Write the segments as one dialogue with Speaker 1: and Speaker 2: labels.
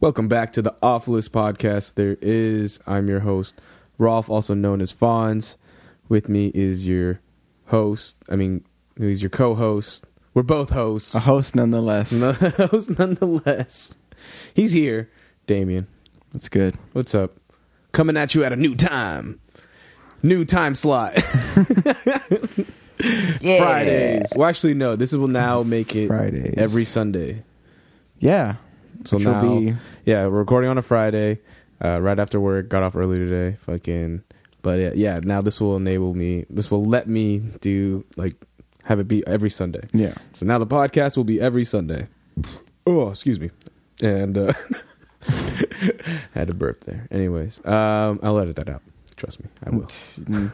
Speaker 1: Welcome back to the Off List Podcast. There is, I'm your host, Rolf, also known as Fonz. With me is your host, I mean, he's your co host. We're both hosts.
Speaker 2: A host nonetheless.
Speaker 1: No- host nonetheless. He's here, Damien.
Speaker 2: That's good.
Speaker 1: What's up? Coming at you at a new time. New time slot. Fridays. Well, actually, no. This will now make it
Speaker 2: Fridays.
Speaker 1: every Sunday.
Speaker 2: Yeah.
Speaker 1: So
Speaker 2: Which will
Speaker 1: now,
Speaker 2: be-
Speaker 1: yeah, we're recording on a Friday, uh, right after work. Got off early today, fucking. But yeah, yeah, now this will enable me. This will let me do like have it be every Sunday.
Speaker 2: Yeah.
Speaker 1: So now the podcast will be every Sunday. Oh, excuse me. And uh had a burp there. Anyways, um I'll edit that out. Trust me, I will.
Speaker 2: Mm.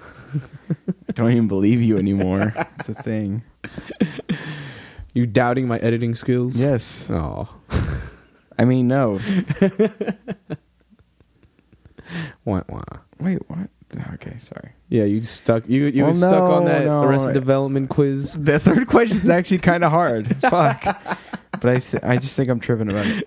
Speaker 2: I don't even believe you anymore. It's a thing.
Speaker 1: You doubting my editing skills?
Speaker 2: Yes.
Speaker 1: Oh,
Speaker 2: I mean, no.
Speaker 1: wah, wah.
Speaker 2: Wait, what? Okay, sorry.
Speaker 1: Yeah, you stuck. You you
Speaker 2: Well,
Speaker 1: stuck on
Speaker 2: no,
Speaker 1: that
Speaker 2: no,
Speaker 1: Arrested
Speaker 2: I-
Speaker 1: Development quiz.
Speaker 2: The third question is actually kind of hard. Fuck. But I, th- I just think I'm tripping about it.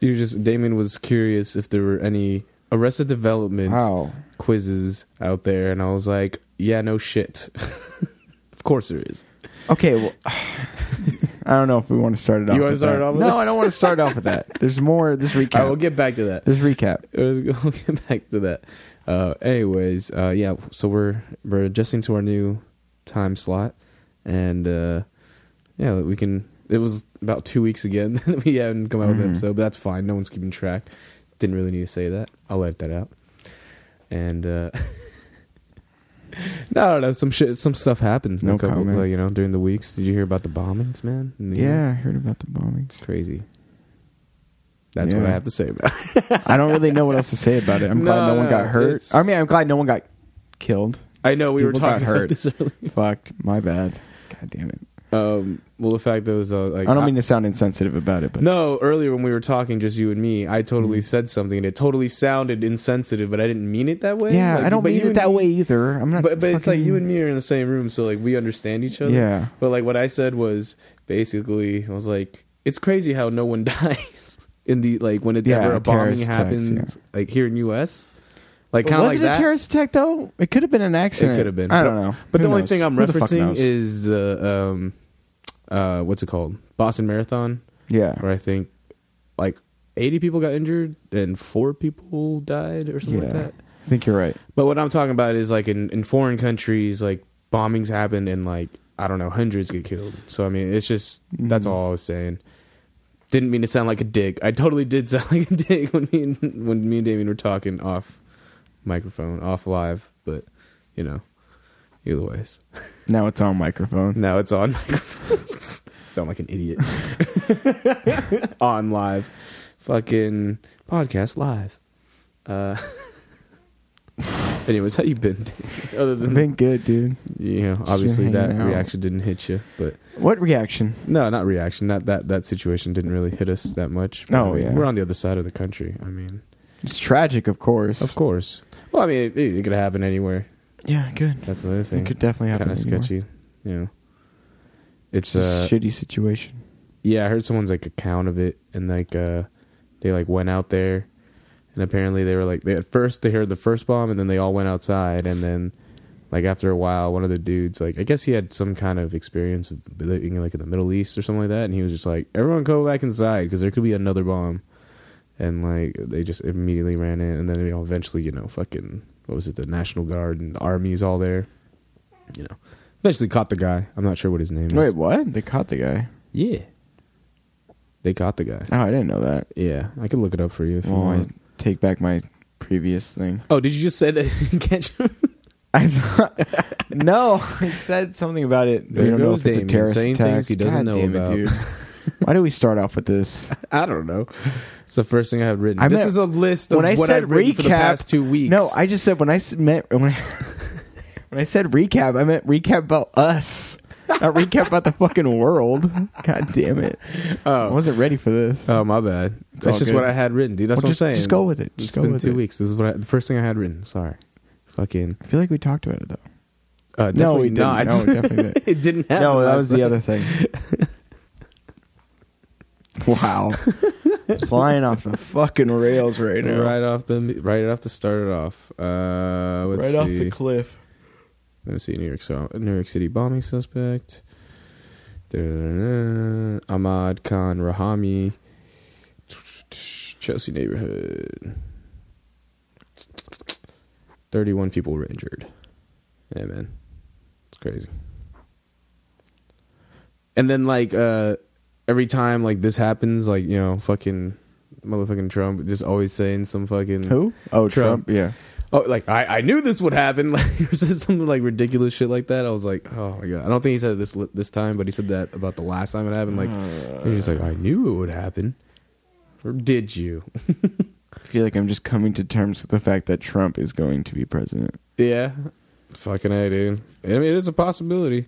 Speaker 1: You just Damon was curious if there were any Arrested Development
Speaker 2: Wow.
Speaker 1: quizzes out there, and I was like, yeah, no shit. of course there is.
Speaker 2: Okay, well, I don't know if we want to start it off.
Speaker 1: wanna
Speaker 2: with
Speaker 1: start
Speaker 2: that.
Speaker 1: it off with
Speaker 2: No,
Speaker 1: this?
Speaker 2: I don't want to start off with that. There's more. This recap.
Speaker 1: I will get back to that.
Speaker 2: This recap.
Speaker 1: We'll get back to that. Uh, anyways, uh, yeah. So we're we're adjusting to our new time slot, and uh, yeah, we can. It was about two weeks again that we haven't come out with an
Speaker 2: Mhm.
Speaker 1: episode, but that's fine. No one's keeping track. Didn't really need to say that. I'll edit that out. And uh, no, I don't know. Some shit, some stuff happened.
Speaker 2: No
Speaker 1: a couple-
Speaker 2: comment.
Speaker 1: like, you know, during the weeks. Did you hear about the bombings, man? In the-
Speaker 2: Yeah, I heard about the bombings.
Speaker 1: it's crazy. That's what
Speaker 2: Yeah.
Speaker 1: I have to say about. it.
Speaker 2: I don't really know what else to say about it. I'm
Speaker 1: No,
Speaker 2: glad no one
Speaker 1: no,
Speaker 2: got hurt.
Speaker 1: it's-
Speaker 2: I mean, I'm glad no one got killed.
Speaker 1: I know we were
Speaker 2: People got
Speaker 1: talking about
Speaker 2: hurt.
Speaker 1: this earlier.
Speaker 2: Fucked. My bad. God damn it.
Speaker 1: Um, well, the fact that was uh, like
Speaker 2: I don't mean to sound insensitive about it, but
Speaker 1: no, earlier when we were talking, just you and me, I totally
Speaker 2: Mm-hmm.
Speaker 1: said something, and it totally sounded insensitive, but I didn't mean it that way.
Speaker 2: yeah,
Speaker 1: Like,
Speaker 2: I don't
Speaker 1: but
Speaker 2: mean
Speaker 1: you
Speaker 2: it
Speaker 1: and
Speaker 2: that
Speaker 1: me-
Speaker 2: way either. I'm not.
Speaker 1: But but it's like you and
Speaker 2: fucking-
Speaker 1: me are in the same room, so like we understand each other.
Speaker 2: Yeah.
Speaker 1: But like what I said was basically, I was like, it's crazy how no one dies in the like when it
Speaker 2: Yeah,
Speaker 1: ever a bombing
Speaker 2: terrorist attacks,
Speaker 1: happens, like here in U.S. Like kind of
Speaker 2: Was
Speaker 1: like
Speaker 2: it a
Speaker 1: that.
Speaker 2: terrorist attack though? It could have been an accident.
Speaker 1: It could have been.
Speaker 2: I don't know.
Speaker 1: But
Speaker 2: Who
Speaker 1: the only
Speaker 2: knows?
Speaker 1: thing I'm
Speaker 2: Who the fuck
Speaker 1: referencing
Speaker 2: knows?
Speaker 1: is the um, uh, what's it called? Boston Marathon.
Speaker 2: yeah,
Speaker 1: where I think like 80 people got injured and four people died or something like
Speaker 2: Yeah.
Speaker 1: that.
Speaker 2: I think you're right.
Speaker 1: But what I'm talking about is like in, in foreign countries, like bombings happen and like, I don't know, hundreds get killed. So, I mean, it's just that's
Speaker 2: Mhm.
Speaker 1: all I was saying. Didn't mean to sound like a dick. I totally did sound like a dick when me and, when me and Damien were talking off microphone, off live, but you know, either ways.
Speaker 2: Now it's on microphone.
Speaker 1: Now it's on microphone. Sound like an idiot. on live. Fucking podcast live. Uh Anyways, how you been? Other
Speaker 2: I've
Speaker 1: than
Speaker 2: been good, dude.
Speaker 1: you know, obviously that
Speaker 2: hanging out.
Speaker 1: reaction didn't hit you, but
Speaker 2: What reaction?
Speaker 1: no, not reaction. Not that that situation didn't really hit us that much. But,
Speaker 2: No,
Speaker 1: I mean,
Speaker 2: Oh, yeah.
Speaker 1: we're on the other side of the country. I mean,
Speaker 2: It's tragic, of course.
Speaker 1: of course. Well, I mean, it, it could happen anywhere.
Speaker 2: Yeah, good.
Speaker 1: That's another
Speaker 2: It
Speaker 1: thing.
Speaker 2: could definitely happen.
Speaker 1: Kind of
Speaker 2: anymore.
Speaker 1: sketchy. You know, it's
Speaker 2: It's a
Speaker 1: uh,
Speaker 2: shitty situation.
Speaker 1: yeah i heard someone's like account of it and like uh they like went out there and apparently they were like they at first they heard the first bomb and then they all went outside and then like after a while one of the dudes like i guess he had some kind of experience of living like in the middle east or something like that and he was just like everyone go back inside because there could be another bomb and like they just immediately ran in and then you know eventually you know fucking what was it the national guard and the army's all there you know eventually caught the guy i'm not sure what his name is
Speaker 2: Wait, what? They caught the guy.
Speaker 1: yeah. They caught the guy.
Speaker 2: Oh, I didn't know that.
Speaker 1: Yeah, I could look it up for you if you
Speaker 2: Well, I
Speaker 1: want.
Speaker 2: take back my previous thing.
Speaker 1: Oh, did you just say that? he catch him?
Speaker 2: I thought- no, I said something about it. We
Speaker 1: There
Speaker 2: don't know
Speaker 1: goes
Speaker 2: if it's a
Speaker 1: Damien
Speaker 2: terrorist
Speaker 1: saying
Speaker 2: attack.
Speaker 1: things he doesn't
Speaker 2: God
Speaker 1: know
Speaker 2: damn it,
Speaker 1: about.
Speaker 2: dude. Why do we start off with this?
Speaker 1: I don't know. It's the first thing I have written.
Speaker 2: I
Speaker 1: this
Speaker 2: meant-
Speaker 1: is a list of
Speaker 2: when I
Speaker 1: what
Speaker 2: said
Speaker 1: I've written for the
Speaker 2: recap-
Speaker 1: past two weeks.
Speaker 2: No, I just said when I s- meant when I, when I said recap, I meant recap about us, not recap about the fucking world. God damn it! I
Speaker 1: oh,
Speaker 2: wasn't ready for this.
Speaker 1: oh, my bad. That's
Speaker 2: all
Speaker 1: just
Speaker 2: good.
Speaker 1: what I had written, dude. That's
Speaker 2: Well,
Speaker 1: what
Speaker 2: just,
Speaker 1: I'm saying.
Speaker 2: just go with it. Just
Speaker 1: it's
Speaker 2: go
Speaker 1: been
Speaker 2: with
Speaker 1: two
Speaker 2: it.
Speaker 1: weeks. This is what I, the first thing I had written. Sorry, fucking.
Speaker 2: I feel like we talked about it though.
Speaker 1: Uh,
Speaker 2: No,
Speaker 1: definitely
Speaker 2: we didn't.
Speaker 1: not.
Speaker 2: No, we definitely didn't.
Speaker 1: it didn't happen.
Speaker 2: No, that
Speaker 1: last
Speaker 2: was the
Speaker 1: night.
Speaker 2: other thing. Wow. Flying off the fucking rails right now.
Speaker 1: Right off the right off the start it off. Uh, let's
Speaker 2: Right
Speaker 1: see.
Speaker 2: off the cliff.
Speaker 1: Let's see, New York, so- New York City bombing suspect. Da-da-da-da. Ahmad Khan Rahami. Chelsea neighborhood. 31 people were injured. Yeah, man. It's crazy. And then, like, uh, every time, like, this happens, like, you know, fucking motherfucking Trump just always saying some fucking.
Speaker 2: Who? Oh, Trump.
Speaker 1: Trump.
Speaker 2: Yeah.
Speaker 1: Oh, like I, I knew this would happen. Like he said something like ridiculous shit like that. I was like, oh my god. I don't think he said it this li- this time, but he said that about the last time it happened. Like he was just like, I knew it would happen. Or did you?
Speaker 2: I feel like I'm just coming to terms with the fact that Trump is going to be president.
Speaker 1: Yeah, fucking a dude. I mean, it is a possibility,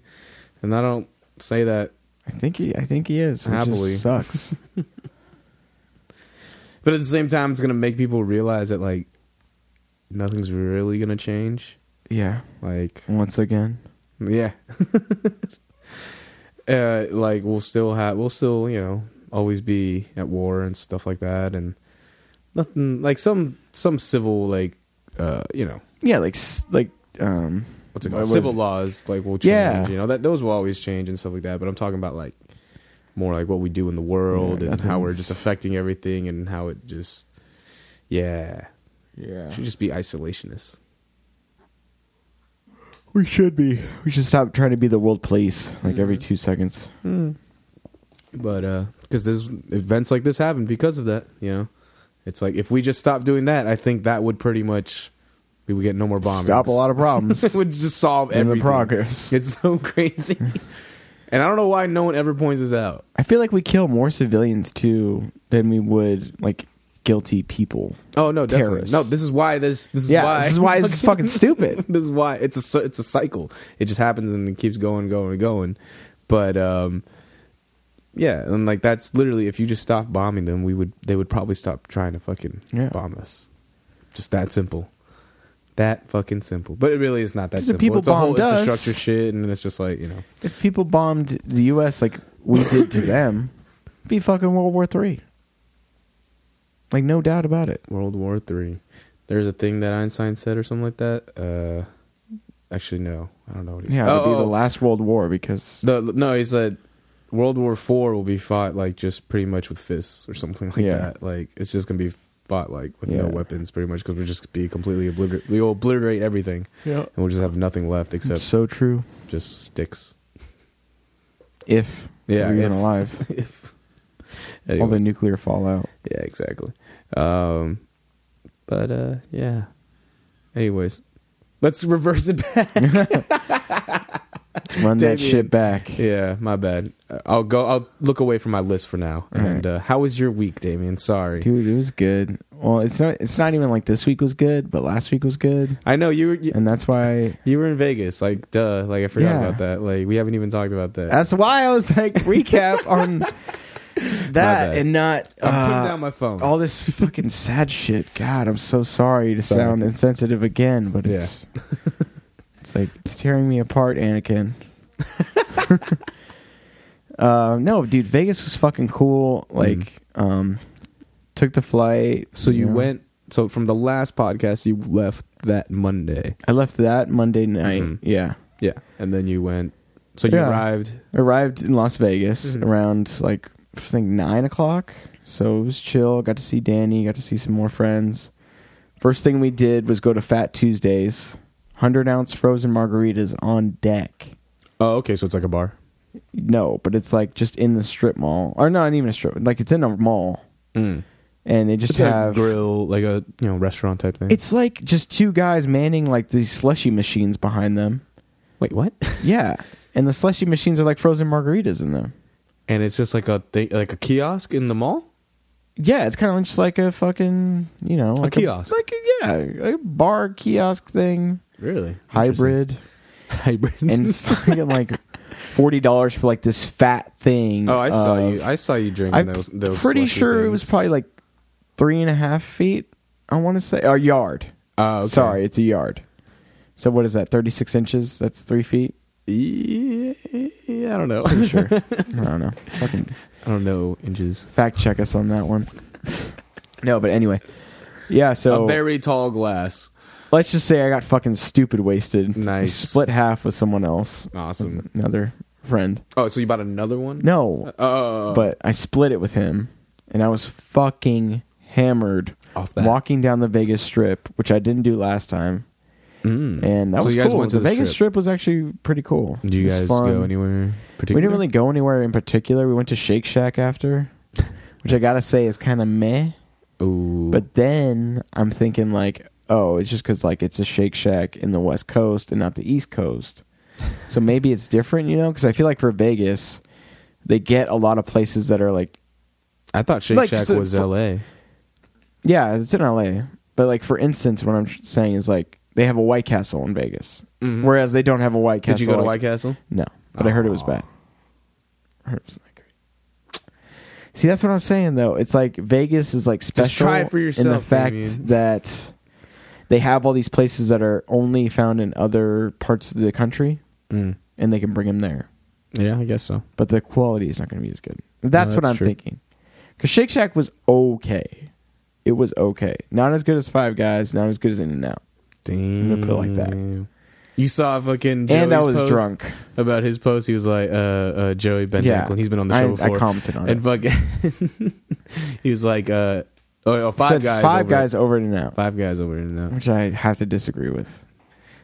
Speaker 1: and I don't say that,
Speaker 2: I think he. I think he is. Which
Speaker 1: Happily.
Speaker 2: just sucks.
Speaker 1: but at the same time, it's gonna make people realize that like nothing's really gonna change.
Speaker 2: yeah.
Speaker 1: Like
Speaker 2: Once again.
Speaker 1: Yeah. uh, like we'll still have, we'll still, you know, always be at war and stuff like that, and nothing like some some civil like, uh, you know,
Speaker 2: Yeah. Like. s- Like. Um.
Speaker 1: what's it
Speaker 2: What
Speaker 1: called?
Speaker 2: was
Speaker 1: Civil
Speaker 2: it?
Speaker 1: laws like will change.
Speaker 2: Yeah.
Speaker 1: You know that those will always change and stuff like that. But I'm talking about like more like what we do in the world
Speaker 2: Yeah,
Speaker 1: and how we're
Speaker 2: nothing's-
Speaker 1: just affecting everything and how it just, yeah,
Speaker 2: Yeah.
Speaker 1: should just be isolationist.
Speaker 2: We should be. We should stop trying to be the world police. Like every
Speaker 1: Mhm.
Speaker 2: two seconds.
Speaker 1: But uh because there's events like this happen because of that, you know. It's like if we just stop doing that, I think that would pretty much we would get no more bombings.
Speaker 2: Stop a lot of problems.
Speaker 1: it would just solve
Speaker 2: in the
Speaker 1: everything.
Speaker 2: progress.
Speaker 1: It's so crazy. and I don't know why no one ever points this out.
Speaker 2: I feel like we kill more civilians too than we would like guilty people.
Speaker 1: Oh no, definitely.
Speaker 2: Terrorists.
Speaker 1: No, this is why this this is
Speaker 2: yeah,
Speaker 1: why
Speaker 2: this is why it's fucking stupid.
Speaker 1: this is why it's a cy- it's a cycle. It just happens and it keeps going, going, going. But um, yeah, and like that's literally if you just stop bombing them, we would they would probably stop trying to fucking
Speaker 2: Yeah.
Speaker 1: bomb us. Just that simple. That fucking simple. But it really is not that
Speaker 2: 'Cause the
Speaker 1: simple.
Speaker 2: people
Speaker 1: it's a whole
Speaker 2: bombed us.
Speaker 1: infrastructure shit, and it's just like you know.
Speaker 2: If people bombed the U.S. like we did to them, it'd be fucking World War Three. Like no doubt about it.
Speaker 1: World War Three. There's a thing that Einstein said or something like that. Uh, actually, no, I don't know what he said.
Speaker 2: Yeah, it would be the
Speaker 1: Oh,
Speaker 2: last World War because
Speaker 1: The, no, he said World War Four will be fought like just pretty much with fists or something like
Speaker 2: Yeah.
Speaker 1: that. Like it's just gonna be fought like with
Speaker 2: Yeah.
Speaker 1: no weapons, pretty much because we'll just be completely obliterate. We'll obliterate everything,
Speaker 2: yeah,
Speaker 1: and we'll just have nothing left
Speaker 2: it's
Speaker 1: except
Speaker 2: so true.
Speaker 1: just sticks.
Speaker 2: If
Speaker 1: Yeah,
Speaker 2: we're even
Speaker 1: if-
Speaker 2: alive,
Speaker 1: If-
Speaker 2: all the
Speaker 1: Anyway.
Speaker 2: nuclear fallout.
Speaker 1: yeah, exactly. Um, but uh, yeah. Anyways, let's reverse it back.
Speaker 2: Let's run that
Speaker 1: Damien.
Speaker 2: shit back.
Speaker 1: Yeah, my bad. I'll go. I'll look away from my list for now.
Speaker 2: All
Speaker 1: and uh, how was your week, Damien? Sorry.
Speaker 2: Dude, it was good. Well, it's not. It's not even like this week was good, but last week was good,
Speaker 1: I know you. were- You,
Speaker 2: and that's why.
Speaker 1: you were in Vegas. Like, duh. Like, I forgot
Speaker 2: Yeah.
Speaker 1: about that. Like, we haven't even talked about that.
Speaker 2: That's why I was like recap on that
Speaker 1: bad.
Speaker 2: and not
Speaker 1: I'm
Speaker 2: uh,
Speaker 1: putting down my phone.
Speaker 2: all this fucking sad shit. God, I'm so sorry to
Speaker 1: Sorry.
Speaker 2: sound insensitive again, but it's it's like it's tearing me apart, Anakin. uh, no, dude, Vegas was fucking cool. Like, um, took the flight.
Speaker 1: Mm-hmm. so you
Speaker 2: know.
Speaker 1: went. So from the last podcast, you left that Monday.
Speaker 2: I left that Monday night.
Speaker 1: Mhm.
Speaker 2: Yeah.
Speaker 1: Yeah, and then you went. So you
Speaker 2: Yeah.
Speaker 1: arrived.
Speaker 2: arrived in Las Vegas
Speaker 1: Mhm.
Speaker 2: around like I think nine o'clock. So it was chill. Got to see Danny. Got to see some more friends. First thing we did was go to Fat Tuesdays. Hundred ounce frozen margaritas on deck.
Speaker 1: Oh, okay. So it's like a bar.
Speaker 2: No, but it's like just in the strip mall, or not even a strip. Like it's in a mall,
Speaker 1: Mm.
Speaker 2: and they just
Speaker 1: Just
Speaker 2: have.
Speaker 1: a grill, like a you know restaurant type thing.
Speaker 2: It's like just two guys manning like these slushy machines behind them.
Speaker 1: wait, what?
Speaker 2: Yeah, and the slushy machines are like frozen margaritas in them.
Speaker 1: And it's just like a thing, like a kiosk in the mall.
Speaker 2: Yeah, it's kind of just like a fucking, you know, like
Speaker 1: kiosk.
Speaker 2: like a, yeah, a bar kiosk thing,
Speaker 1: Really
Speaker 2: hybrid,
Speaker 1: hybrid.
Speaker 2: and it's fucking like forty dollars for like this fat thing.
Speaker 1: Oh, I saw
Speaker 2: of-
Speaker 1: you. I saw you drinking
Speaker 2: I'm
Speaker 1: those. Those
Speaker 2: pretty
Speaker 1: slushy
Speaker 2: sure it was
Speaker 1: things.
Speaker 2: probably like three and a half feet. I want to say a yard.
Speaker 1: Oh, okay.
Speaker 2: Sorry, it's a yard. So what is that? Thirty six inches. That's three feet.
Speaker 1: Yeah, I don't know.
Speaker 2: Pretty sure. I don't know. Fucking
Speaker 1: I don't know inches.
Speaker 2: fact check us on that one. No, but anyway. Yeah, so
Speaker 1: a very tall glass.
Speaker 2: let's just say I got fucking stupid wasted. I
Speaker 1: Nice.
Speaker 2: split half with someone else.
Speaker 1: Awesome.
Speaker 2: Another friend.
Speaker 1: Oh, so you bought another one?
Speaker 2: Mm-hmm. No,
Speaker 1: Oh,
Speaker 2: but I split it with him and I was fucking hammered
Speaker 1: off that.
Speaker 2: walking down the Vegas Strip, which I didn't do last time.
Speaker 1: Mm.
Speaker 2: And that
Speaker 1: So
Speaker 2: was
Speaker 1: you guys
Speaker 2: cool.
Speaker 1: went to the
Speaker 2: Vegas
Speaker 1: Strip.
Speaker 2: Strip was actually pretty cool.
Speaker 1: Did you
Speaker 2: It was
Speaker 1: guys
Speaker 2: fun.
Speaker 1: go anywhere?
Speaker 2: We
Speaker 1: Particular?
Speaker 2: didn't really go anywhere in particular. We went to Shake Shack after, which I gotta say is kind of meh.
Speaker 1: Ooh.
Speaker 2: But then I'm thinking like, oh, it's just because like it's a Shake Shack in the West Coast and not the East Coast, so maybe it's different, you know? Because I feel like for Vegas, they get a lot of places that are like,
Speaker 1: I thought Shake
Speaker 2: like,
Speaker 1: Shack
Speaker 2: so-
Speaker 1: was L.A.
Speaker 2: yeah, it's in LA, but like for instance, what I'm tr- saying is like they have a White Castle in Vegas,
Speaker 1: Mhm.
Speaker 2: whereas they don't have a White Castle.
Speaker 1: Did you go to
Speaker 2: like-
Speaker 1: White Castle?
Speaker 2: No, but I heard it was
Speaker 1: Aw.
Speaker 2: bad. I heard it was not great. See, that's what I'm saying though. It's like Vegas is like special
Speaker 1: try it for
Speaker 2: in the
Speaker 1: yourself,
Speaker 2: fact
Speaker 1: Damien.
Speaker 2: that they have all these places that are only found in other parts of the country,
Speaker 1: Mm.
Speaker 2: and they can bring them there.
Speaker 1: Yeah, I guess so.
Speaker 2: But the quality is not going to be as good. That's, what
Speaker 1: that's
Speaker 2: I'm
Speaker 1: true.
Speaker 2: thinking. Because Shake Shack was okay. It was okay. Not as good as Five Guys. Not as good as In and Out.
Speaker 1: Damn.
Speaker 2: gonna put it like that.
Speaker 1: You saw fucking Joey's
Speaker 2: And I was
Speaker 1: post
Speaker 2: drunk.
Speaker 1: about his post. He was like, uh, uh, Joey Ben
Speaker 2: Yeah.
Speaker 1: Franklin. He's been on the
Speaker 2: I,
Speaker 1: show
Speaker 2: I
Speaker 1: before.
Speaker 2: commented on
Speaker 1: and
Speaker 2: it.
Speaker 1: fucking, he was like, uh, oh, oh, five
Speaker 2: Said
Speaker 1: guys,
Speaker 2: Five
Speaker 1: over,
Speaker 2: Guys over and out.
Speaker 1: five guys over and now.
Speaker 2: which I have to disagree with.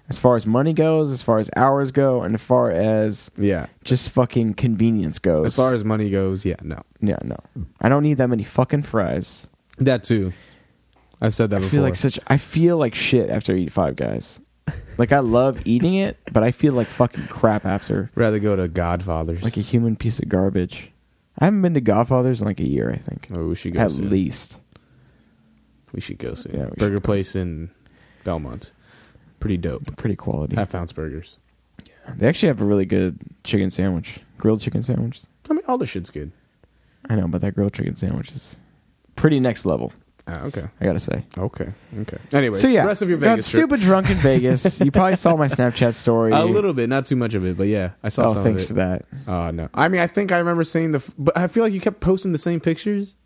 Speaker 2: As far as money goes, as far as hours go, and as far as
Speaker 1: Yeah,
Speaker 2: just fucking convenience goes.
Speaker 1: as far as money goes, yeah, no,
Speaker 2: yeah, no, I don't need that many fucking fries.
Speaker 1: that too. I've said that
Speaker 2: I
Speaker 1: before.
Speaker 2: feel like such. I feel like shit after I eat Five Guys. Like I love eating it, but I feel like fucking crap after.
Speaker 1: Rather go to Godfather's.
Speaker 2: Like a human piece of garbage. I haven't been to Godfather's in like a year, I think,
Speaker 1: oh, we should go
Speaker 2: at
Speaker 1: soon.
Speaker 2: least.
Speaker 1: We should go soon.
Speaker 2: Yeah, we
Speaker 1: Burger place in Belmont, pretty dope.
Speaker 2: Pretty quality.
Speaker 1: Half ounce burgers.
Speaker 2: They actually have a really good chicken sandwich, grilled chicken sandwich.
Speaker 1: I mean, all the shit's good.
Speaker 2: I know, but that grilled chicken sandwich is pretty next level.
Speaker 1: Ah, okay,
Speaker 2: I gotta say.
Speaker 1: okay, okay. Anyways,
Speaker 2: so yeah,
Speaker 1: rest of your
Speaker 2: got
Speaker 1: Vegas trip.
Speaker 2: stupid drunk in Vegas. you probably saw my Snapchat story.
Speaker 1: A little bit, not too much of it, but yeah, I saw
Speaker 2: Oh,
Speaker 1: some
Speaker 2: thanks
Speaker 1: of
Speaker 2: for
Speaker 1: it.
Speaker 2: that.
Speaker 1: Oh no, I mean, I think I remember seeing the, f- but I feel like you kept posting the same pictures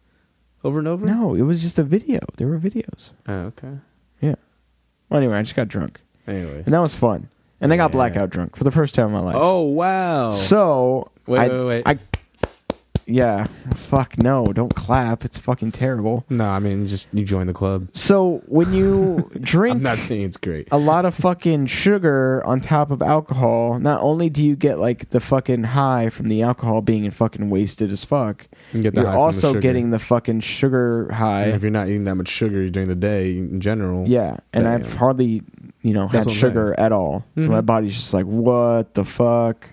Speaker 1: over and over.
Speaker 2: No, it was just a video. There were videos.
Speaker 1: Oh, okay.
Speaker 2: Well, anyway, I just got drunk,
Speaker 1: Anyways.
Speaker 2: and that was fun. And I got
Speaker 1: Yeah.
Speaker 2: blackout drunk for the first time in my life.
Speaker 1: oh wow.
Speaker 2: so
Speaker 1: Wait,
Speaker 2: I,
Speaker 1: wait, wait.
Speaker 2: I, yeah, fuck no, don't clap. It's fucking terrible.
Speaker 1: no, I mean, just you join the club.
Speaker 2: So when you
Speaker 1: I'm
Speaker 2: drink
Speaker 1: not saying it's great.
Speaker 2: a lot of fucking sugar on top of alcohol, not only do you get like the fucking high from the alcohol being fucking wasted as fuck,
Speaker 1: You get the
Speaker 2: you're
Speaker 1: high from the
Speaker 2: also
Speaker 1: sugar.
Speaker 2: getting the fucking sugar high.
Speaker 1: And if you're not eating that much sugar during the day in general.
Speaker 2: Yeah, and
Speaker 1: Damn.
Speaker 2: I've hardly, you know,
Speaker 1: That's
Speaker 2: had
Speaker 1: what I'm
Speaker 2: sugar at all. So
Speaker 1: Mhm.
Speaker 2: my body's just like, what the fuck?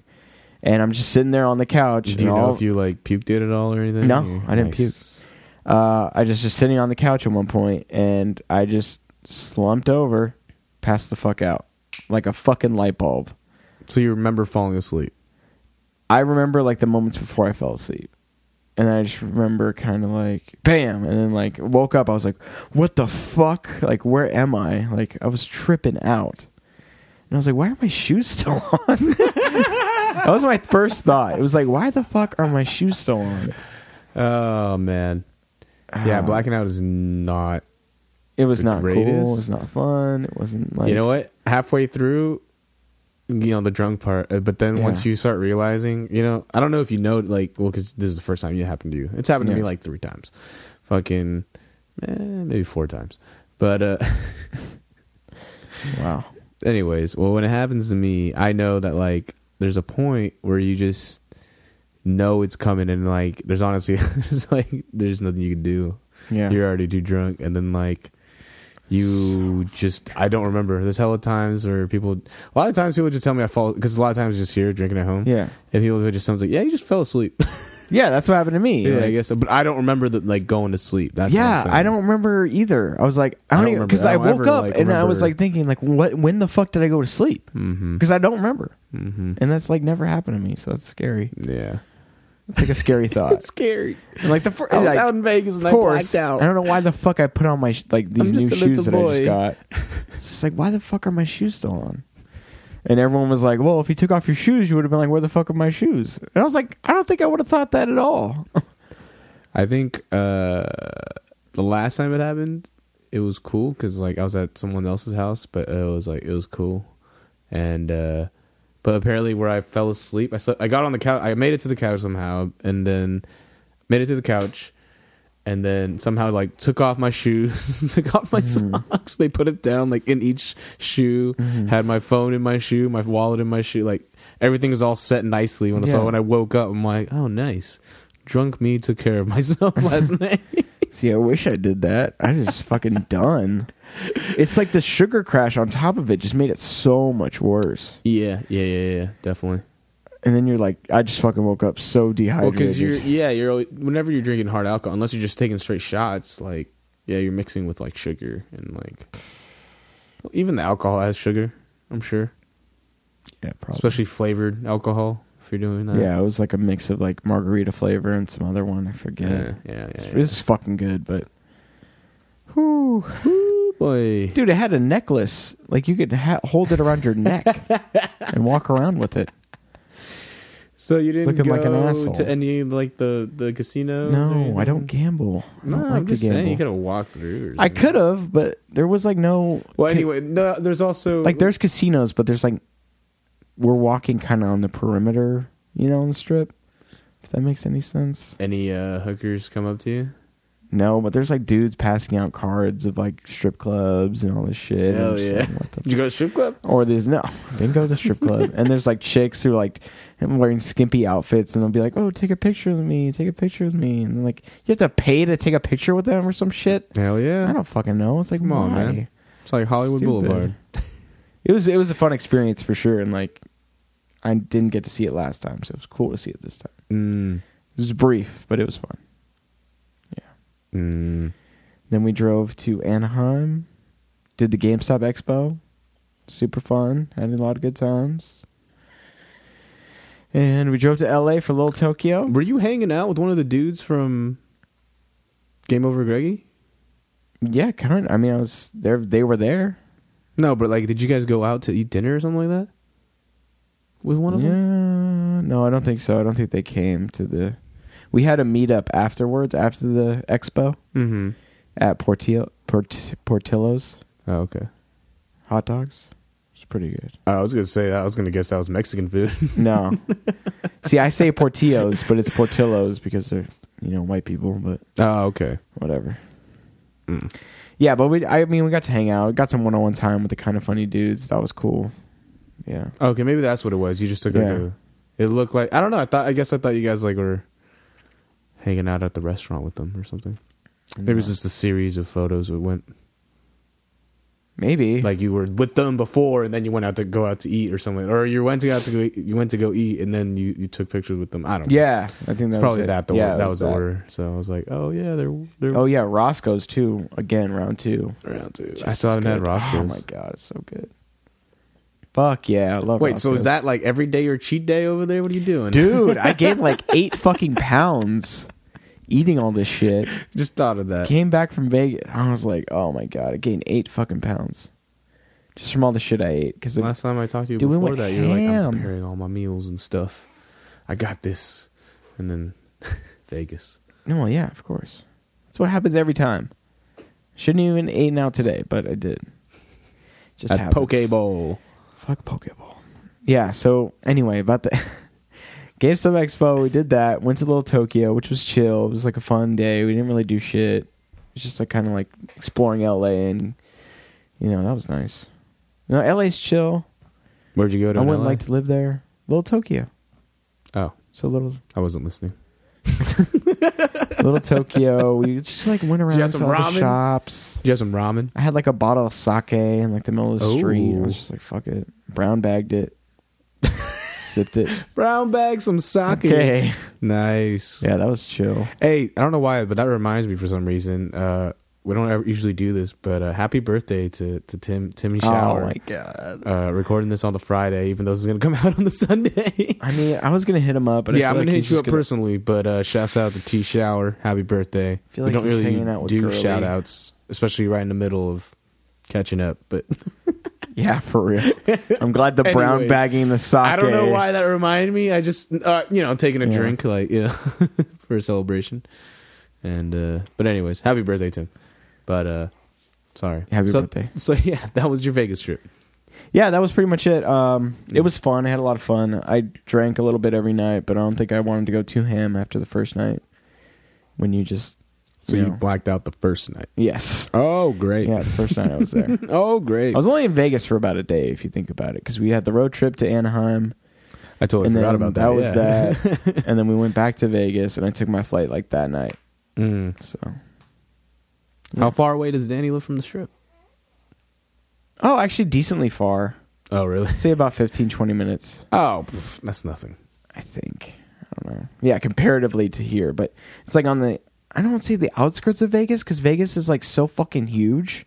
Speaker 2: And I'm just sitting there on the couch.
Speaker 1: Do
Speaker 2: and
Speaker 1: you know
Speaker 2: all-
Speaker 1: if you like puked it at all or anything?
Speaker 2: No,
Speaker 1: Or-
Speaker 2: I didn't
Speaker 1: Nice.
Speaker 2: uh, I just just sitting on the couch at one point, and I just slumped over, passed the fuck out, like a fucking light bulb.
Speaker 1: So you remember falling asleep.
Speaker 2: I remember like the moments before I fell asleep. And I just remember kind of like bam, and then like woke up. I was like, "What the fuck? Like, where am I? Like, I was tripping out." And I was like, "Why are my shoes still on?" that was my first thought. It was like, "Why the fuck are my shoes still on?"
Speaker 1: Oh man. Yeah,
Speaker 2: Ah.
Speaker 1: blacking out is not.
Speaker 2: It was
Speaker 1: The
Speaker 2: not cool. It was
Speaker 1: greatest.
Speaker 2: not fun. It wasn't like
Speaker 1: you know what? Halfway through, you know the drunk part, uh, but then
Speaker 2: Yeah.
Speaker 1: once you start realizing, you know, I don't know if you know, like, well, because this is the first time it happened to you. It's happened to me
Speaker 2: Yeah.
Speaker 1: like three times, fucking, eh, maybe four times, but. uh
Speaker 2: Wow.
Speaker 1: anyways, well, when it happens to me, I know that like there's a point where you just know it's coming, and like there's honestly, there's like there's nothing you can do.
Speaker 2: Yeah.
Speaker 1: You're already too drunk, and then like you just I don't remember. There's hella times where people, a lot of times people just tell me I fall because a lot of times just here drinking at home,
Speaker 2: yeah.
Speaker 1: and people would just sounds like yeah, you just fell asleep.
Speaker 2: Yeah. That's what happened to me.
Speaker 1: yeah,
Speaker 2: Like,
Speaker 1: I guess, so. but I don't remember that like going to sleep. That's what I'm
Speaker 2: yeah,
Speaker 1: saying.
Speaker 2: I don't remember either. I was like, I
Speaker 1: I
Speaker 2: don't
Speaker 1: don't
Speaker 2: even
Speaker 1: remember-
Speaker 2: because
Speaker 1: I
Speaker 2: I,
Speaker 1: don't
Speaker 2: woke
Speaker 1: ever,
Speaker 2: up
Speaker 1: like,
Speaker 2: and I was
Speaker 1: remember-
Speaker 2: like thinking like, what? When the fuck did I go to sleep?
Speaker 1: Mm-hmm.
Speaker 2: Because I don't remember,
Speaker 1: Mm-hmm.
Speaker 2: and that's like never happened to me. So that's scary.
Speaker 1: Yeah,
Speaker 2: It's like a scary thought.
Speaker 1: scary.
Speaker 2: And, like the first,
Speaker 1: I was
Speaker 2: like,
Speaker 1: out in Vegas and
Speaker 2: of
Speaker 1: I
Speaker 2: course,
Speaker 1: blacked out.
Speaker 2: I don't know why the fuck I put on my sh- like these
Speaker 1: I'm
Speaker 2: new
Speaker 1: just a
Speaker 2: shoes
Speaker 1: little
Speaker 2: that I
Speaker 1: boy.
Speaker 2: just got. It's just like why the fuck are my shoes still on? And everyone was like, "Well, if you took off your shoes, you would have been like, where the fuck are my shoes?" And I was like, "I don't think I would have thought that at all."
Speaker 1: I think uh, the last time it happened, it was cool because like I was at someone else's house, but it was like it was cool, and uh, but apparently where I fell asleep, I slept, I got on the couch, I made it to the couch somehow, and then made it to the couch, and then somehow like took off my shoes, took off my socks, they put it down like in each shoe, had my phone in my shoe, my wallet in my shoe, like everything was all set nicely. When I
Speaker 2: Yeah.
Speaker 1: saw when I woke up, I'm like, oh nice, drunk me took care of myself last night.
Speaker 2: See, I wish I did that. I just fucking done. It's like the sugar crash on top of it just made it so much worse.
Speaker 1: Yeah, yeah, yeah, yeah, definitely.
Speaker 2: And then you're like, I just fucking woke up so
Speaker 1: Well,
Speaker 2: dehydrated.
Speaker 1: because you're yeah, you're always, whenever you're drinking hard alcohol, unless you're just taking straight shots, like yeah, you're mixing with like sugar and like well, even the alcohol has sugar, I'm sure,
Speaker 2: yeah, probably.
Speaker 1: especially uh, flavored alcohol if you're doing that.
Speaker 2: yeah, it was like a mix of like margarita flavor and some other one. I forget.
Speaker 1: yeah, yeah,
Speaker 2: It's,
Speaker 1: yeah.
Speaker 2: it's fucking good, but. Whew.
Speaker 1: Ooh, boy,
Speaker 2: Dude, it had a necklace. Like you could ha- hold it around your neck and walk around with it.
Speaker 1: so you didn't
Speaker 2: Looking
Speaker 1: go
Speaker 2: like an asshole.
Speaker 1: to any like the the casinos? or
Speaker 2: No, I
Speaker 1: anything?
Speaker 2: don't gamble. I
Speaker 1: No,
Speaker 2: don't like
Speaker 1: I'm just
Speaker 2: to gamble.
Speaker 1: saying you could have walked through. or
Speaker 2: I
Speaker 1: something.
Speaker 2: could have, but there was like no.
Speaker 1: Well, anyway, no, there's also
Speaker 2: like there's casinos, but there's like we're walking kind of on the perimeter, you know, on the strip. If that makes any sense.
Speaker 1: any uh, hookers come up to you.
Speaker 2: No, but there's like dudes passing out cards of like strip clubs and all this shit.
Speaker 1: Hell
Speaker 2: I'm just
Speaker 1: yeah.
Speaker 2: like, what the
Speaker 1: Did you go to strip club?
Speaker 2: or there's no didn't go to the strip club and there's like chicks who are like wearing skimpy outfits and they'll be like oh take a picture with me take a picture with me and then like you have to pay to take a picture with them or some shit
Speaker 1: Hell yeah!
Speaker 2: i don't fucking know it's like
Speaker 1: Come on,
Speaker 2: why?
Speaker 1: man. It's like Hollywood
Speaker 2: Stupid.
Speaker 1: Boulevard.
Speaker 2: it was it was a fun experience for sure and like i didn't get to see it last time so it was cool to see it this time
Speaker 1: Mm.
Speaker 2: it was brief but it was fun
Speaker 1: Mm.
Speaker 2: then we drove to anaheim did the gamestop expo super fun had a lot of good times and we drove to la for little tokyo
Speaker 1: Were you hanging out with one of the dudes from Game Over Greggy?
Speaker 2: Yeah, kind. Of. I mean, I was there. They were there.
Speaker 1: No, but like, did you guys go out to eat dinner or something like that? With one of
Speaker 2: yeah.
Speaker 1: them?
Speaker 2: No, I don't think so. I don't think they came to the. We had a meetup afterwards after the expo
Speaker 1: Mm-hmm.
Speaker 2: at Portillo Port, Portillo's
Speaker 1: Oh, okay. Oh,
Speaker 2: hot dogs. It's pretty good.
Speaker 1: I was gonna say that. I was gonna guess that was Mexican food.
Speaker 2: No, see, I say Portillo's, but it's Portillo's because they're you know white people, but
Speaker 1: oh, okay.
Speaker 2: whatever.
Speaker 1: Mm.
Speaker 2: Yeah, but we. I mean, we got to hang out. Got some one-on-one time with the kind of funny dudes. That was cool. Yeah.
Speaker 1: Okay, maybe that's what it was. You just took like
Speaker 2: Yeah.
Speaker 1: a. It looked like I don't know. I thought. I guess I thought you guys like were hanging out at the restaurant with them or something. Maybe it's just the series of photos that went
Speaker 2: maybe
Speaker 1: like you were with them before and then you went out to go out to eat or something or you went to go out to go eat, you went to go eat and then you, you took pictures with them i don't know
Speaker 2: yeah. I think
Speaker 1: it's
Speaker 2: that
Speaker 1: probably
Speaker 2: was it.
Speaker 1: that the
Speaker 2: yeah,
Speaker 1: order,
Speaker 2: it
Speaker 1: that was the order so i was like oh yeah they're they're
Speaker 2: Oh yeah, Roscoe's too. Again, round two.
Speaker 1: around too i
Speaker 2: Just
Speaker 1: saw
Speaker 2: as
Speaker 1: them at
Speaker 2: good. Oh my
Speaker 1: roscoe's
Speaker 2: god, it's so good. Fuck yeah, I love.
Speaker 1: wait so
Speaker 2: Roscoe's.
Speaker 1: is that like every day or cheat day over there what are you doing
Speaker 2: dude? I gained like eight fucking pounds eating all this shit.
Speaker 1: just thought of that
Speaker 2: Came back from Vegas, I was like, oh my god, I gained eight fucking pounds just from all the shit I ate. Because
Speaker 1: last time i talked to you
Speaker 2: Dude, we
Speaker 1: before
Speaker 2: went
Speaker 1: that you were like i'm
Speaker 2: ham.
Speaker 1: preparing all my meals and stuff i got this and then vegas
Speaker 2: no, yeah, of course, that's what happens every time. Shouldn't even eaten out today, but I did. Just
Speaker 1: at
Speaker 2: happens.
Speaker 1: pokeball
Speaker 2: Fuck Pokeball. Yeah, so anyway, about the GameStop Expo, we did that. Went to Little Tokyo, which was chill. It was like a fun day. We didn't really do shit. It's just like kind of like exploring LA and you know, that was nice. You know, LA's chill.
Speaker 1: where'd you go to
Speaker 2: I
Speaker 1: in
Speaker 2: wouldn't
Speaker 1: LA?
Speaker 2: like to live there. Little Tokyo.
Speaker 1: oh
Speaker 2: So little
Speaker 1: i wasn't listening
Speaker 2: little Tokyo. We just like went around
Speaker 1: have
Speaker 2: to
Speaker 1: some
Speaker 2: all
Speaker 1: ramen?
Speaker 2: the shops.
Speaker 1: did you have some ramen
Speaker 2: I had like a bottle of sake in like the middle of the street. I
Speaker 1: Ooh.
Speaker 2: was just like, fuck it. Brown bagged it. Sipped it.
Speaker 1: brown bag some sake
Speaker 2: Okay.
Speaker 1: Nice.
Speaker 2: Yeah, that was chill.
Speaker 1: Hey, I don't know why, but that reminds me for some reason. Uh, we don't ever usually do this, but uh, happy birthday to, to Tim Timmy
Speaker 2: Oh my
Speaker 1: Shower.
Speaker 2: god.
Speaker 1: uh, recording this on the Friday, even though this is gonna come out on the Sunday.
Speaker 2: I mean, I was gonna hit him up, but
Speaker 1: yeah,
Speaker 2: I
Speaker 1: I'm
Speaker 2: feel
Speaker 1: gonna
Speaker 2: like
Speaker 1: hit
Speaker 2: he's
Speaker 1: you
Speaker 2: just
Speaker 1: up
Speaker 2: gonna-
Speaker 1: personally, but uh, shouts out to T Shower. Happy birthday.
Speaker 2: feel
Speaker 1: we
Speaker 2: like
Speaker 1: don't
Speaker 2: he's
Speaker 1: really
Speaker 2: hanging out with
Speaker 1: do
Speaker 2: Gurley.
Speaker 1: shout outs, especially right in the middle of catching up. But
Speaker 2: Yeah, for real. I'm glad the brown
Speaker 1: Anyways,
Speaker 2: bagging the sake.
Speaker 1: I don't know why that reminded me. I just uh, you know taking a
Speaker 2: Yeah.
Speaker 1: drink like yeah for a celebration, and uh, but anyways, happy birthday Tim. But uh, sorry,
Speaker 2: Happy
Speaker 1: so,
Speaker 2: birthday.
Speaker 1: So yeah, that was your Vegas trip.
Speaker 2: Yeah, that was pretty much it. Um, it was fun. I had a lot of fun. I drank a little bit every night, but I don't think I wanted to go too ham after the first night. When you just
Speaker 1: So you
Speaker 2: Yeah.
Speaker 1: blacked out the first night.
Speaker 2: yes,
Speaker 1: Oh great.
Speaker 2: yeah, the first night I was there.
Speaker 1: Oh great.
Speaker 2: I was only in Vegas for about a day, if you think about it, because we had the road trip to Anaheim,
Speaker 1: Oh, I totally
Speaker 2: and
Speaker 1: forgot
Speaker 2: then
Speaker 1: about that.
Speaker 2: that was
Speaker 1: yeah.
Speaker 2: that, and then we went back to Vegas, and I took my flight like that night.
Speaker 1: Mm.
Speaker 2: So,
Speaker 1: How far away does Danny live from the strip?
Speaker 2: oh, actually, decently far.
Speaker 1: Oh really?
Speaker 2: I'd say about 15, 20 minutes,
Speaker 1: Oh, pff, that's nothing.
Speaker 2: I think. I don't know. Yeah, comparatively to here, but it's like on the I don't want to say the outskirts of Vegas because Vegas is like so fucking huge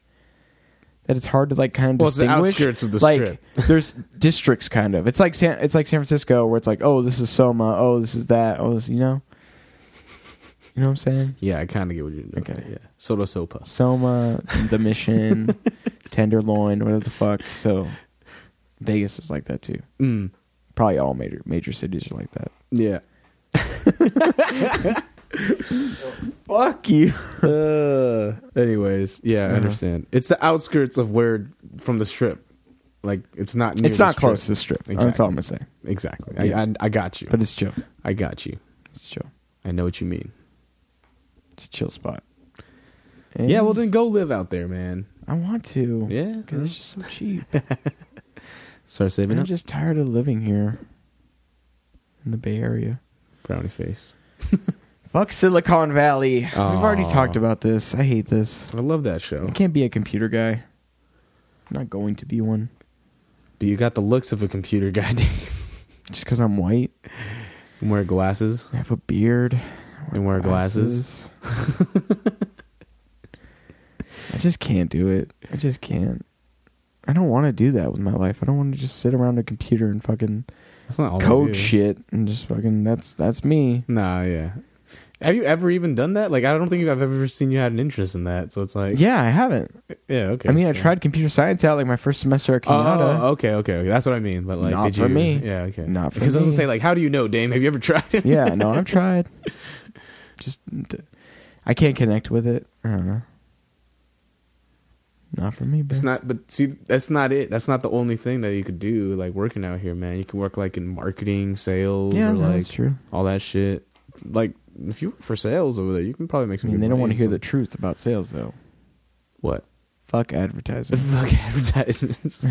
Speaker 2: that it's hard to like kind of
Speaker 1: Well, it's the
Speaker 2: distinguish.
Speaker 1: outskirts of the
Speaker 2: like,
Speaker 1: strip.
Speaker 2: there's districts kind of. It's like San it's like San Francisco where it's like oh this is Soma, oh this is that, oh this you know, you know what I'm saying?
Speaker 1: Yeah, I kind of get what you're doing.
Speaker 2: Okay.
Speaker 1: Yeah. Soda sopa.
Speaker 2: Soma, the Mission, Tenderloin, whatever the fuck. So Vegas is like that too.
Speaker 1: Mm.
Speaker 2: Probably all major major cities are like that.
Speaker 1: Yeah.
Speaker 2: Fuck you.
Speaker 1: uh, anyways, yeah, I
Speaker 2: Uh-huh.
Speaker 1: understand. It's the outskirts of where from the strip. Like it's not. Near
Speaker 2: It's
Speaker 1: the
Speaker 2: not
Speaker 1: strip.
Speaker 2: close to the strip. That's
Speaker 1: Exactly.
Speaker 2: all I'm gonna say.
Speaker 1: Exactly. I,
Speaker 2: Yeah.
Speaker 1: I I got you.
Speaker 2: But it's chill.
Speaker 1: I got you.
Speaker 2: It's chill.
Speaker 1: I know what you mean.
Speaker 2: It's a chill spot.
Speaker 1: Yeah.
Speaker 2: And
Speaker 1: Well, then go live out there, man.
Speaker 2: I want to.
Speaker 1: Yeah.
Speaker 2: Because it's just so cheap.
Speaker 1: Start saving
Speaker 2: I'm
Speaker 1: up.
Speaker 2: just tired of living here in the Bay Area.
Speaker 1: Brownie face.
Speaker 2: Fuck Silicon Valley. We've already
Speaker 1: Aw.
Speaker 2: talked about this. I hate this.
Speaker 1: I love that show.
Speaker 2: I can't be a computer guy. I'm not going to be one.
Speaker 1: But you got the looks of a computer guy. Dan.
Speaker 2: Just because I'm white,
Speaker 1: and wear glasses.
Speaker 2: I have a beard, I
Speaker 1: And wear glasses.
Speaker 2: glasses. I just can't do it. I just can't. I don't want to do that with my life. I don't want to just sit around a computer and fucking
Speaker 1: That's not all I
Speaker 2: code
Speaker 1: do.
Speaker 2: shit and just fucking that's that's me.
Speaker 1: Nah. Yeah. Have you ever even done that? Like, I don't think I've ever seen you had an interest in that. So it's like,
Speaker 2: Yeah, I haven't.
Speaker 1: yeah, okay.
Speaker 2: I mean, I
Speaker 1: so-
Speaker 2: tried computer science out like my first semester at Kenyatta.
Speaker 1: Oh, okay, okay, okay. That's what I mean. But like,
Speaker 2: Not
Speaker 1: did
Speaker 2: for
Speaker 1: you?
Speaker 2: me.
Speaker 1: Yeah, okay.
Speaker 2: Not for
Speaker 1: because it doesn't
Speaker 2: me.
Speaker 1: say like, how do you know, Dame? Have you ever tried it?
Speaker 2: yeah, no, I've tried. Just d- I can't connect with it. I don't know. Not for me, bro.
Speaker 1: It's not. But see, that's not it. That's not the only thing that you could do. Like working out here, man. You can work like in marketing, sales,
Speaker 2: yeah,
Speaker 1: or
Speaker 2: no,
Speaker 1: like
Speaker 2: that's true.
Speaker 1: all that shit. Like if you work for sales over there, you can probably make
Speaker 2: I
Speaker 1: some.
Speaker 2: mean,
Speaker 1: good
Speaker 2: they don't want
Speaker 1: money
Speaker 2: to hear
Speaker 1: and
Speaker 2: the truth about sales though.
Speaker 1: stuff. what
Speaker 2: Fuck advertising.
Speaker 1: fuck advertisements.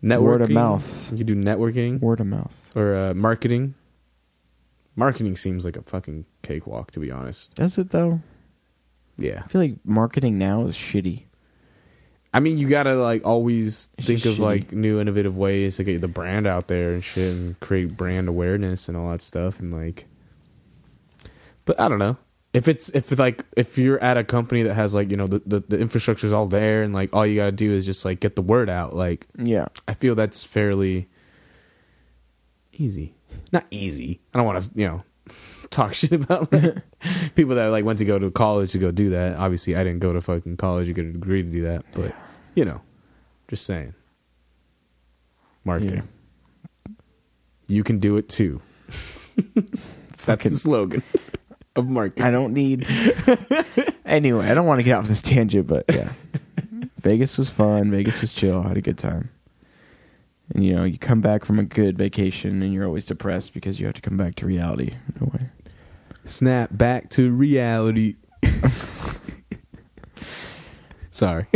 Speaker 1: networking.
Speaker 2: Word of mouth.
Speaker 1: You can do networking
Speaker 2: Word of mouth.
Speaker 1: or uh, marketing. Marketing seems like a fucking cakewalk, to be honest.
Speaker 2: Does it though?
Speaker 1: Yeah.
Speaker 2: I feel like marketing now is shitty.
Speaker 1: I mean, you gotta like always think of
Speaker 2: Shitty.
Speaker 1: like new innovative ways to get the brand out there and shit, and create brand awareness and all that stuff. And like, but I don't know if it's if like if you're at a company that has like you know the the, the infrastructure's all there and like all you gotta do is just like get the word out. Like,
Speaker 2: Yeah.
Speaker 1: I feel that's fairly easy, not easy. I don't want to you know talk shit about like, people that like went to go to college to go do that. Obviously, I didn't go to fucking college to get a degree to do that, but you know, just saying. Marketing.
Speaker 2: Yeah.
Speaker 1: You can do it too. That's
Speaker 2: Fucking-
Speaker 1: the slogan of marketing.
Speaker 2: I don't need. anyway, I don't want to get off this tangent, but yeah, Vegas was fun. Vegas was chill. I had a good time. And you know, you come back from a good vacation, and you're always depressed because you have to come back to reality. No way.
Speaker 1: Snap back to reality. Sorry.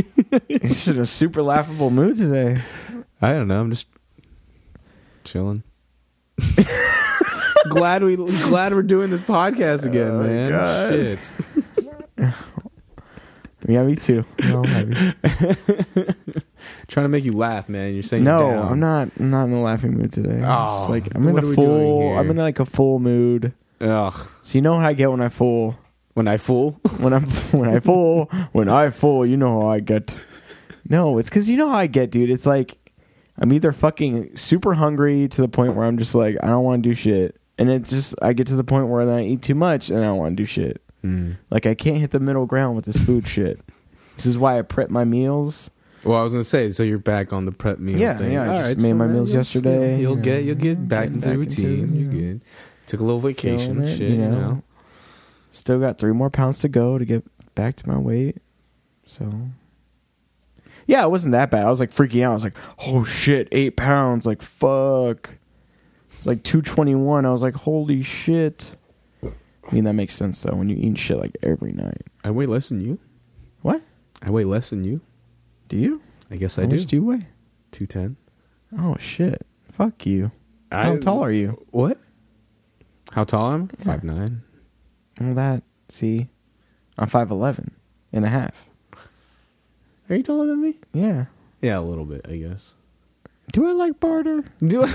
Speaker 2: You're just in a super laughable mood today.
Speaker 1: I don't know. I'm just chilling. glad we glad we're doing this podcast again,
Speaker 2: Oh my
Speaker 1: man.
Speaker 2: God.
Speaker 1: Shit.
Speaker 2: Yeah, me too. No, I'm, happy.
Speaker 1: Trying to make you laugh, man. You're saying
Speaker 2: no,
Speaker 1: down.
Speaker 2: I'm not. I'm not in a laughing mood today. I'm
Speaker 1: Oh,
Speaker 2: just like I'm in
Speaker 1: what are
Speaker 2: a
Speaker 1: we doing
Speaker 2: full.
Speaker 1: here?
Speaker 2: I'm in like a full mood.
Speaker 1: Ugh.
Speaker 2: So you know how I get when I full.
Speaker 1: When I fool.
Speaker 2: when I'm when I fall, when I fall, you know how I get. No, it's because you know how I get, dude. It's like I'm either fucking super hungry to the point where I'm just like I don't want to do shit, and it's just I get to the point where then I eat too much and I don't want to do shit.
Speaker 1: Hmm.
Speaker 2: Like I can't hit the middle ground with this food shit. This is why I prep my meals.
Speaker 1: Well, I was gonna say, so you're back on the prep meal
Speaker 2: Yeah,
Speaker 1: thing.
Speaker 2: yeah, I just made my
Speaker 1: man,
Speaker 2: meals
Speaker 1: you'll-
Speaker 2: yesterday,
Speaker 1: You'll
Speaker 2: you
Speaker 1: get
Speaker 2: know,
Speaker 1: you'll get back
Speaker 2: get
Speaker 1: into
Speaker 2: back
Speaker 1: the
Speaker 2: into,
Speaker 1: routine.
Speaker 2: you
Speaker 1: you're
Speaker 2: know,
Speaker 1: good. Took a little vacation,
Speaker 2: killing it,
Speaker 1: shit.
Speaker 2: you
Speaker 1: You
Speaker 2: know.
Speaker 1: know,
Speaker 2: Still got three more pounds to go to get back to my weight. So, yeah, it wasn't that bad. I was like freaking out. I was like, oh shit, eight pounds. Like, fuck. It's like 221. I was like, holy shit. I mean, that makes sense though when you eat shit like every night.
Speaker 1: I weigh less than you.
Speaker 2: What?
Speaker 1: I weigh less than you.
Speaker 2: Do you?
Speaker 1: I guess I
Speaker 2: How
Speaker 1: do.
Speaker 2: much do you weigh?
Speaker 1: Two ten.
Speaker 2: Oh shit. Fuck you. How tall are you?
Speaker 1: What? How tall am I?
Speaker 2: Yeah.
Speaker 1: Five nine.
Speaker 2: Well, that, see, I'm 5'11 and a half.
Speaker 1: Are you taller than me?
Speaker 2: Yeah.
Speaker 1: Yeah, a little bit, I guess.
Speaker 2: Do I like barter?
Speaker 1: Do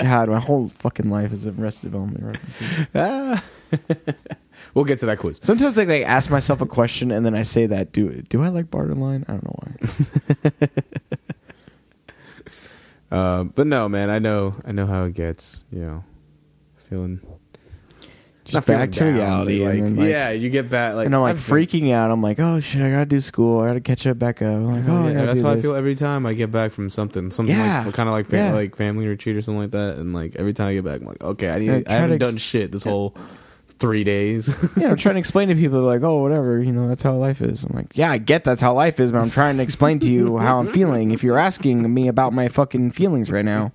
Speaker 2: God, my whole fucking life is Arrested Development references.
Speaker 1: I? we'll get to that quiz.
Speaker 2: Sometimes like, I ask myself a question and then I say that. Do do I like barter line? I don't know why.
Speaker 1: Uh, but no, man, I know, I know how it gets. You know, feeling
Speaker 2: Just
Speaker 1: not feeling
Speaker 2: back to
Speaker 1: down, but
Speaker 2: reality.
Speaker 1: Like,
Speaker 2: and then, like,
Speaker 1: yeah, you get back. Like
Speaker 2: and I'm like
Speaker 1: I've been-
Speaker 2: freaking out. I'm like, oh shit, I gotta do school. I gotta catch up back up. I'm like, oh,
Speaker 1: yeah,
Speaker 2: I gotta
Speaker 1: that's
Speaker 2: do
Speaker 1: how
Speaker 2: this.
Speaker 1: I feel every time I get back from something, something
Speaker 2: Yeah.
Speaker 1: like kind of like fam-
Speaker 2: Yeah.
Speaker 1: like family retreat or something like that. And like every time I get back, I'm like, okay, I need,
Speaker 2: Yeah,
Speaker 1: I
Speaker 2: try to
Speaker 1: haven't
Speaker 2: ex-
Speaker 1: done shit this whole three days.
Speaker 2: yeah, I'm trying to explain to people like, oh, whatever, you know, that's how life is. I'm like, yeah, I get that's how life is, but I'm trying to explain to you how I'm feeling. If you're asking me about my fucking feelings right now,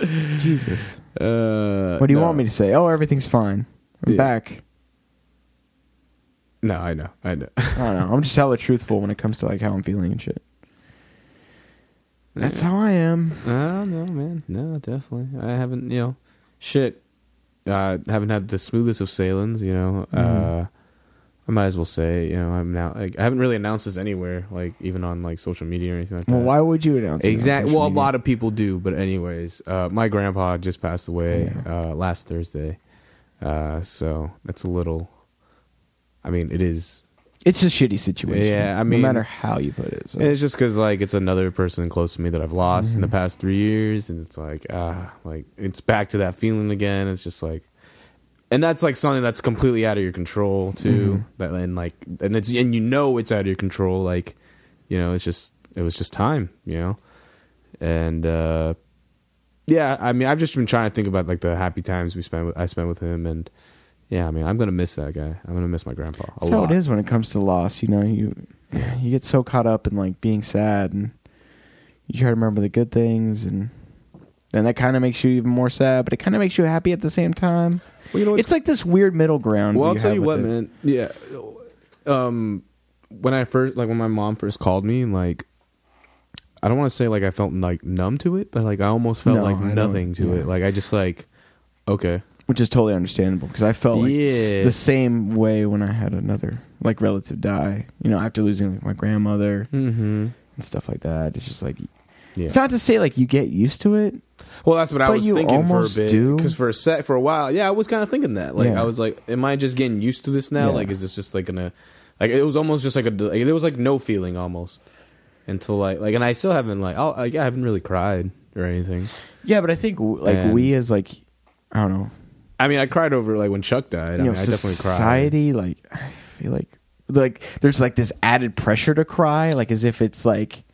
Speaker 2: Jesus,
Speaker 1: uh,
Speaker 2: what do you
Speaker 1: no.
Speaker 2: want me to say? Oh, everything's fine. I'm
Speaker 1: Yeah.
Speaker 2: back.
Speaker 1: No, I know, I know.
Speaker 2: I don't know. I'm just hella truthful when it comes to like how I'm feeling and shit. That's how I am.
Speaker 1: Oh no, man, no, definitely. I haven't, you know, shit. I haven't had the smoothest of sailings, you know. Uh,
Speaker 2: Mhm.
Speaker 1: I might as well say, you know, I'm now. Like, I haven't really announced this anywhere, like even on like social media or anything like that.
Speaker 2: Well, why would you announce?
Speaker 1: Exactly. Well, a lot of people do, but anyways, uh, my grandpa just passed away uh, last Thursday, uh, so that's a little. I mean, it is.
Speaker 2: It's a shitty situation.
Speaker 1: Yeah, I mean-
Speaker 2: no matter how you put it. So.
Speaker 1: and It's just because like it's another person close to me that I've lost
Speaker 2: Mm-hmm.
Speaker 1: in the past three years, and it's like ah, like it's back to that feeling again. It's just like, and that's like something that's completely out of your control
Speaker 2: Mm-hmm.
Speaker 1: too. That and like and it's and you know it's out of your control. Like, you know, it's just it was just time. You know, and uh yeah, I mean, I've just been trying to think about like the happy times we spent with, I spent with him, and yeah, I mean, I'm gonna miss that guy. I'm gonna miss my grandpa. A
Speaker 2: That's how
Speaker 1: lot.
Speaker 2: it is when it comes to loss. You know, you
Speaker 1: Yeah.
Speaker 2: you get so caught up in like being sad, and you try to remember the good things, and then that kind of makes you even more sad, but it kind of makes you happy at the same time.
Speaker 1: Well, you know,
Speaker 2: It's, like this weird middle ground.
Speaker 1: Well, I'll
Speaker 2: you
Speaker 1: tell
Speaker 2: have
Speaker 1: you
Speaker 2: with
Speaker 1: what,
Speaker 2: it.
Speaker 1: man. Yeah. Um, when I first, like, when my mom first called me, and like, I don't want to say like I felt like numb to it, but like I almost felt
Speaker 2: No,
Speaker 1: like
Speaker 2: I don't-
Speaker 1: nothing to
Speaker 2: yeah.
Speaker 1: it. Like I just like, okay,
Speaker 2: which is totally understandable because I felt like s-
Speaker 1: Yeah.
Speaker 2: the same way when I had another like relative die. You know, after losing like my grandmother
Speaker 1: mm-hmm.
Speaker 2: and stuff like that. It's just like
Speaker 1: Yeah.
Speaker 2: it's not to say like you get used to it.
Speaker 1: Well, that's what I
Speaker 2: But
Speaker 1: was
Speaker 2: you
Speaker 1: thinking for a
Speaker 2: almost
Speaker 1: bit.
Speaker 2: do.
Speaker 1: Because for a set, for a while, yeah, I was kind of thinking that. Like,
Speaker 2: Yeah.
Speaker 1: I was like, am I just getting used to this now?
Speaker 2: Yeah.
Speaker 1: Like, is this just like gonna, like, it was almost just like a, like, there was like no feeling almost until like, like, and I still haven't like, oh, like, I haven't really cried or anything.
Speaker 2: Yeah, but I think w- like
Speaker 1: And-
Speaker 2: we as like I don't know
Speaker 1: I mean, I cried over like when Chuck died. I,
Speaker 2: you know,
Speaker 1: mean, I definitely cried.
Speaker 2: society, like I feel like like there's like this added pressure to cry, like as if it's like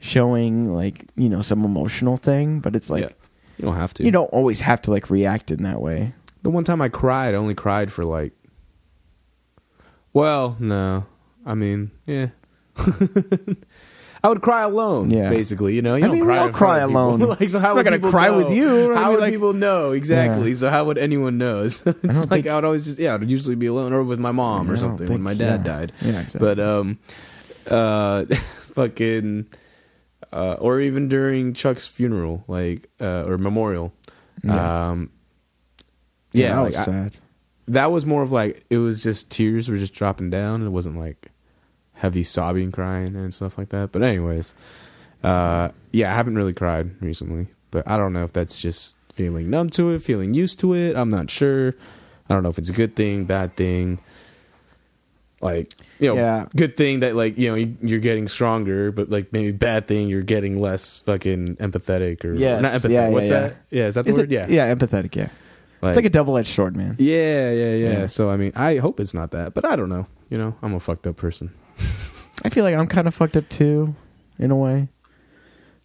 Speaker 2: showing like you know some emotional thing, but it's like
Speaker 1: Yeah. You don't have to.
Speaker 2: you don't always have to like react in that way.
Speaker 1: the one time I cried, I only cried for like. Well, no, I mean, yeah. I would cry alone,
Speaker 2: Yeah.
Speaker 1: basically. You know, you
Speaker 2: I
Speaker 1: don't
Speaker 2: mean, we
Speaker 1: cry.
Speaker 2: all
Speaker 1: in front of
Speaker 2: cry
Speaker 1: people.
Speaker 2: alone.
Speaker 1: like, so how
Speaker 2: I'm not
Speaker 1: would
Speaker 2: gonna
Speaker 1: people
Speaker 2: cry
Speaker 1: know?
Speaker 2: with you, you know what I
Speaker 1: How
Speaker 2: mean?
Speaker 1: would
Speaker 2: Like-
Speaker 1: people know exactly?
Speaker 2: Yeah.
Speaker 1: So how would anyone know? It's like
Speaker 2: think-
Speaker 1: I would always just yeah, I'd usually be alone or with my mom
Speaker 2: I
Speaker 1: or
Speaker 2: don't
Speaker 1: something when
Speaker 2: think-
Speaker 1: my dad
Speaker 2: yeah.
Speaker 1: died.
Speaker 2: Yeah, exactly.
Speaker 1: But um, uh, fucking, uh, or even during Chuck's funeral, like uh, or memorial.
Speaker 2: Yeah.
Speaker 1: Um, yeah,
Speaker 2: that
Speaker 1: like,
Speaker 2: was
Speaker 1: I-
Speaker 2: sad.
Speaker 1: that was more of like it was just tears were just dropping down. It wasn't like heavy sobbing, crying, and stuff like that. But anyways, uh, yeah, I haven't really cried recently, but I don't know if that's just feeling numb to it, feeling used to it. I'm not sure. I don't know if it's a good thing, bad thing. Like you know,
Speaker 2: Yeah.
Speaker 1: good thing that like you know you- you're getting stronger, but like maybe bad thing you're getting less fucking empathetic or
Speaker 2: Yes.
Speaker 1: not empathetic.
Speaker 2: Yeah, yeah,
Speaker 1: What's
Speaker 2: yeah.
Speaker 1: that? Yeah, is that the
Speaker 2: Is
Speaker 1: word?
Speaker 2: it,
Speaker 1: yeah,
Speaker 2: yeah, empathetic. Yeah, it's like a double edged sword, man.
Speaker 1: yeah, yeah, yeah,
Speaker 2: Yeah.
Speaker 1: So I mean, I hope it's not that, but I don't know. You know, I'm a fucked up person.
Speaker 2: I feel like I'm kind of fucked up too, in a way.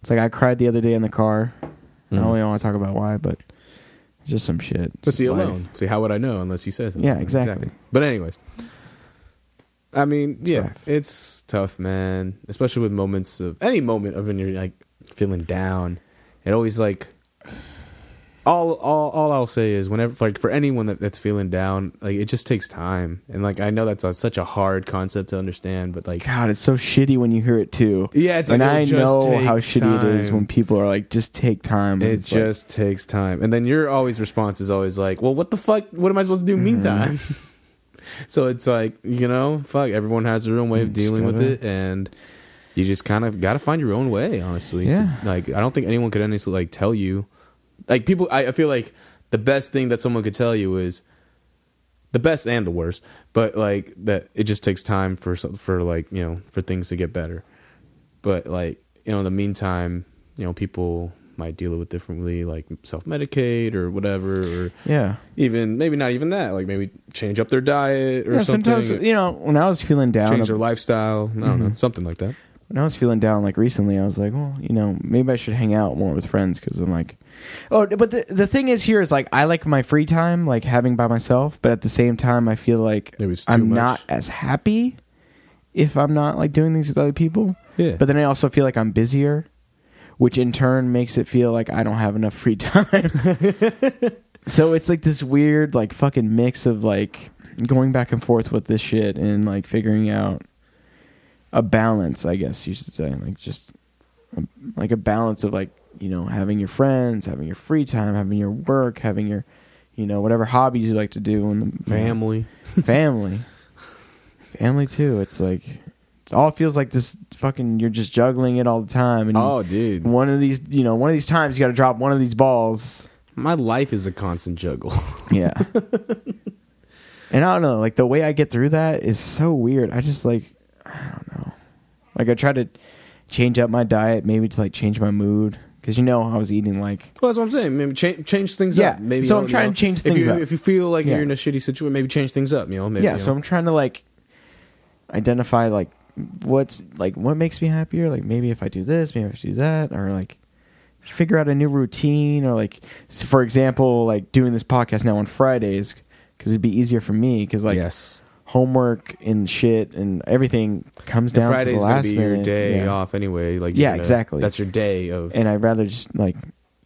Speaker 2: It's like I cried the other day in the car. I don't really want to talk about why, but it's just some shit. It's
Speaker 1: Mm-hmm. But see,
Speaker 2: just life.
Speaker 1: alone. See, how would I know unless you said something?
Speaker 2: Yeah, exactly.
Speaker 1: But anyways, I mean, yeah,
Speaker 2: right.
Speaker 1: it's tough, man. Especially with moments of any moment of when you're like feeling down, it always like all all all I'll say is whenever like for anyone that, that's feeling down, like it just takes time, and like I know that's a, such a hard concept to understand, but like
Speaker 2: God, it's so shitty when you hear it too.
Speaker 1: yeah, it's like
Speaker 2: and
Speaker 1: it'll
Speaker 2: I
Speaker 1: just
Speaker 2: know
Speaker 1: take
Speaker 2: how shitty it is
Speaker 1: time.
Speaker 2: when people are like, just take time.
Speaker 1: It
Speaker 2: It's like,
Speaker 1: just takes time. And then your always response is always like, Well, what the fuck what am I supposed to do meantime?
Speaker 2: Mm-hmm.
Speaker 1: so it's like, you know, fuck, everyone has their own way of
Speaker 2: You Mm, just
Speaker 1: dealing with
Speaker 2: gotta-
Speaker 1: it and you just kind of gotta find your own way, honestly. to-
Speaker 2: Yeah.
Speaker 1: like I don't think anyone could honestly like tell you like people I, I feel like the best thing that someone could tell you is the best and the worst, but like that it just takes time for some- for like, you know, for things to get better but like you know in the meantime you know people might deal with it differently like self-medicate or whatever or
Speaker 2: yeah.
Speaker 1: even maybe not even that like maybe change up their diet or
Speaker 2: yeah
Speaker 1: something
Speaker 2: sometimes you know when I was feeling down,
Speaker 1: change their lifestyle i don't know
Speaker 2: Mhm.
Speaker 1: something like that
Speaker 2: when I was feeling down like recently, I was like, well, you know, maybe I should hang out more with friends because I'm like, oh, but the the thing is here is like I like my free time, like having by myself, but at the same time, I feel like
Speaker 1: Maybe it's too
Speaker 2: I'm
Speaker 1: much.
Speaker 2: not as happy if I'm not like doing things with other people.
Speaker 1: yeah
Speaker 2: But then I also feel like I'm busier, which in turn makes it feel like I don't have enough free time. so it's like this weird like fucking mix of like going back and forth with this shit and like figuring out a balance, I guess you should say, like just um, like a balance of like, you know, having your friends, having your free time, having your work, having your you know, whatever hobbies you like to do and
Speaker 1: family
Speaker 2: family family too it's like it all feels like this fucking you're just juggling it all the time and
Speaker 1: oh dude
Speaker 2: one of these you know one of these times you got to drop one of these balls
Speaker 1: my life is a constant juggle
Speaker 2: yeah and i don't know like the way i get through that is so weird i just like i don't know like i try to change up my diet maybe to like change my mood because you know i was eating like
Speaker 1: well that's what i'm saying maybe change, change things
Speaker 2: Yeah.
Speaker 1: up maybe
Speaker 2: So
Speaker 1: you
Speaker 2: I'm
Speaker 1: know,
Speaker 2: trying
Speaker 1: you know,
Speaker 2: to change
Speaker 1: if
Speaker 2: things
Speaker 1: you,
Speaker 2: up.
Speaker 1: if you feel like
Speaker 2: Yeah.
Speaker 1: you're in a shitty situation maybe change things up you know maybe
Speaker 2: yeah
Speaker 1: you
Speaker 2: so
Speaker 1: know.
Speaker 2: i'm trying to like identify like what's like what makes me happier like maybe if i do this maybe if i do that or like figure out a new routine or like s for example like doing this podcast now on fridays because it'd be easier for me because like
Speaker 1: yes
Speaker 2: homework and shit and everything comes
Speaker 1: And
Speaker 2: down to
Speaker 1: friday's
Speaker 2: the last
Speaker 1: gonna be your
Speaker 2: minute.
Speaker 1: day
Speaker 2: Yeah.
Speaker 1: off anyway like
Speaker 2: Yeah,
Speaker 1: you're gonna-
Speaker 2: exactly.
Speaker 1: that's your day of
Speaker 2: and i'd rather just like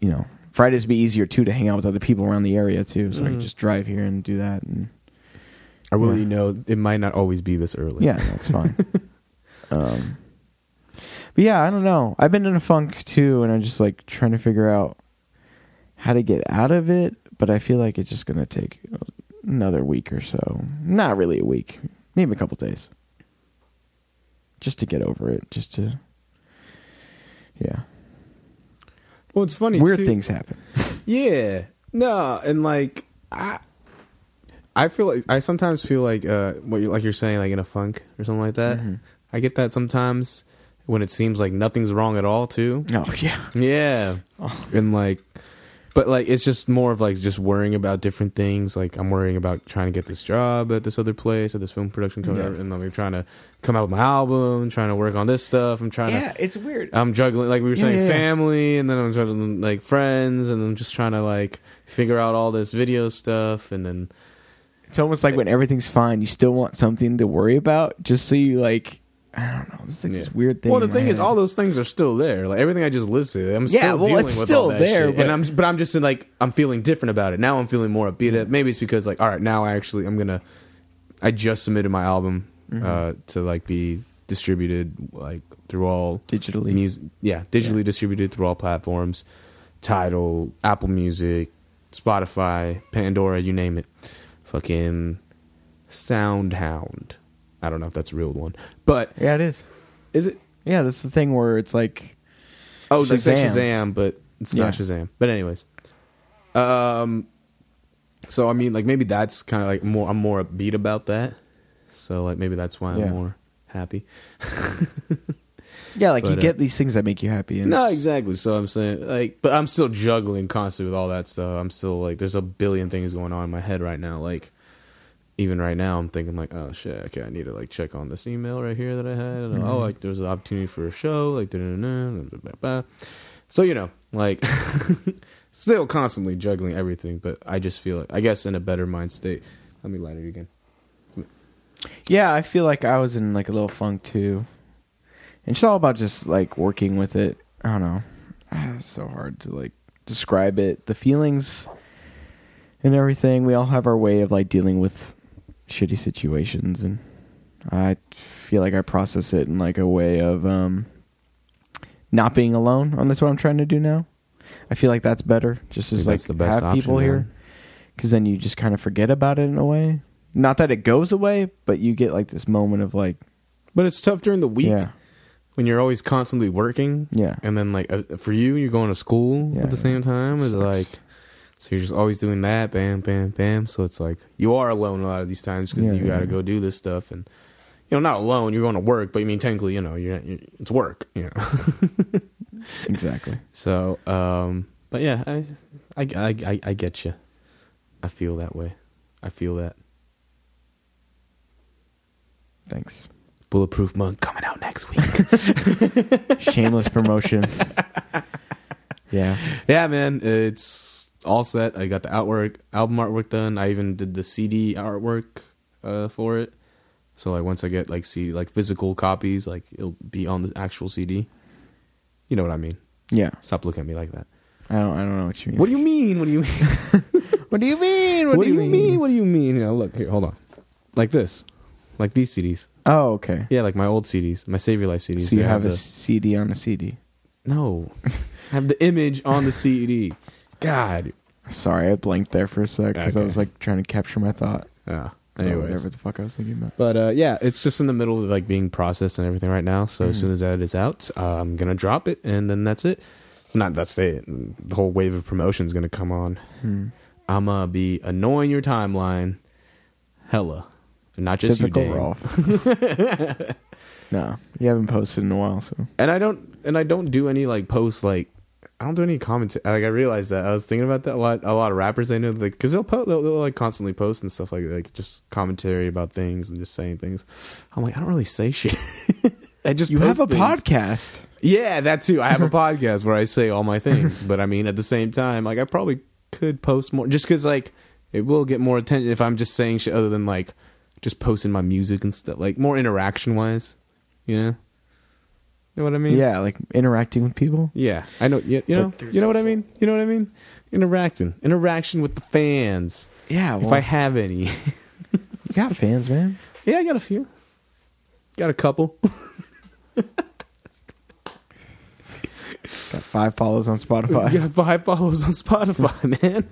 Speaker 2: you know fridays would be easier too to hang out with other people around the area too so i
Speaker 1: Mhm.
Speaker 2: could just drive here and do that and
Speaker 1: I will let
Speaker 2: Yeah.
Speaker 1: you know it might not always be this early.
Speaker 2: Yeah, that's fine. um, but yeah, I don't know. I've been in a funk too, and I'm just like trying to figure out how to get out of it. But I feel like it's just gonna take another week or so. Not really a week, maybe a couple days, just to get over it. Just to, yeah.
Speaker 1: Well, it's funny.
Speaker 2: Weird
Speaker 1: too.
Speaker 2: things happen.
Speaker 1: Yeah. No, and like I, I feel like I sometimes feel like uh, what you like you're saying, like in a funk or something like that. I get that sometimes when it seems like nothing's wrong at all, too.
Speaker 2: Oh yeah.
Speaker 1: Yeah. And like, but like, it's just more of like just worrying about different things. Like, I'm worrying about trying to get this job at this other place, at this film production company,
Speaker 2: Yeah.
Speaker 1: and I'm trying to come out with my album, trying to work on this stuff. I'm trying to
Speaker 2: it's weird.
Speaker 1: I'm juggling, like we were
Speaker 2: Yeah,
Speaker 1: saying,
Speaker 2: yeah, yeah.
Speaker 1: family, and then I'm juggling like friends, and I'm just trying to like figure out all this video stuff, and then
Speaker 2: It's almost like when everything's fine, you still want something to worry about, just so you like. I don't know. It's like
Speaker 1: yeah.
Speaker 2: this weird thing.
Speaker 1: Well, the
Speaker 2: in my
Speaker 1: thing is,
Speaker 2: head.
Speaker 1: all those things are still there. Like everything I just listed, I'm
Speaker 2: Yeah,
Speaker 1: still
Speaker 2: well,
Speaker 1: dealing
Speaker 2: it's
Speaker 1: with
Speaker 2: still
Speaker 1: all that
Speaker 2: there,
Speaker 1: shit.
Speaker 2: but-
Speaker 1: and I'm but I'm just in, like I'm feeling different about it now. I'm feeling more upbeat.
Speaker 2: Mm-hmm.
Speaker 1: Up. Maybe it's because like all right, now I actually I'm gonna I just submitted my album
Speaker 2: Mm-hmm.
Speaker 1: uh, to like be distributed like through all
Speaker 2: digitally.
Speaker 1: music yeah digitally distributed through all platforms title apple music spotify pandora you name it fucking soundhound i don't know if that's a real one but
Speaker 2: Yeah, it is.
Speaker 1: is it
Speaker 2: Yeah, that's the thing where it's like
Speaker 1: oh they say
Speaker 2: Shazam.
Speaker 1: shazam but it's not
Speaker 2: Yeah.
Speaker 1: shazam but anyways um so i mean like maybe that's kind of like more i'm more upbeat about that so like maybe that's why i'm
Speaker 2: Yeah.
Speaker 1: more happy
Speaker 2: yeah, like you
Speaker 1: But, uh,
Speaker 2: get these things that make you happy. And
Speaker 1: No,
Speaker 2: it's-
Speaker 1: exactly. So I'm saying, like, but I'm still juggling constantly with all that stuff. I'm still like, there's a billion things going on in my head right now. Like, even right now, I'm thinking like, oh shit, okay, I need to like check on this email right here that I had, and
Speaker 2: Mhm.
Speaker 1: oh, like there's an opportunity for a show, like, da so you know, like, still constantly juggling everything, but I just feel, I guess, in a better mind state. Let me light it again.
Speaker 2: Yeah, I feel like I was in like a little funk too. And it's all about just like working with it. I don't know. Ah, It's so hard to like describe it. The feelings and everything. We all have our way of like dealing with shitty situations and I feel like I process it in like a way of um not being alone. And that's what I'm trying to do now. I feel like that's better. Just
Speaker 1: Think
Speaker 2: as like
Speaker 1: that's the best
Speaker 2: have people
Speaker 1: option,
Speaker 2: here
Speaker 1: man.
Speaker 2: because then you just kind of forget about it in a way. Not that it goes away, but you get like this moment of like,
Speaker 1: But it's tough during the week
Speaker 2: yeah,
Speaker 1: when you're always constantly working,
Speaker 2: yeah,
Speaker 1: and then like uh, for you, you're going to school
Speaker 2: Yeah,
Speaker 1: at the same time. It's
Speaker 2: Sucks.
Speaker 1: like. So you're just always doing that, bam, bam, bam. So it's like you are alone a lot of these times because
Speaker 2: Yeah,
Speaker 1: you got to
Speaker 2: yeah.
Speaker 1: go do this stuff, and you know not alone. You're going to work, but you mean technically, you know, you're, you're it's work, you know.
Speaker 2: exactly.
Speaker 1: So, um, but yeah, I, I, I, I, I get you. I feel that way. I feel that.
Speaker 2: Thanks.
Speaker 1: Bulletproof mug coming out next week.
Speaker 2: Shameless promotion. yeah,
Speaker 1: yeah, man, it's all set. I got the artwork, album artwork done. I even did the CD artwork uh, for it. So like once I get like see like physical copies, like it'll be on the actual CD. You know what I mean?
Speaker 2: yeah.
Speaker 1: Stop looking at me like that.
Speaker 2: I don't, I don't know what you mean.
Speaker 1: What do you mean? What do you mean?
Speaker 2: What do you mean?
Speaker 1: What, do you mean? What do you mean? You know, look here. Hold on. Like this, like these CDs.
Speaker 2: Oh, okay.
Speaker 1: Yeah, like my old CDs, my Save Your Life CDs.
Speaker 2: So you
Speaker 1: They
Speaker 2: have a
Speaker 1: the,
Speaker 2: CD on a CD.
Speaker 1: no, I have the image on the CD. God.
Speaker 2: Sorry, I blanked there for a sec because I
Speaker 1: Okay.
Speaker 2: was like trying to capture my thought.
Speaker 1: Yeah.
Speaker 2: Oh, whatever
Speaker 1: Anyways,
Speaker 2: the fuck I was thinking about.
Speaker 1: but uh, yeah, it's just in the middle of like being processed and everything right now. So as
Speaker 2: Mm.
Speaker 1: soon as that is out, uh, I'm gonna drop it, and then that's it. Not that's it. The whole wave of promotion is gonna come on.
Speaker 2: Hmm.
Speaker 1: I'm gonna be annoying your timeline, hella, not just
Speaker 2: Typical
Speaker 1: you, Dan.
Speaker 2: Rolf. no, you haven't posted in a while, so
Speaker 1: and I don't and I don't do any like posts like I don't do any comments like I realized that I was thinking about that a lot a lot of rappers I know like because they'll post they'll, theyll like constantly post and stuff like like just commentary about things and just saying things I'm like I don't really say shit I just
Speaker 2: you
Speaker 1: post
Speaker 2: have a
Speaker 1: things.
Speaker 2: podcast.
Speaker 1: yeah that too I have a podcast where I say all my things but I mean at the same time like I probably could post more just because like it will get more attention if I'm just saying shit other than like just posting my music and stuff like more interaction wise you know know what I mean
Speaker 2: yeah, like interacting with people.
Speaker 1: yeah, I know. You, you
Speaker 2: But
Speaker 1: know. You know what I mean. You know what I mean. Interacting, interaction with the fans,
Speaker 2: Yeah, well,
Speaker 1: if I have any.
Speaker 2: you got fans, man.
Speaker 1: yeah, I got a few. Got a couple.
Speaker 2: Got five follows on Spotify.
Speaker 1: Got five follows on Spotify, man.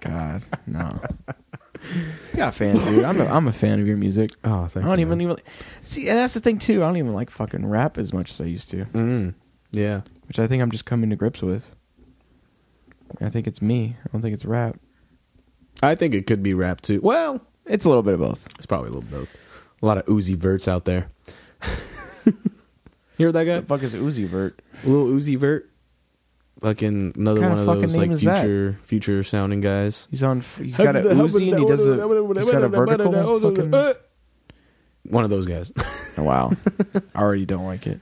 Speaker 2: God, no. You got fans, dude. I'm a, I'm a fan of your music.
Speaker 1: Oh, thank
Speaker 2: I don't even e- even see, and that's the thing too. I don't even like fucking rap as much as I used to,
Speaker 1: Mm, yeah,
Speaker 2: which I think I'm just coming to grips with. I think it's me. I don't think it's rap.
Speaker 1: I think it could be rap too. Well,
Speaker 2: It's a little bit of both.
Speaker 1: it's probably a little both. A lot of Uzi Verts out there. Hear that guy?
Speaker 2: What the fuck is Uzi Vert?
Speaker 1: Little Uzi Vert. Fucking another
Speaker 2: Kinda
Speaker 1: one of
Speaker 2: fucking
Speaker 1: those
Speaker 2: name
Speaker 1: like
Speaker 2: is that?
Speaker 1: future future sounding guys.
Speaker 2: He's on. f- He's got a Uzi and he does a. He's got a vertical. Fucking,
Speaker 1: One of those guys.
Speaker 2: Oh, wow, I already don't like it.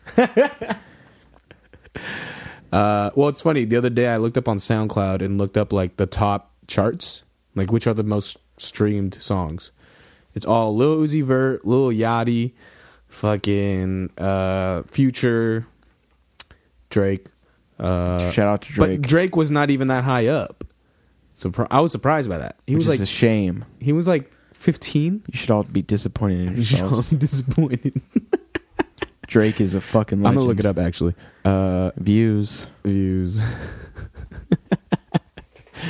Speaker 1: Uh, well, it's funny. The other day, I looked up on SoundCloud and looked up like the top charts, like which are the most streamed songs. It's all Lil Uzi Vert, Lil Yachty, fucking uh, Future, Drake. Uh,
Speaker 2: Shout out to Drake.
Speaker 1: But Drake was not even that high up. Surpri- I was surprised by that. He
Speaker 2: which
Speaker 1: was like
Speaker 2: is a shame.
Speaker 1: he was like fifteen.
Speaker 2: You should all be disappointed in yourselves.
Speaker 1: I'm disappointed.
Speaker 2: Drake is a fucking
Speaker 1: I'm
Speaker 2: legend.
Speaker 1: gonna look it up actually. Uh,
Speaker 2: Views.
Speaker 1: views.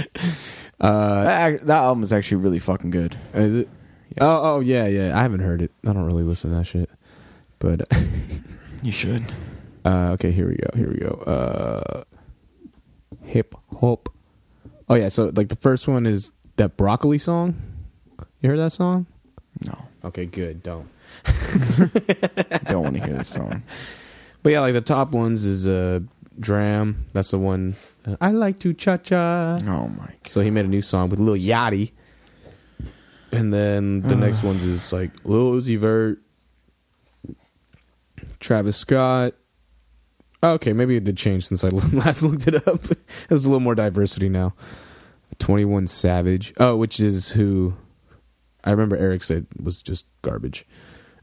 Speaker 1: uh,
Speaker 2: That, ac- that album is actually really fucking good.
Speaker 1: is it?
Speaker 2: Yeah.
Speaker 1: Oh, oh yeah, yeah. I haven't heard it. I don't really listen to that shit. But
Speaker 2: You should.
Speaker 1: uh, okay, here we go. Here we go. Uh, hip hop. Oh yeah. So like the first one is that broccoli song. You heard that song?
Speaker 2: No,
Speaker 1: Okay, good. Don't.
Speaker 2: I don't want to hear this song.
Speaker 1: But yeah, like the top ones is uh, Dram. That's the one. Uh, I like to cha cha.
Speaker 2: Oh my.
Speaker 1: So he made a new song with Lil Yachty. And then the next ones is like Lil Uzi Vert, Travis Scott. Okay, maybe it did change since I last looked it up. There's a little more diversity now. 21 Savage. Oh, which is who I remember Eric said was just garbage.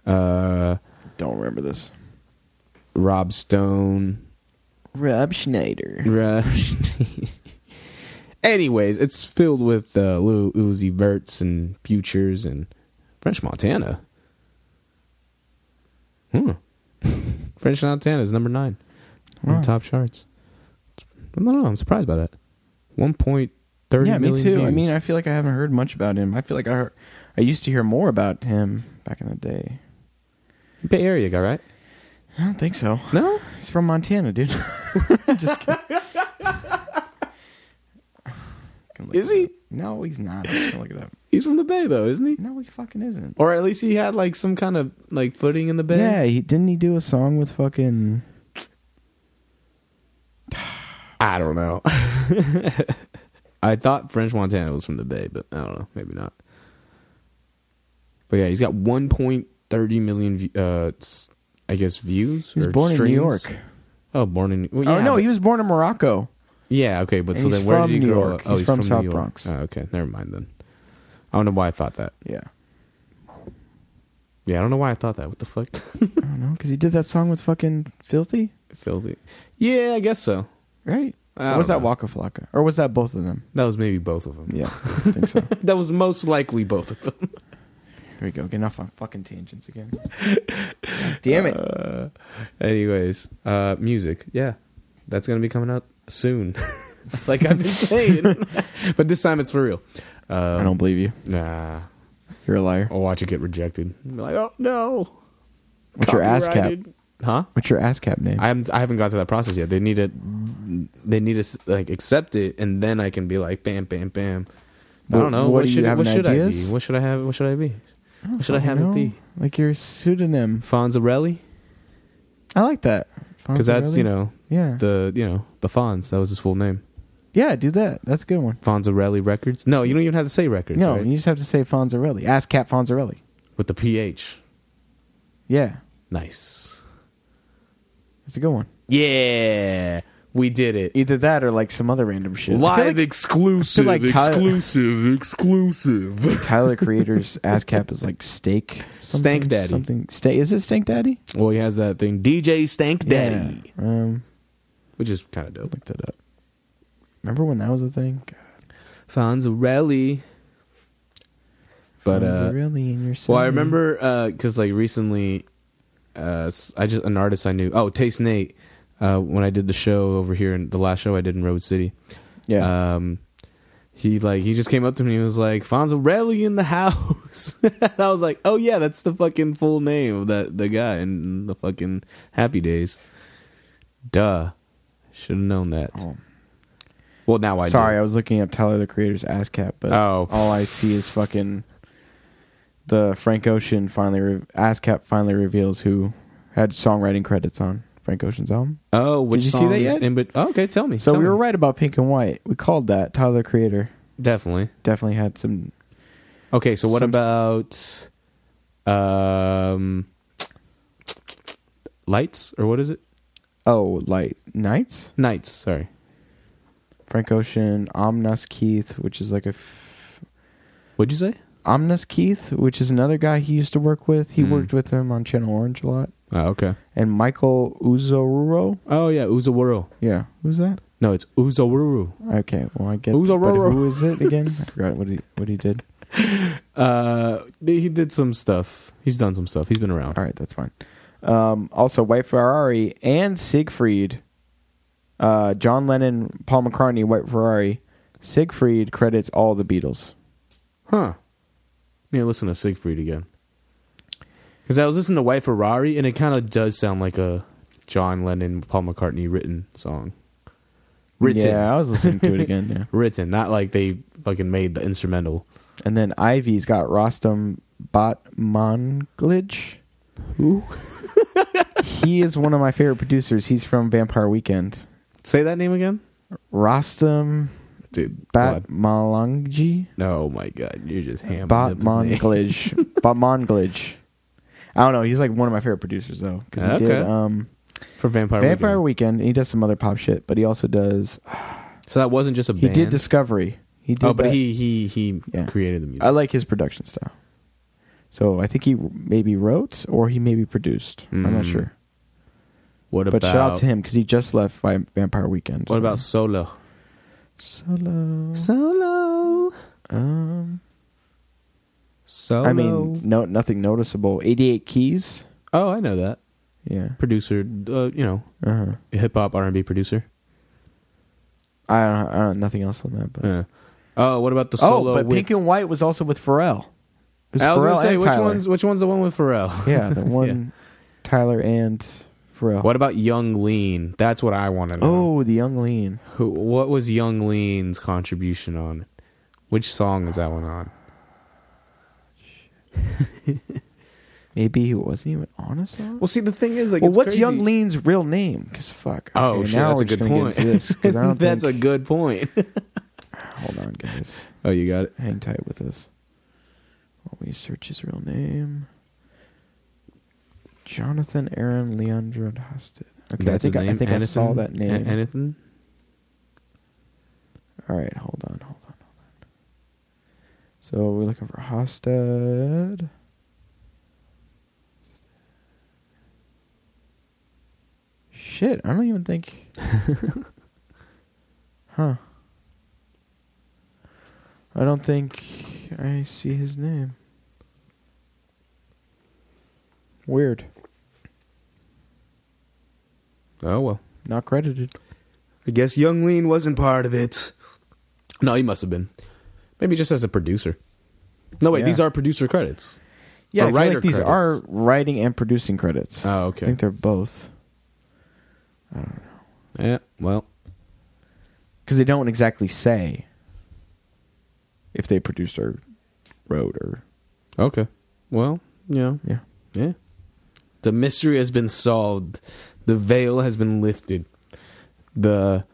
Speaker 1: Uh,
Speaker 2: Don't remember this.
Speaker 1: Rob Stone.
Speaker 2: Rob Schneider.
Speaker 1: Rush. Anyways, it's filled with uh, Lil Uzi Verts and Futures and French Montana. Hmm. French Montana is number nine on
Speaker 2: Wow.
Speaker 1: the top charts. I don't know. I'm surprised by that. One point thirty
Speaker 2: Yeah,
Speaker 1: million.
Speaker 2: me too. I
Speaker 1: views.
Speaker 2: mean, I feel like I haven't heard much about him. I feel like I heard, I used to hear more about him back in the day.
Speaker 1: Bay Area guy, right?
Speaker 2: I don't think so.
Speaker 1: No.
Speaker 2: He's from Montana, dude. Just kidding. Can look
Speaker 1: Is
Speaker 2: it
Speaker 1: he?
Speaker 2: up. No, he's not. I'm gonna look it up.
Speaker 1: He's from the Bay though, isn't he?
Speaker 2: No, he fucking isn't.
Speaker 1: Or at least he had like some kind of like footing in the Bay.
Speaker 2: Yeah, he didn't he do a song with fucking
Speaker 1: I don't know. I thought French Montana was from the Bay, but I don't know. Maybe not. But yeah, he's got 1.30 million, view- uh, s- I guess, views.
Speaker 2: He was
Speaker 1: or
Speaker 2: born in New
Speaker 1: streams.
Speaker 2: York.
Speaker 1: Oh, born in. Well, yeah,
Speaker 2: oh no,
Speaker 1: but-
Speaker 2: he was born in Morocco.
Speaker 1: yeah, okay, but
Speaker 2: and
Speaker 1: so
Speaker 2: he's
Speaker 1: then where
Speaker 2: from
Speaker 1: did he
Speaker 2: New
Speaker 1: grow up?
Speaker 2: York.
Speaker 1: Oh,
Speaker 2: He's
Speaker 1: he's,
Speaker 2: from
Speaker 1: from,
Speaker 2: South
Speaker 1: New York.
Speaker 2: Bronx.
Speaker 1: Oh, okay, never mind then. I don't know why I thought that.
Speaker 2: Yeah.
Speaker 1: Yeah, I don't know why I thought that. What the fuck?
Speaker 2: I don't know, because he did that song with fucking Filthy,
Speaker 1: Filthy. Yeah, I guess so.
Speaker 2: right?
Speaker 1: I
Speaker 2: Or was
Speaker 1: don't
Speaker 2: that
Speaker 1: know.
Speaker 2: Waka Flocka? Or was that both of them?
Speaker 1: That was maybe both of them.
Speaker 2: Yeah, I think so. Here
Speaker 1: That was most likely both of them.
Speaker 2: we go. Getting off on fucking tangents again. God damn it.
Speaker 1: Uh, anyways, uh, music. Yeah, that's gonna be coming out soon. like I've been saying, but this time it's for real. Um,
Speaker 2: I don't believe you.
Speaker 1: Nah,
Speaker 2: You're a liar.
Speaker 1: I'll watch it get rejected. Be like, oh no.
Speaker 2: What's your ASCAP?
Speaker 1: Copyrighted. Huh?
Speaker 2: What's your ASCAP name?
Speaker 1: I haven't. I haven't got to that process yet. They need to. They need to s- like accept it, and then I can be like, bam, bam, bam. But I
Speaker 2: What-
Speaker 1: don't know.
Speaker 2: what
Speaker 1: What,
Speaker 2: do you
Speaker 1: should
Speaker 2: have
Speaker 1: what
Speaker 2: in
Speaker 1: should I
Speaker 2: ideas?
Speaker 1: be? What should I have? What should I be?
Speaker 2: don't
Speaker 1: should I
Speaker 2: fucking
Speaker 1: have it
Speaker 2: know.
Speaker 1: be?
Speaker 2: Like your pseudonym.
Speaker 1: Fonzarelli,
Speaker 2: I like that.
Speaker 1: because that's you know
Speaker 2: Yeah.
Speaker 1: the you know the Fonz. That was his full name.
Speaker 2: yeah, do that. That's a good one.
Speaker 1: Fonzarelli Records. No, you don't even have to say records.
Speaker 2: no,
Speaker 1: right?
Speaker 2: you just have to say Fonzarelli. ASCAP Fonzarelli.
Speaker 1: with the PH.
Speaker 2: Yeah,
Speaker 1: Nice.
Speaker 2: that's a good one.
Speaker 1: Yeah, we did it.
Speaker 2: Either that or like some other random shit. I feel
Speaker 1: Live
Speaker 2: like
Speaker 1: exclusive,
Speaker 2: I feel like Tyler-
Speaker 1: exclusive, exclusive.
Speaker 2: Tyler Creator's ASCAP is like Steak. Something,
Speaker 1: Stank Daddy.
Speaker 2: Something. Steak. Is it Stank Daddy?
Speaker 1: Well, he has that thing, DJ Stank Daddy,
Speaker 2: Yeah. Um,
Speaker 1: which is kind of dope.
Speaker 2: look that up. Remember when that was a thing?
Speaker 1: Fonzarelli. But uh,
Speaker 2: Fonzarelli in your city.
Speaker 1: well, I remember because like recently, uh, s- I just an artist I knew. Oh, Taste Nate. Uh, when I did the show over here, in the last show I did in Road City,
Speaker 2: Yeah.
Speaker 1: Um, he like he just came up to me and was like Fonzarelli in the house. And I was like, oh yeah, that's the fucking full name of that the guy in the fucking Happy Days. Duh, should have known that.
Speaker 2: Oh.
Speaker 1: Well, now I
Speaker 2: Sorry, I
Speaker 1: Do.
Speaker 2: was looking up Tyler the Creator's ASCAP, but
Speaker 1: Oh.
Speaker 2: all I see is fucking the Frank Ocean finally re- ASCAP finally reveals who had songwriting credits on Frank Ocean's album.
Speaker 1: Oh, which
Speaker 2: you see that
Speaker 1: songs
Speaker 2: yet?
Speaker 1: In, but oh, okay, tell me.
Speaker 2: So
Speaker 1: tell
Speaker 2: we
Speaker 1: me.
Speaker 2: were right about Pink and White. We called that Tyler the Creator
Speaker 1: Definitely.
Speaker 2: definitely had some.
Speaker 1: Okay, so what
Speaker 2: Some-
Speaker 1: about um lights or what is it?
Speaker 2: Oh, light nights.
Speaker 1: Nights. Sorry.
Speaker 2: Frank Ocean, Omnus Keith, which is like a f-
Speaker 1: What'd you say?
Speaker 2: Omnus Keith, which is another guy he used to work with. He
Speaker 1: Mm.
Speaker 2: worked with him on Channel Orange a lot.
Speaker 1: Oh, okay.
Speaker 2: And Michael Uzoruro.
Speaker 1: Oh yeah, Uzawuru.
Speaker 2: Yeah, who's that?
Speaker 1: No, it's Uzawuru.
Speaker 2: Okay, well I get.
Speaker 1: Who's a
Speaker 2: but
Speaker 1: rower?
Speaker 2: who is it again? I forgot what he what he did.
Speaker 1: Uh, he did some stuff. He's done some stuff. He's been around.
Speaker 2: All right, that's fine. Um, also, White Ferrari and Siegfried, uh, John Lennon, Paul McCartney, White Ferrari. Siegfried credits all the Beatles.
Speaker 1: Huh. Yeah, listen to Siegfried again. Because I was listening to White Ferrari, and it kind of does sound like a John Lennon, Paul McCartney written song. Written.
Speaker 2: Yeah, I was listening to it again. Yeah,
Speaker 1: Written. Not like they fucking made the instrumental.
Speaker 2: and then Ivy's got Rostam Botmonglij.
Speaker 1: Who?
Speaker 2: He is one of my favorite producers. He's from Vampire Weekend.
Speaker 1: Say that name again?
Speaker 2: Rostam
Speaker 1: dude. God.
Speaker 2: Bat Malangi?
Speaker 1: Oh my god, you're just hamming
Speaker 2: Bat
Speaker 1: up his name.
Speaker 2: Monglage. Bat Monglage. I don't know. He's like one of my favorite producers though, because he did
Speaker 1: Okay.
Speaker 2: um,
Speaker 1: for Vampire.
Speaker 2: Vampire
Speaker 1: Weekend.
Speaker 2: Weekend. and he does some other pop shit, but he also does.
Speaker 1: So that wasn't just a
Speaker 2: He
Speaker 1: band.
Speaker 2: did Discovery. He did.
Speaker 1: Ah, oh, but
Speaker 2: that.
Speaker 1: he he he
Speaker 2: Yeah. Uh,
Speaker 1: created the music.
Speaker 2: I like his production style. So I think he maybe wrote or he maybe produced. I'm not
Speaker 1: Mm.
Speaker 2: sure.
Speaker 1: what
Speaker 2: but
Speaker 1: about
Speaker 2: shout out to him because he just left Vi- Vampire Weekend.
Speaker 1: What about Solo?
Speaker 2: solo?
Speaker 1: Solo.
Speaker 2: Um,
Speaker 1: Solo.
Speaker 2: I mean, no, nothing noticeable. 88 Keys.
Speaker 1: oh, I know that
Speaker 2: Yeah.
Speaker 1: producer. Uh, you know,
Speaker 2: Uh huh.
Speaker 1: hip hop R and B producer.
Speaker 2: I don't, I don't. Nothing else on that. But
Speaker 1: Yeah. Oh, what about the
Speaker 2: oh,
Speaker 1: solo?
Speaker 2: but
Speaker 1: with,
Speaker 2: Pink and White was also with Pharrell. It was
Speaker 1: I was
Speaker 2: Pharrell
Speaker 1: gonna say
Speaker 2: and
Speaker 1: which
Speaker 2: Tyler.
Speaker 1: one's which one's the one with Pharrell.
Speaker 2: yeah, the one Tyler and Pharrell.
Speaker 1: What about Young Lean? That's what I want to know.
Speaker 2: Oh, the Young Lean.
Speaker 1: Who, what was Young Lean's contribution on? it? Which song is that one on?
Speaker 2: Maybe he wasn't even on a song.
Speaker 1: Well, see, the thing is, like,
Speaker 2: well,
Speaker 1: it's
Speaker 2: what's
Speaker 1: crazy.
Speaker 2: Young Lean's real name? Because fuck.
Speaker 1: Oh,
Speaker 2: okay,
Speaker 1: shit,
Speaker 2: now
Speaker 1: that's
Speaker 2: we're
Speaker 1: a
Speaker 2: just
Speaker 1: good
Speaker 2: gonna get
Speaker 1: point.
Speaker 2: into this, 'cause I don't
Speaker 1: That's
Speaker 2: think-
Speaker 1: a good point.
Speaker 2: Hold on, guys.
Speaker 1: oh, you got it.
Speaker 2: Hang tight with us. While we search his real name, Jonathan Aaron Leandro Hosted. Okay,
Speaker 1: That's
Speaker 2: I think
Speaker 1: his name.
Speaker 2: I, think I saw that name.
Speaker 1: Anything?
Speaker 2: All right, hold on, hold on, hold on. So we're looking for Hosted. Shit, I don't even think. huh. I don't think I see his name. Weird.
Speaker 1: Oh well.
Speaker 2: Not credited.
Speaker 1: I guess Young Lean wasn't part of it. No, he must have been. Maybe just as a producer. No, wait,
Speaker 2: Yeah.
Speaker 1: these are producer credits.
Speaker 2: Yeah,
Speaker 1: Or
Speaker 2: I feel
Speaker 1: writer
Speaker 2: like these
Speaker 1: credits.
Speaker 2: are writing and producing credits.
Speaker 1: Oh,
Speaker 2: I
Speaker 1: okay.
Speaker 2: think they're both.
Speaker 1: Yeah, well,
Speaker 2: because they don't exactly say if they produced or wrote or
Speaker 1: okay. Well, yeah.
Speaker 2: yeah.
Speaker 1: Yeah. The mystery has been solved. The veil has been lifted. The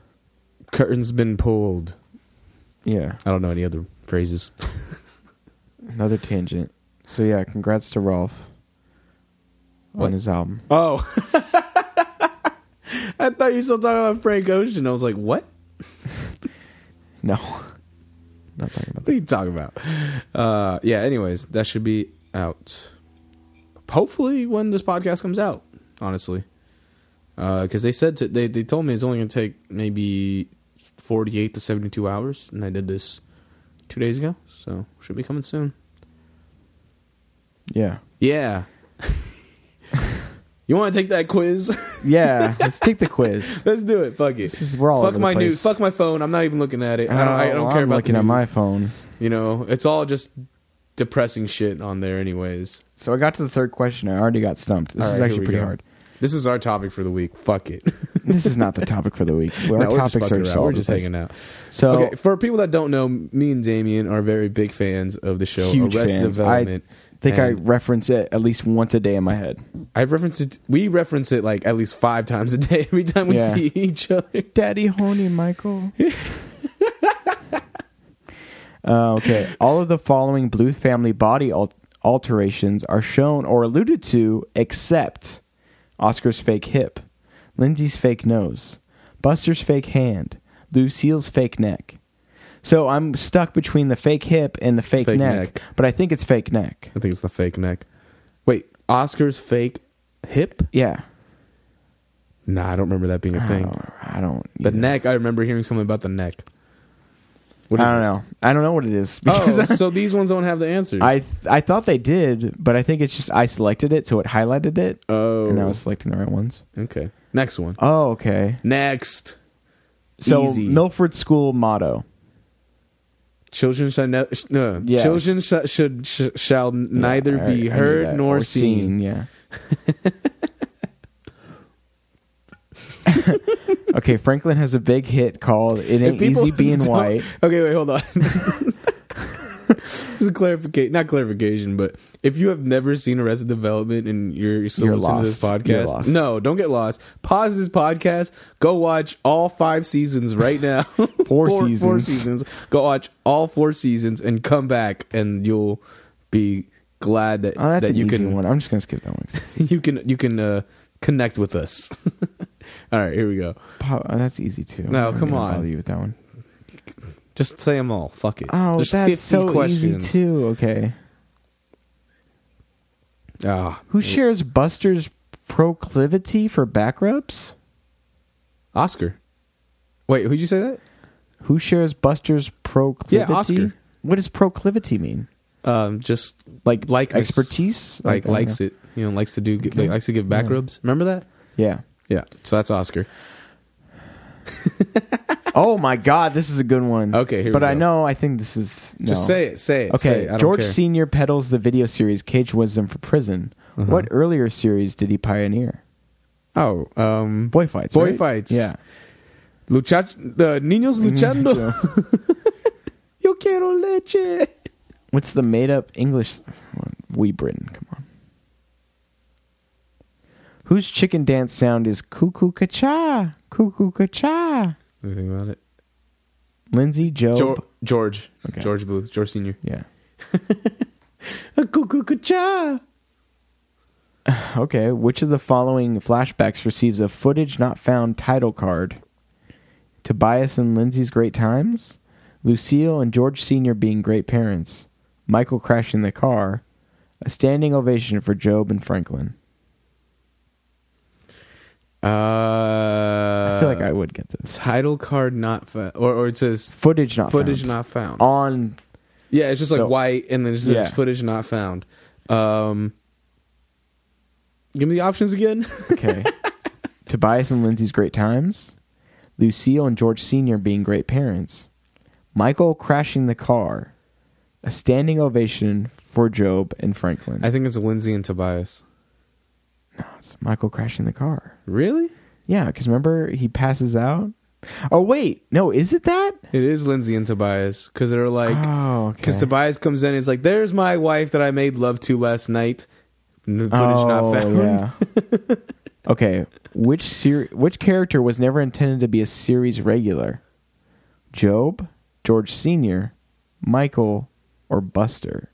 Speaker 1: curtain's been pulled.
Speaker 2: Yeah,
Speaker 1: I don't know any other phrases.
Speaker 2: another tangent. So yeah, congrats to Rolf
Speaker 1: What?
Speaker 2: on his album.
Speaker 1: Oh. I thought you were still talking about Frank Ocean. I was like, what?
Speaker 2: No, not talking
Speaker 1: What are
Speaker 2: about that.
Speaker 1: you talking about? Uh, yeah, anyways, that should be out. Hopefully when this podcast comes out, honestly. Because they said to, they they told me it's only gonna take maybe forty eight to seventy two hours, and I did this two days ago, so should be coming soon.
Speaker 2: Yeah,
Speaker 1: Yeah. you want to take that quiz?
Speaker 2: yeah. let's take the quiz.
Speaker 1: Let's do it. Fuck it.
Speaker 2: This is we're all
Speaker 1: Fuck
Speaker 2: over the
Speaker 1: my
Speaker 2: place.
Speaker 1: news. Fuck my phone. I'm not even looking at it. I don't, I don't
Speaker 2: Oh,
Speaker 1: care
Speaker 2: I'm
Speaker 1: about
Speaker 2: looking
Speaker 1: the
Speaker 2: at my
Speaker 1: news.
Speaker 2: phone.
Speaker 1: You know, it's all just depressing shit on there, anyways.
Speaker 2: So I got to the third question. I already got stumped. This
Speaker 1: All
Speaker 2: is
Speaker 1: right, here
Speaker 2: actually
Speaker 1: we
Speaker 2: pretty
Speaker 1: go.
Speaker 2: hard.
Speaker 1: This is our topic for the week. Fuck it.
Speaker 2: This is not the topic for the week. Our
Speaker 1: No, we're just
Speaker 2: topics
Speaker 1: fucking
Speaker 2: are
Speaker 1: around.
Speaker 2: just all
Speaker 1: We're
Speaker 2: over the
Speaker 1: just
Speaker 2: place.
Speaker 1: hanging out.
Speaker 2: So
Speaker 1: okay, for people that don't know, me and Damien are very big fans of the show
Speaker 2: Huge
Speaker 1: Arrested
Speaker 2: fans. I-
Speaker 1: Development.
Speaker 2: I think I
Speaker 1: And-
Speaker 2: reference it at least once a day in my head.
Speaker 1: I reference it. We reference it like at least five times a day. Every time we
Speaker 2: Yeah.
Speaker 1: see each other.
Speaker 2: Daddy Honey Michael. uh, okay. All of the following Bluth family body al- alterations are shown or alluded to, except Oscar's fake hip, Lindsay's fake nose, Buster's fake hand, Lucille's fake neck. So I'm stuck between the fake hip and the fake,
Speaker 1: Fake
Speaker 2: neck,
Speaker 1: neck.
Speaker 2: but I think it's fake neck.
Speaker 1: I think it's the fake neck. Wait, Oscar's fake hip?
Speaker 2: Yeah.
Speaker 1: Nah, I don't remember that being a
Speaker 2: I
Speaker 1: thing.
Speaker 2: don't. I don't
Speaker 1: The
Speaker 2: either.
Speaker 1: neck. I remember hearing something about the neck. What
Speaker 2: I don't know. I don't know what it is because
Speaker 1: Oh, so these ones don't have the answers.
Speaker 2: I I thought they did, but I think it's just I selected it, so it highlighted it,
Speaker 1: oh
Speaker 2: and I was selecting the right ones.
Speaker 1: okay. Next one.
Speaker 2: Oh, okay.
Speaker 1: Next.
Speaker 2: So
Speaker 1: Easy.
Speaker 2: Milford School motto.
Speaker 1: Children shall ne- sh- no.
Speaker 2: Yeah.
Speaker 1: Children sh- should sh- shall neither
Speaker 2: Yeah, I-
Speaker 1: be
Speaker 2: I knew
Speaker 1: heard
Speaker 2: that.
Speaker 1: nor
Speaker 2: Or
Speaker 1: seen.
Speaker 2: Yeah. okay, Franklin has a big hit called
Speaker 1: If
Speaker 2: "It Ain't Easy Being
Speaker 1: don't-
Speaker 2: White."
Speaker 1: Okay, wait, hold on. this is clarification, not clarification, but if you have never seen Arrested Development and you're still
Speaker 2: You're
Speaker 1: listening to this
Speaker 2: lost. You're
Speaker 1: podcast,
Speaker 2: lost.
Speaker 1: no, don't get lost. Pause this podcast. Go watch all five seasons right now.
Speaker 2: Four,
Speaker 1: four
Speaker 2: seasons.
Speaker 1: four seasons. Go watch all four seasons and come back, and you'll be glad that
Speaker 2: Oh, that's
Speaker 1: that
Speaker 2: an
Speaker 1: you
Speaker 2: easy
Speaker 1: can
Speaker 2: one. I'm just gonna skip that one. 'cause it's-
Speaker 1: you can you can uh, connect with us. all right, here we go.
Speaker 2: Pop- oh, that's easy too.
Speaker 1: No,
Speaker 2: I'm
Speaker 1: come
Speaker 2: gonna
Speaker 1: on.
Speaker 2: Bother you with that one.
Speaker 1: Just say them all. Fuck it.
Speaker 2: Oh,
Speaker 1: There's
Speaker 2: that's
Speaker 1: 50
Speaker 2: so
Speaker 1: questions.
Speaker 2: easy too. Okay.
Speaker 1: Ah,
Speaker 2: Who shares Buster's proclivity for back rubs?
Speaker 1: Oscar. Wait, who'd you say that?
Speaker 2: Who shares Buster's proclivity?
Speaker 1: Oscar.
Speaker 2: What does proclivity mean?
Speaker 1: Um, just
Speaker 2: Like
Speaker 1: Likeness.
Speaker 2: expertise?
Speaker 1: like
Speaker 2: I don't
Speaker 1: likes
Speaker 2: know.
Speaker 1: it. You know, likes to do
Speaker 2: Okay.
Speaker 1: like, likes to give back
Speaker 2: Yeah.
Speaker 1: rubs. Remember that?
Speaker 2: Yeah.
Speaker 1: Yeah. So that's Oscar.
Speaker 2: oh my God, this is a good one.
Speaker 1: Okay, here we
Speaker 2: but I
Speaker 1: go.
Speaker 2: know. I think this is no.
Speaker 1: Just say it. Say it. say
Speaker 2: Okay,
Speaker 1: it. I don't
Speaker 2: George
Speaker 1: care.
Speaker 2: Senior peddles the video series Cage Wisdom for Prison.
Speaker 1: Uh-huh.
Speaker 2: What earlier series did he pioneer?
Speaker 1: Oh, um,
Speaker 2: Boy fights.
Speaker 1: Boy
Speaker 2: right?
Speaker 1: fights.
Speaker 2: Yeah.
Speaker 1: lucha, uh, niños
Speaker 2: Mm-hmm.
Speaker 1: luchando. Yo quiero leche.
Speaker 2: What's the made up English? We Britain, come on. Whose chicken dance sound is cuckoo ka cha? Cuckoo ka cha.
Speaker 1: Anything about it?
Speaker 2: Lindsay, Joe.
Speaker 1: George, George,
Speaker 2: Okay.
Speaker 1: George Booth, George Senior.
Speaker 2: Yeah.
Speaker 1: Cuckoo cha.
Speaker 2: Okay. Which of the following flashbacks receives a footage not found title card? Tobias and Lindsay's great times? Lucille and George Sr. being great parents? Michael crashing the car? A standing ovation for Job and Franklin.
Speaker 1: Uh,
Speaker 2: I feel like I would get this.
Speaker 1: title card not found, or or it says
Speaker 2: Footage not
Speaker 1: footage
Speaker 2: found.
Speaker 1: not found.
Speaker 2: on
Speaker 1: Yeah, it's just like
Speaker 2: So-
Speaker 1: white, and then it says
Speaker 2: Yeah.
Speaker 1: footage not found. Um, give me the options again.
Speaker 2: okay tobias and lindsay's great times lucille and george senior being great parents michael crashing the car a standing ovation for job and franklin
Speaker 1: I think it's Lindsay and Tobias.
Speaker 2: no, it's michael crashing the car
Speaker 1: Really?
Speaker 2: yeah because remember he passes out oh wait no is it that
Speaker 1: It is Lindsay and Tobias because they're like,
Speaker 2: oh okay.
Speaker 1: because Tobias comes in, and he's like, "There's my wife that I made love to last night." And the footage not
Speaker 2: Oh,
Speaker 1: found.
Speaker 2: yeah. okay which ser- which character was never intended to be a series regular job george senior michael or buster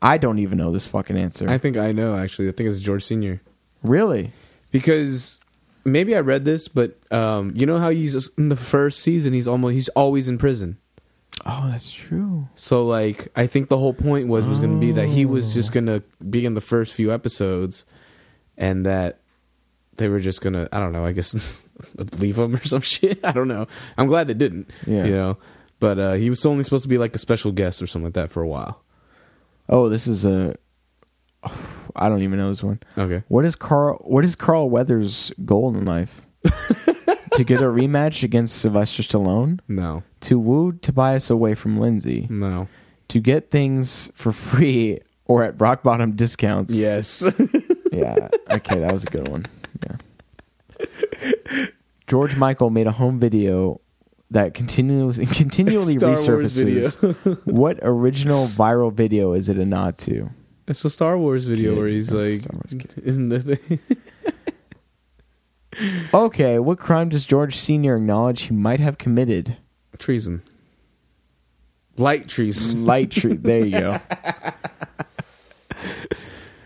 Speaker 2: i don't even know this fucking answer
Speaker 1: I think I know actually. I think it's George Senior
Speaker 2: really
Speaker 1: because maybe I read this, but um, you know how he's just- in the first season, he's almost he's always in prison.
Speaker 2: oh that's true
Speaker 1: So like I think the whole point was was going to be that he was just going to be in the first few episodes and that they were just going to I don't know, I guess leave him or some shit. I don't know. I'm glad they didn't.
Speaker 2: Yeah.
Speaker 1: You know. But uh he was only supposed to be like a special guest or something like that for a while.
Speaker 2: oh this is a i don't even know this one
Speaker 1: Okay.
Speaker 2: what is carl what is carl weathers goal in life to get a rematch against sylvester stallone
Speaker 1: No.
Speaker 2: to woo tobias away from lindsay
Speaker 1: No.
Speaker 2: to get things for free or at rock bottom discounts.
Speaker 1: Yes.
Speaker 2: Yeah. Okay, that was a good one. Yeah. George Michael made a home video that continually continually
Speaker 1: Star Wars
Speaker 2: resurfaces. what original viral video is it a nod to?
Speaker 1: it's a Star Wars video
Speaker 2: Kid.
Speaker 1: where he's
Speaker 2: That's a
Speaker 1: like
Speaker 2: Star Wars
Speaker 1: in the thing.
Speaker 2: Okay, what crime does George Sr. acknowledge he might have committed?
Speaker 1: treason. Light treason.
Speaker 2: Light truth. There you go.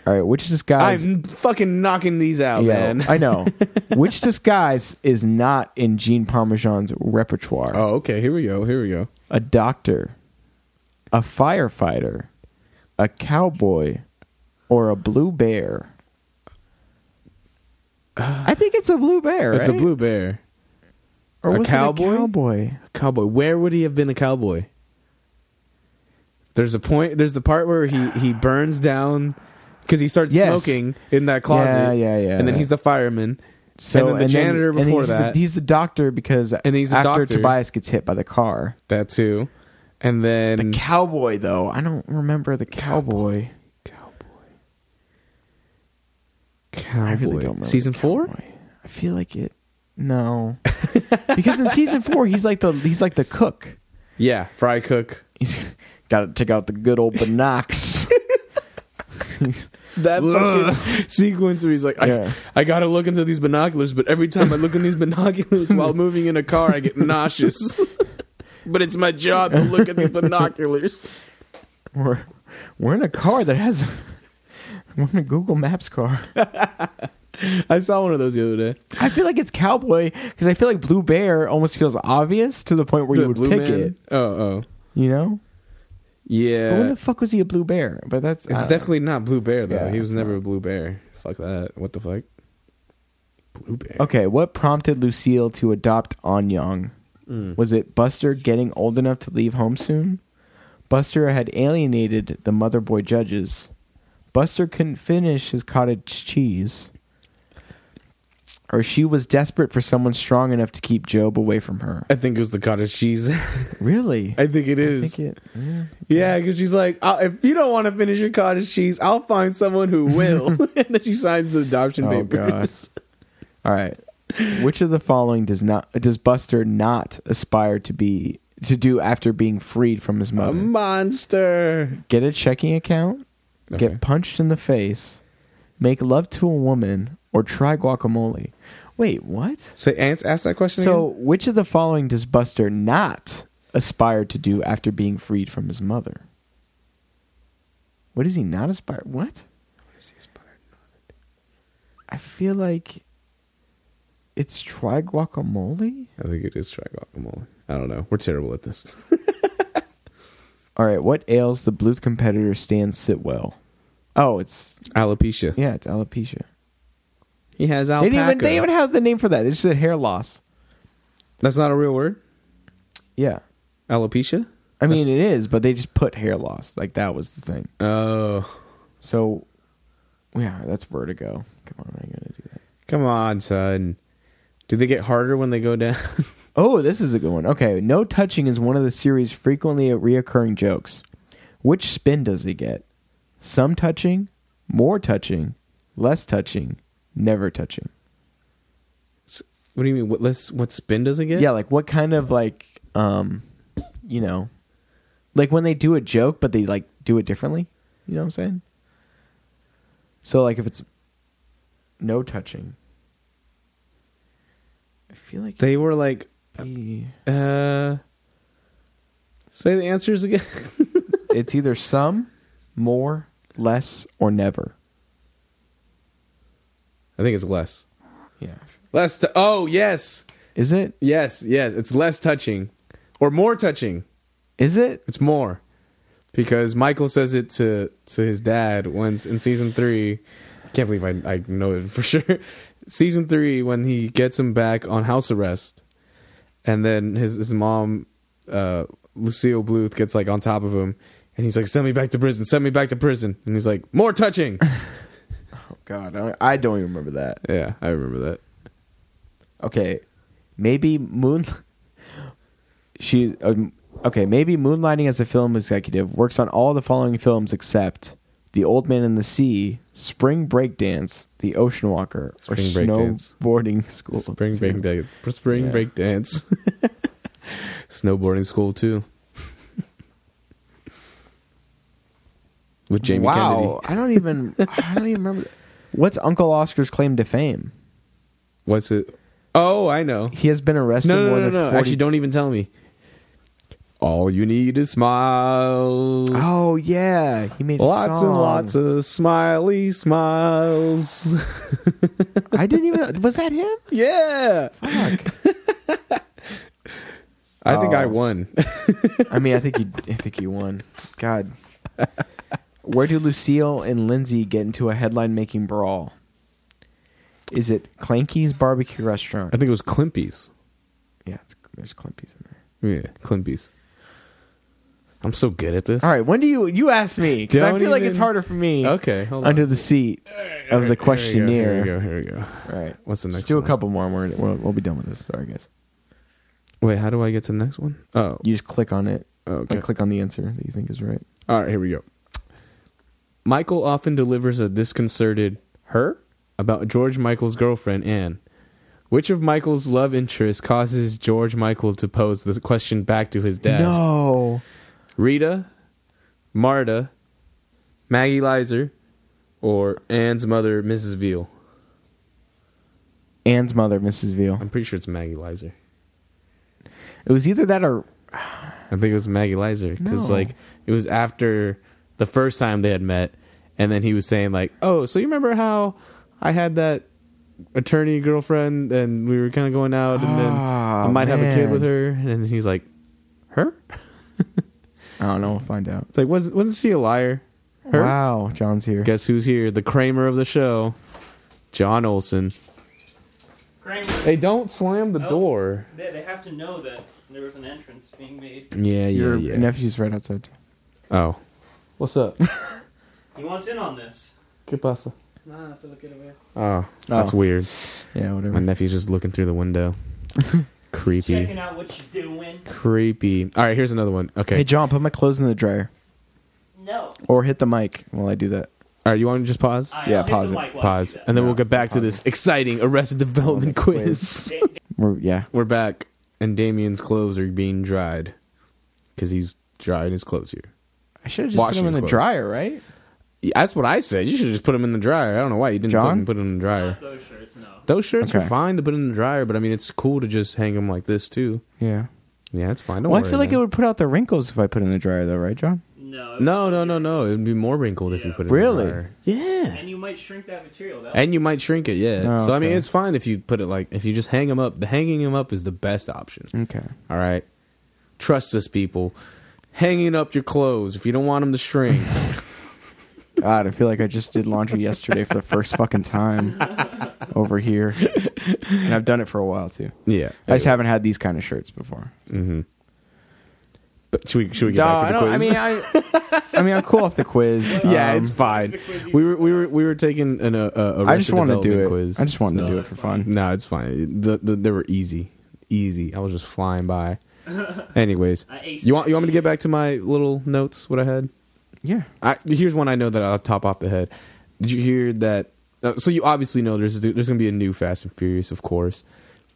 Speaker 2: All right, which disguise?
Speaker 1: I'm fucking knocking these out,
Speaker 2: Yo,
Speaker 1: Oh, man.
Speaker 2: I know. Which disguise is not in Jean Parmesan's repertoire?
Speaker 1: Oh, okay. Here we go. Here we go.
Speaker 2: A doctor, a firefighter, a cowboy, or a blue bear? I think it's a blue bear.
Speaker 1: It's a
Speaker 2: right?
Speaker 1: blue bear.
Speaker 2: or
Speaker 1: a
Speaker 2: was it
Speaker 1: cowboy?
Speaker 2: cowboy.
Speaker 1: Cowboy. Where would he have been a cowboy? There's a point. There's the part where he he burns down because he starts
Speaker 2: Yes.
Speaker 1: smoking in that closet.
Speaker 2: Yeah, yeah, yeah.
Speaker 1: And then he's the fireman.
Speaker 2: So
Speaker 1: and then the janitor
Speaker 2: and
Speaker 1: before
Speaker 2: he's the-
Speaker 1: that.
Speaker 2: he's the doctor because
Speaker 1: And he's the
Speaker 2: after
Speaker 1: doctor.
Speaker 2: Tobias gets hit by the car.
Speaker 1: that too. And then
Speaker 2: Cowboy though, I don't remember the cowboy.
Speaker 1: cowboy.
Speaker 2: I
Speaker 1: Cowboy.
Speaker 2: really don't remember.
Speaker 1: Oh, Season
Speaker 2: the
Speaker 1: four.
Speaker 2: Cowboy. I feel like it. No, because in season four he's like the he's like the cook.
Speaker 1: Yeah, fry cook.
Speaker 2: He's got to take out the good old Binox.
Speaker 1: that
Speaker 2: Ugh.
Speaker 1: fucking sequence where he's like, I,
Speaker 2: Yeah.
Speaker 1: I gotta look into these binoculars, but every time I look in these binoculars while moving in a car, I get nauseous. but it's my job to look at these binoculars.
Speaker 2: We're we're in a car that has. we're in a Google Maps car.
Speaker 1: I saw one of those the other day.
Speaker 2: I feel like it's cowboy because I feel like blue bear almost feels obvious to the point where you
Speaker 1: The
Speaker 2: would
Speaker 1: blue
Speaker 2: pick
Speaker 1: man.
Speaker 2: it.
Speaker 1: Oh, oh,
Speaker 2: You know. but
Speaker 1: yeah.
Speaker 2: when the fuck was he a blue bear? But that's I
Speaker 1: It's
Speaker 2: don't know.
Speaker 1: definitely not blue bear though.
Speaker 2: Yeah,
Speaker 1: he was
Speaker 2: it's
Speaker 1: never a blue bear. Fuck that. What the fuck? Blue bear.
Speaker 2: okay. What prompted Lucille to adopt On Young?
Speaker 1: Mm.
Speaker 2: Was it Buster getting old enough to leave home soon? Buster had alienated the mother boy judges. Buster couldn't finish his cottage cheese. Or she was desperate for someone strong enough to keep Job away from her.
Speaker 1: I think it was the cottage cheese.
Speaker 2: Really?
Speaker 1: I think it
Speaker 2: I
Speaker 1: is.
Speaker 2: think it- yeah.
Speaker 1: Yeah, because she's like, I'll, if you don't want to finish your cottage cheese, I'll find someone who will. and then she signs the adoption
Speaker 2: Oh,
Speaker 1: papers.
Speaker 2: All right. Which of the following does not does Buster not aspire to be to do after being freed from his
Speaker 1: A
Speaker 2: mother?
Speaker 1: monster.
Speaker 2: Get a checking account,
Speaker 1: Okay.
Speaker 2: get punched in the face, make love to a woman, or try guacamole. Wait, what?
Speaker 1: Say, Ants, ask that question
Speaker 2: So, which of the following does Buster not aspire to do after being freed from his mother? What does he not aspire? What? I feel like it's try guacamole.
Speaker 1: I think it is try guacamole. I don't know. We're terrible at this.
Speaker 2: All right, what ails the Bluth competitor Stan Sitwell? Oh, it's
Speaker 1: Alopecia.
Speaker 2: yeah, it's alopecia.
Speaker 1: He has
Speaker 2: They
Speaker 1: alpaca.
Speaker 2: didn't even they even have the name for that. It just said hair loss.
Speaker 1: That's not a real word.
Speaker 2: Yeah.
Speaker 1: Alopecia.
Speaker 2: I mean,
Speaker 1: That's-
Speaker 2: it is, but they just put hair loss. Like that was the thing.
Speaker 1: Oh,
Speaker 2: So, yeah, that's vertigo. Come on, I'm gonna do that.
Speaker 1: come on, son. Do they get harder when they go down?
Speaker 2: Oh, this is a good one. Okay, no touching is one of the series' frequently reoccurring jokes. Which spin does he get? Some touching, more touching, less touching, never touching.
Speaker 1: what do you mean? What less? What spin does it get?
Speaker 2: Yeah, like what kind of like, um, you know, like when they do a joke, but they like do it differently. You know what I'm saying? So like if it's no touching, I feel like
Speaker 1: They were like,
Speaker 2: it'd be-
Speaker 1: uh, say the answers again.
Speaker 2: it's either some, more, less, or never.
Speaker 1: I think it's less.
Speaker 2: Yeah,
Speaker 1: Less. T- oh yes,
Speaker 2: is it?
Speaker 1: yes, yes. It's less touching, or more touching.
Speaker 2: Is it?
Speaker 1: It's more because Michael says it to to his dad once in season three. I can't believe I I know it for sure. season three when he gets him back on house arrest, and then his his mom, uh, Lucille Bluth, gets like on top of him, and he's like, "Send me back to prison. Send me back to prison." And he's like, "More touching."
Speaker 2: Oh God, I- I don't even remember that.
Speaker 1: yeah, I remember that.
Speaker 2: Okay, maybe Moon. She um, okay. Maybe moonlighting as a film executive works on all the following films except The Old Man and the Sea, Spring Break Dance, The Ocean Walker, or
Speaker 1: Spring Break Dance.
Speaker 2: Snowboarding School.
Speaker 1: Spring break day. Spring
Speaker 2: Yeah.
Speaker 1: break dance. Snowboarding school too. With Jamie Kennedy.
Speaker 2: wow, I don't even. I don't even remember. What's Uncle Oscar's claim to fame?
Speaker 1: What's it? Oh, I know.
Speaker 2: He has been arrested.
Speaker 1: No, no,
Speaker 2: more
Speaker 1: no,
Speaker 2: than
Speaker 1: no.
Speaker 2: 40
Speaker 1: Actually, don't even tell me. All you need is smiles.
Speaker 2: Oh yeah, he made a
Speaker 1: lots and
Speaker 2: song.
Speaker 1: lots of smiley smiles.
Speaker 2: I didn't even. Was that him?
Speaker 1: yeah.
Speaker 2: Fuck.
Speaker 1: I think I
Speaker 2: Oh.
Speaker 1: won.
Speaker 2: I mean, I think you. I think you won. God. Where do Lucille and Lindsay get into a headline-making brawl? Is it Clanky's barbecue restaurant?
Speaker 1: I think it was Climpy's.
Speaker 2: yeah, it's, there's Clanky's in there.
Speaker 1: Yeah, Climpy's. I'm so good at this.
Speaker 2: All right, when do you you ask me? 'cause I feel
Speaker 1: Don't
Speaker 2: like it's
Speaker 1: even-
Speaker 2: harder for me.
Speaker 1: Okay, hold on.
Speaker 2: Under the seat of the
Speaker 1: Here we
Speaker 2: questionnaire.
Speaker 1: go. Here we go. Here we go.
Speaker 2: All right.
Speaker 1: What's the
Speaker 2: Let's
Speaker 1: next?
Speaker 2: do a
Speaker 1: one?
Speaker 2: couple more and we're, we'll, we'll be done with this. Sorry, guys.
Speaker 1: Wait, how do I get to the next one? Oh,
Speaker 2: You just click on it.
Speaker 1: okay.
Speaker 2: Like, click on the answer that you think is right.
Speaker 1: All right, here we go. Michael often delivers a disconcerted her about George Michael's girlfriend Anne. Which of Michael's love interests causes George Michael to pose this question back to his dad?
Speaker 2: No.
Speaker 1: Rita, Marta, Maggie Lizer, or Anne's mother, Mrs. Veal.
Speaker 2: Anne's mother, Mrs. Veal.
Speaker 1: I'm pretty sure it's Maggie Lizer.
Speaker 2: It was either that or
Speaker 1: I think it was Maggie Lizer because
Speaker 2: No.
Speaker 1: like it was after the first time they had met, and then he was saying like, "Oh, so you remember how I had that attorney girlfriend, and we were kind of going out, and then I
Speaker 2: Oh,
Speaker 1: might have a kid with
Speaker 2: man.
Speaker 1: her," and then he's like, "Her?"
Speaker 2: I don't know. We'll find out.
Speaker 1: It's like wasn't wasn't she a liar? Her?
Speaker 2: Wow, John's here.
Speaker 1: Guess who's here? The Kramer of the show, John Olson.
Speaker 3: Kramer,
Speaker 1: Hey, don't slam the
Speaker 3: Oh.
Speaker 1: door.
Speaker 3: they, they have to know that there was an entrance being made.
Speaker 1: Yeah, yeah,
Speaker 2: Your
Speaker 1: yeah.
Speaker 2: nephew's right outside.
Speaker 1: oh, what's up?
Speaker 3: He wants in on this.
Speaker 1: ¿Qué pasa?
Speaker 3: Nah, se lo quiero ver.
Speaker 1: Oh, that's weird.
Speaker 2: Yeah,
Speaker 1: My
Speaker 2: whatever.
Speaker 1: nephew's just looking through the window. Creepy.
Speaker 3: Checking out what you doing.
Speaker 1: Creepy. All right, here's another one. Okay.
Speaker 2: Hey, John, put my clothes in the dryer
Speaker 3: No.
Speaker 2: or hit the mic while I do that.
Speaker 1: All right, you want to just pause?
Speaker 3: I-
Speaker 2: Yeah,
Speaker 3: I'll hit
Speaker 2: pause
Speaker 3: the
Speaker 2: it.
Speaker 3: mic while I do
Speaker 1: Pause.
Speaker 3: that.
Speaker 1: And then
Speaker 2: Yeah,
Speaker 1: we'll get back to this exciting Arrested Development
Speaker 2: Quiz.
Speaker 1: quiz.
Speaker 3: Da-
Speaker 2: We're, yeah.
Speaker 1: We're back, and Damien's clothes are being dried because he's drying his clothes here.
Speaker 2: I should have just
Speaker 1: Washing
Speaker 2: put them in
Speaker 1: clothes.
Speaker 2: the dryer, right?
Speaker 1: Yeah, That's what I said. You should just put them in the dryer. I don't know why you didn't
Speaker 2: John?
Speaker 1: fucking put them in the dryer.
Speaker 3: Not those shirts, no.
Speaker 1: Those shirts
Speaker 2: Okay.
Speaker 1: are fine to put in the dryer, but I mean, it's cool to just hang them like this too.
Speaker 2: Yeah.
Speaker 1: Yeah, it's fine. Don't
Speaker 2: Well, I
Speaker 1: worry,
Speaker 2: feel like
Speaker 1: man.
Speaker 2: it would put out the wrinkles if I put it in the dryer, though, right, John?
Speaker 3: No.
Speaker 1: No, no, no, no. It'd be more wrinkled if you
Speaker 3: Yeah.
Speaker 1: put it
Speaker 2: Really?
Speaker 1: in the dryer. Yeah.
Speaker 3: And you might shrink that material. That
Speaker 1: And you might shrink it, yeah.
Speaker 2: Oh,
Speaker 1: so I mean,
Speaker 2: okay.
Speaker 1: it's fine if you put it like if you just hang them up. The hanging them up is the best option.
Speaker 2: Okay.
Speaker 1: All right, trust us, people. Hanging up your clothes if you don't want them to shrink.
Speaker 2: God, I feel like I just did laundry yesterday for the first fucking time over here, and I've done it for a while too.
Speaker 1: yeah,
Speaker 2: I just haven't had these kind of shirts before.
Speaker 1: Mm-hmm. But should we should we get
Speaker 2: Duh,
Speaker 1: back to the
Speaker 2: I don't-
Speaker 1: quiz?
Speaker 2: I mean, I, I mean, I'm cool off the quiz.
Speaker 1: yeah,
Speaker 2: Um,
Speaker 1: it's fine.
Speaker 3: It's the quiz you-
Speaker 1: We were we were we were taking an, uh, uh, a
Speaker 2: I just
Speaker 1: Arrested
Speaker 2: wanted to do
Speaker 1: Development
Speaker 2: it.
Speaker 1: Quiz,
Speaker 2: I just wanted
Speaker 1: so-
Speaker 2: to do it for fun.
Speaker 1: No, it's fine. The, the, they were easy, easy. I was just flying by. Anyways,
Speaker 3: I aced
Speaker 1: you want you want me to get back to my little notes? What I had.
Speaker 2: Yeah.
Speaker 1: I, here's one I know that I'll top off the head. Did you hear that? Uh, so you obviously know there's there's gonna be a new Fast and Furious, of course,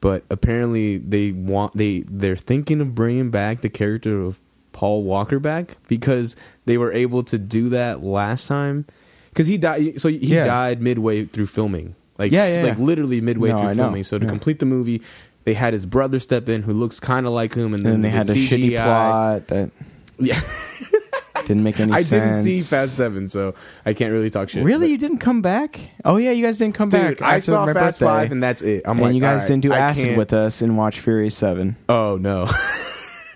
Speaker 1: but apparently they want they they're thinking of bringing back the character of Paul Walker back because they were able to do that last time because he died. So he
Speaker 2: Yeah.
Speaker 1: died midway through filming, like
Speaker 2: Yeah, yeah,
Speaker 1: like
Speaker 2: yeah.
Speaker 1: literally midway
Speaker 2: No,
Speaker 1: through
Speaker 2: I know.
Speaker 1: filming. So to
Speaker 2: Yeah.
Speaker 1: complete the movie, they had his brother step in, who looks kind of like him, and
Speaker 2: And
Speaker 1: then
Speaker 2: then they
Speaker 1: with
Speaker 2: had a
Speaker 1: CGI,
Speaker 2: shitty plot that
Speaker 1: Yeah,
Speaker 2: didn't make any
Speaker 1: I
Speaker 2: sense.
Speaker 1: didn't see Fast Seven, so I can't really talk shit.
Speaker 2: Really,
Speaker 1: but-
Speaker 2: you didn't come back? Oh yeah, you guys didn't come
Speaker 1: Dude,
Speaker 2: back.
Speaker 1: I
Speaker 2: after
Speaker 1: saw
Speaker 2: my
Speaker 1: Fast
Speaker 2: birthday.
Speaker 1: Five, and that's it. I'm
Speaker 2: and
Speaker 1: like,
Speaker 2: you guys
Speaker 1: "Alright,
Speaker 2: didn't do
Speaker 1: I
Speaker 2: acid
Speaker 1: can't-
Speaker 2: with us and watch Fury Seven.
Speaker 1: Oh no.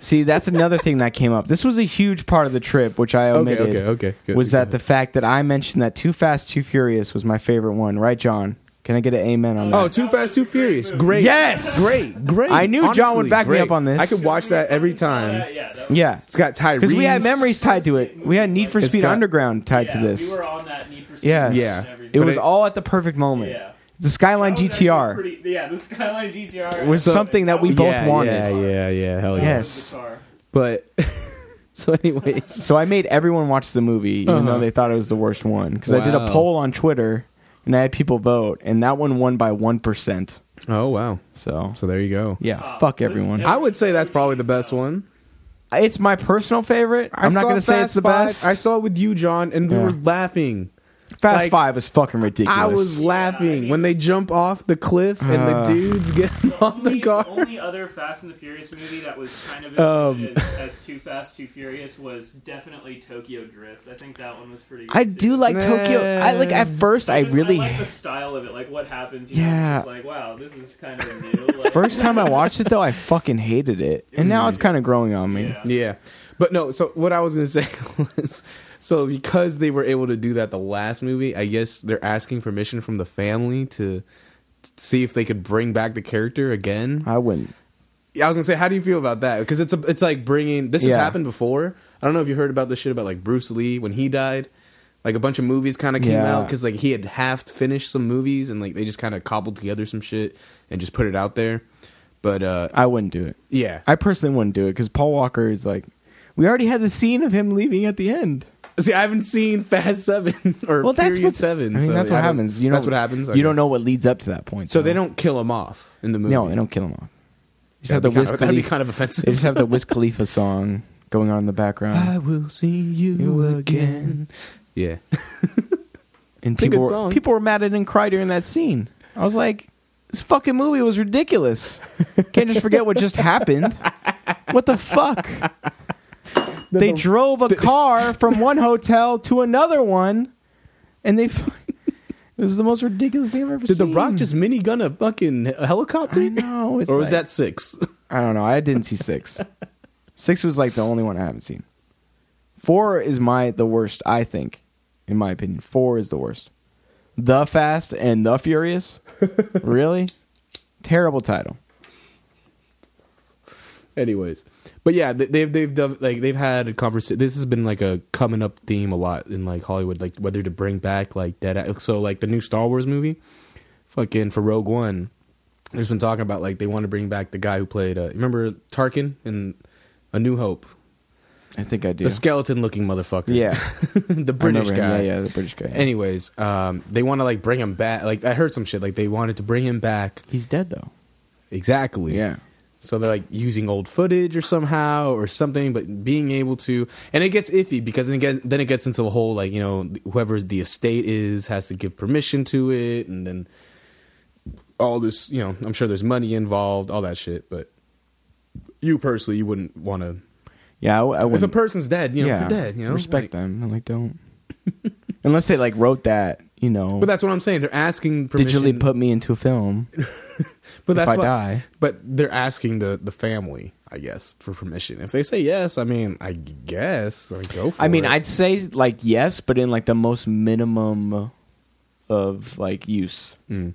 Speaker 2: See, that's another thing that came up. This was a huge part of the trip, which I
Speaker 1: okay,
Speaker 2: omitted.
Speaker 1: okay, okay. Good,
Speaker 2: was
Speaker 1: go
Speaker 2: that the
Speaker 1: ahead.
Speaker 2: fact that I mentioned that Too Fast, Too Furious was my favorite one, right, John? Can I get an amen on that?
Speaker 1: Oh, Too Fast, Too Furious. Great.
Speaker 2: Yes!
Speaker 1: Great. Great.
Speaker 2: I knew John
Speaker 1: Honestly,
Speaker 2: would back me
Speaker 1: great.
Speaker 2: up on this.
Speaker 1: I could watch that every time.
Speaker 3: Yeah. That was,
Speaker 2: yeah,
Speaker 1: It's got Tyrese.
Speaker 2: because we had memories tied to it. We had Need for
Speaker 1: It's
Speaker 2: Speed
Speaker 1: got-
Speaker 2: Underground tied
Speaker 3: yeah,
Speaker 2: to this.
Speaker 3: We were on that Need for Speed
Speaker 2: yeah,
Speaker 3: list
Speaker 1: Yeah.
Speaker 3: and
Speaker 2: It
Speaker 3: everything.
Speaker 1: But
Speaker 2: was
Speaker 1: it-
Speaker 2: all at the perfect moment.
Speaker 3: Yeah.
Speaker 2: The Skyline
Speaker 3: That was actually
Speaker 2: GTR
Speaker 3: pretty- yeah, the Skyline GTR
Speaker 2: was
Speaker 1: So-
Speaker 2: something that we
Speaker 1: Yeah,
Speaker 2: both
Speaker 1: yeah,
Speaker 2: wanted.
Speaker 1: Yeah, yeah, hell yeah.
Speaker 2: Yes.
Speaker 1: But so, anyways,
Speaker 2: So I made everyone watch the movie, even
Speaker 1: Uh-huh.
Speaker 2: though they thought it was the worst one, because I did
Speaker 1: Wow.
Speaker 2: a poll on Twitter and I had people vote, and that one won by one percent.
Speaker 1: oh wow.
Speaker 2: So
Speaker 1: So there you go.
Speaker 2: yeah,
Speaker 3: Top.
Speaker 2: fuck everyone.
Speaker 1: I would say that's probably the best one.
Speaker 2: it's my personal favorite.
Speaker 1: I
Speaker 2: I'm not
Speaker 1: saw
Speaker 2: going to say
Speaker 1: Fast
Speaker 2: it's the
Speaker 1: Five.
Speaker 2: best.
Speaker 1: I saw it with you, John, and we
Speaker 2: Yeah.
Speaker 1: were laughing.
Speaker 2: Fast
Speaker 1: like-
Speaker 2: Five is fucking ridiculous.
Speaker 1: I was laughing when they jump off the cliff and the
Speaker 2: Uh.
Speaker 1: dudes get off the
Speaker 3: only,
Speaker 1: car.
Speaker 3: only other Fast and the Furious movie that was kind of
Speaker 1: Um.
Speaker 3: as, as Too Fast, Too Furious was definitely Tokyo Drift. I think that one was pretty. Good
Speaker 2: I do
Speaker 3: too.
Speaker 2: like
Speaker 1: Nah.
Speaker 2: Tokyo. I like at first I
Speaker 3: Just-
Speaker 2: really
Speaker 3: like the style of it, like what happens. You
Speaker 2: Yeah.
Speaker 3: know, it's just like wow, this is kind of new. Like,
Speaker 2: first time I watched it though I fucking hated it, and now it's kind of growing on me.
Speaker 3: Yeah.
Speaker 1: Yeah. But no, so what I was going to say was so because they were able to do that the last movie, I guess they're asking permission from the family to see if they could bring back the character again.
Speaker 2: I wouldn't.
Speaker 1: Yeah, I was going to say how do you feel about that? Cuz it's a, it's like bringing this has
Speaker 2: Yeah.
Speaker 1: happened before. I don't know if you heard about this shit about like Bruce Lee when he died. Like a bunch of movies kind of came
Speaker 2: Yeah.
Speaker 1: out cuz like he had half finished some movies and like they just kind of cobbled together some shit and just put it out there. But uh
Speaker 2: I wouldn't do it.
Speaker 1: yeah.
Speaker 2: I personally wouldn't do it because Paul Walker is like, we already had the scene of him leaving at the end.
Speaker 1: See, I haven't seen Fast Seven or
Speaker 2: Well, that's
Speaker 1: Furious
Speaker 2: what
Speaker 1: Seven.
Speaker 2: I mean,
Speaker 1: so
Speaker 2: that's what
Speaker 1: don't-
Speaker 2: happens. You know,
Speaker 1: that's what happens. Okay.
Speaker 2: You don't know what leads up to that point.
Speaker 1: So
Speaker 2: though.
Speaker 1: they don't kill him off in the movie.
Speaker 2: No, they don't kill him off. You just have
Speaker 1: That'd,
Speaker 2: the
Speaker 1: be kind,
Speaker 2: Wiz
Speaker 1: of, that'd be
Speaker 2: Khalifa.
Speaker 1: kind of
Speaker 2: They just
Speaker 1: offensive.
Speaker 2: have the Wiz Khalifa song going on in the background.
Speaker 1: will see you
Speaker 2: again.
Speaker 1: Yeah,
Speaker 2: And
Speaker 1: It's a good
Speaker 2: people, were-
Speaker 1: song.
Speaker 2: people were mad I didn't cry during that scene. I was like, this fucking movie was ridiculous. Can't just forget what just happened. What the fuck? They drove a car from one hotel to another one, and they. f- It was the most ridiculous thing I've ever
Speaker 1: Did The
Speaker 2: seen.
Speaker 1: Rock just minigun a fucking he- helicopter?
Speaker 2: I know. It's
Speaker 1: Or was
Speaker 2: like-
Speaker 1: that six?
Speaker 2: I don't know. I didn't see six. six was like the only one I haven't seen. Four is my the worst. I think, in my opinion, four is the worst. The Fast and the Furious, really terrible title.
Speaker 1: Anyways, but yeah, they- they've they've done like they've had a conversation. This has been like a coming up theme a lot in like Hollywood, like whether to bring back like that. So like the new Star Wars movie, fucking for Rogue One, there's been talking about like they want to bring back the guy who played. Uh, remember Tarkin in A New Hope,
Speaker 2: I think I do.
Speaker 1: the skeleton looking motherfucker.
Speaker 2: yeah,
Speaker 1: the
Speaker 2: I remember
Speaker 1: British
Speaker 2: him.
Speaker 1: guy.
Speaker 2: Yeah, yeah, the British guy.
Speaker 1: Anyways, um, they want to like bring him back. Like I heard some shit. Like they wanted to bring him back
Speaker 2: He's dead though.
Speaker 1: exactly.
Speaker 2: Yeah,
Speaker 1: So they're like using old footage or somehow or something, but being able to, and it gets iffy because then it gets, then it gets into the whole like you know whoever the estate is has to give permission to it, and then all this you know I'm sure there's money involved, all that shit. But you personally, you wouldn't want to.
Speaker 2: yeah. I, w- I
Speaker 1: If a
Speaker 2: wouldn't-
Speaker 1: person's dead, you know,
Speaker 2: yeah,
Speaker 1: if they're dead, you know,
Speaker 2: respect
Speaker 1: like-
Speaker 2: them. Like don't. Unless they like wrote that, you know,
Speaker 1: but that's what I'm saying. They're asking permission.
Speaker 2: digitally put me into a film.
Speaker 1: but that's
Speaker 2: if I
Speaker 1: what-
Speaker 2: die.
Speaker 1: But they're asking the the family, I guess, for permission. If they say yes, I mean, I guess like, go for it.
Speaker 2: I mean, I'd say like yes, but in like the most minimum of like use,
Speaker 1: Mm.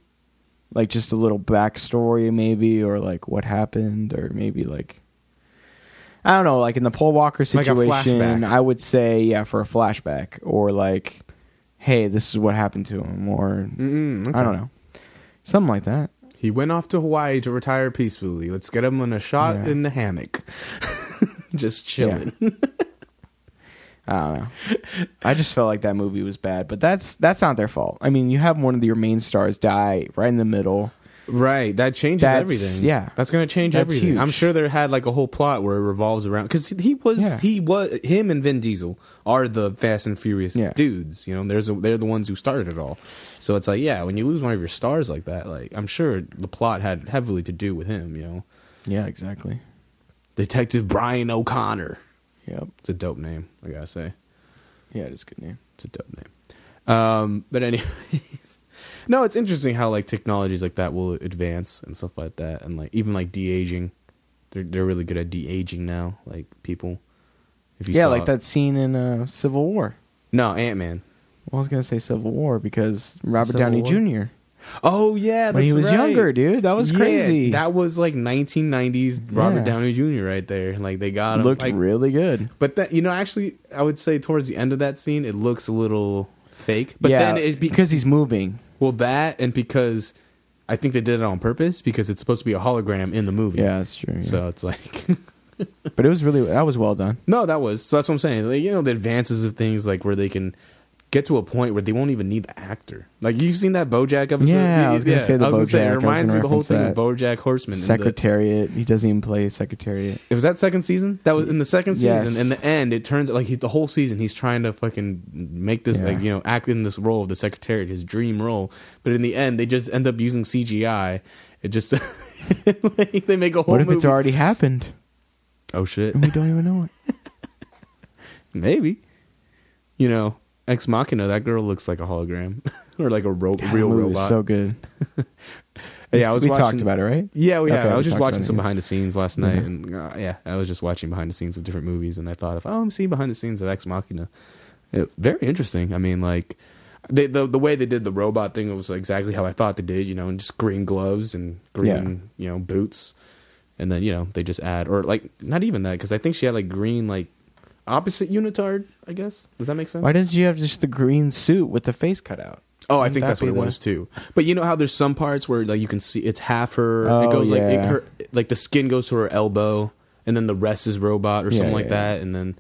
Speaker 2: like just a little backstory maybe, or like what happened, or maybe like I don't know, like in the Paul Walker
Speaker 1: Like a
Speaker 2: situation,
Speaker 1: flashback.
Speaker 2: I would say yeah for a flashback, or like hey, this is what happened to him, or
Speaker 1: Mm-mm,
Speaker 2: I
Speaker 1: Hmm, okay.
Speaker 2: don't know, something like that.
Speaker 1: He went off to Hawaii to retire peacefully. Let's get him in a shot
Speaker 2: Yeah.
Speaker 1: in the hammock. Just chilling.
Speaker 2: I don't know. I just felt like that movie was bad, but that's that's not their fault. I mean, you have one of your main stars die right in the middle.
Speaker 1: Right. That changes
Speaker 2: That's-
Speaker 1: everything.
Speaker 2: yeah.
Speaker 1: That's going to change
Speaker 2: That's
Speaker 1: everything. I'm
Speaker 2: huge.
Speaker 1: sure there had like a whole plot where it revolves around cuz he was
Speaker 2: Yeah.
Speaker 1: he was him and Vin Diesel are the Fast and Furious
Speaker 2: Yeah.
Speaker 1: dudes, you know. There's a, they're the ones who started it all. So it's like, yeah, when you lose one of your stars like that, like I'm sure the plot had heavily to do with him, you know.
Speaker 2: Yeah, exactly.
Speaker 1: Detective Brian O'Connor.
Speaker 2: Yep.
Speaker 1: It's a dope name, I got to say.
Speaker 2: Yeah, it is a good name.
Speaker 1: It's a dope name. Um, but anyways, no, it's interesting how like technologies like that will advance and stuff like that, and like even like de aging, they're they're really good at de aging now. Like people, if you
Speaker 2: yeah,
Speaker 1: saw-
Speaker 2: like that scene in uh, Civil War.
Speaker 1: No, Ant Man.
Speaker 2: Well, I was gonna say Civil War because Robert
Speaker 1: Civil
Speaker 2: Downey
Speaker 1: War?
Speaker 2: Jr.
Speaker 1: Oh yeah, that's
Speaker 2: when he was
Speaker 1: right.
Speaker 2: younger, dude, that was
Speaker 1: Yeah,
Speaker 2: crazy.
Speaker 1: That was like 1990s Robert
Speaker 2: Yeah.
Speaker 1: Downey Jr. right there. Like they got him.
Speaker 2: looked
Speaker 1: like,
Speaker 2: really good.
Speaker 1: But that you know, actually, I would say towards the end of that scene, it looks a little fake. But
Speaker 2: yeah,
Speaker 1: then it be-
Speaker 2: because he's moving.
Speaker 1: Well, that and because I think they did it on purpose because it's supposed to be a hologram in the movie.
Speaker 2: Yeah, that's true. yeah.
Speaker 1: So it's like,
Speaker 2: but it was really that was well done.
Speaker 1: no, that was so. That's what I'm saying. Like, you know, the advances of things like where they can get to a point where they won't even need the actor. Like you've seen that BoJack episode.
Speaker 2: Yeah, I was gonna say the
Speaker 1: I was gonna
Speaker 2: BoJack.
Speaker 1: it
Speaker 2: I
Speaker 1: reminds
Speaker 2: was
Speaker 1: me
Speaker 2: gonna
Speaker 1: of the whole thing
Speaker 2: reference
Speaker 1: of BoJack Horseman. in the-
Speaker 2: Secretariat. he doesn't even play Secretariat.
Speaker 1: It was that second season? That was in the second
Speaker 2: Yes.
Speaker 1: season. In the end, it turns like he, the whole season he's trying to fucking make this
Speaker 2: Yeah.
Speaker 1: like you know act in this role of the secretary, his dream role. But in the end, they just end up using CGI. It just like, they make a whole
Speaker 2: What if
Speaker 1: movie.
Speaker 2: it's already happened
Speaker 1: oh shit,
Speaker 2: and we don't even know it?
Speaker 1: maybe. You know, Ex Machina. That girl looks like a hologram or like a ro-
Speaker 2: God,
Speaker 1: real
Speaker 2: that Ah, movie was
Speaker 1: robot.
Speaker 2: So good.
Speaker 1: yeah, I was
Speaker 2: we
Speaker 1: watching,
Speaker 2: talked about it, right?
Speaker 1: Yeah, well, yeah.
Speaker 2: Okay,
Speaker 1: I
Speaker 2: we
Speaker 1: was just
Speaker 2: talked
Speaker 1: watching
Speaker 2: about it,
Speaker 1: some
Speaker 2: yeah.
Speaker 1: behind the scenes last night,
Speaker 2: Mhm.
Speaker 1: and uh, yeah, I was just watching behind the scenes of different movies, and I thought, if oh, I'm seeing behind the scenes of Ex Machina, It- very interesting. I mean, like they, the the way they did the robot thing was exactly how I thought they did, you know, and just green gloves and green, you know, boots, and then you know they just add or like not even that because I think she had like green like opposite unitard. I guess does that make sense?
Speaker 2: Why does you have just the green suit with the face cut out?
Speaker 1: Oh, I
Speaker 2: Wouldn't
Speaker 1: think
Speaker 2: that
Speaker 1: that's what
Speaker 2: be
Speaker 1: it
Speaker 2: the-
Speaker 1: was too. But you know how there's some parts where like you can see it's half her.
Speaker 2: Oh,
Speaker 1: it goes like it,
Speaker 2: yeah.
Speaker 1: her, like the skin goes to her elbow, and then the rest is robot or
Speaker 2: Yeah,
Speaker 1: something
Speaker 2: yeah,
Speaker 1: like
Speaker 2: yeah.
Speaker 1: that. And then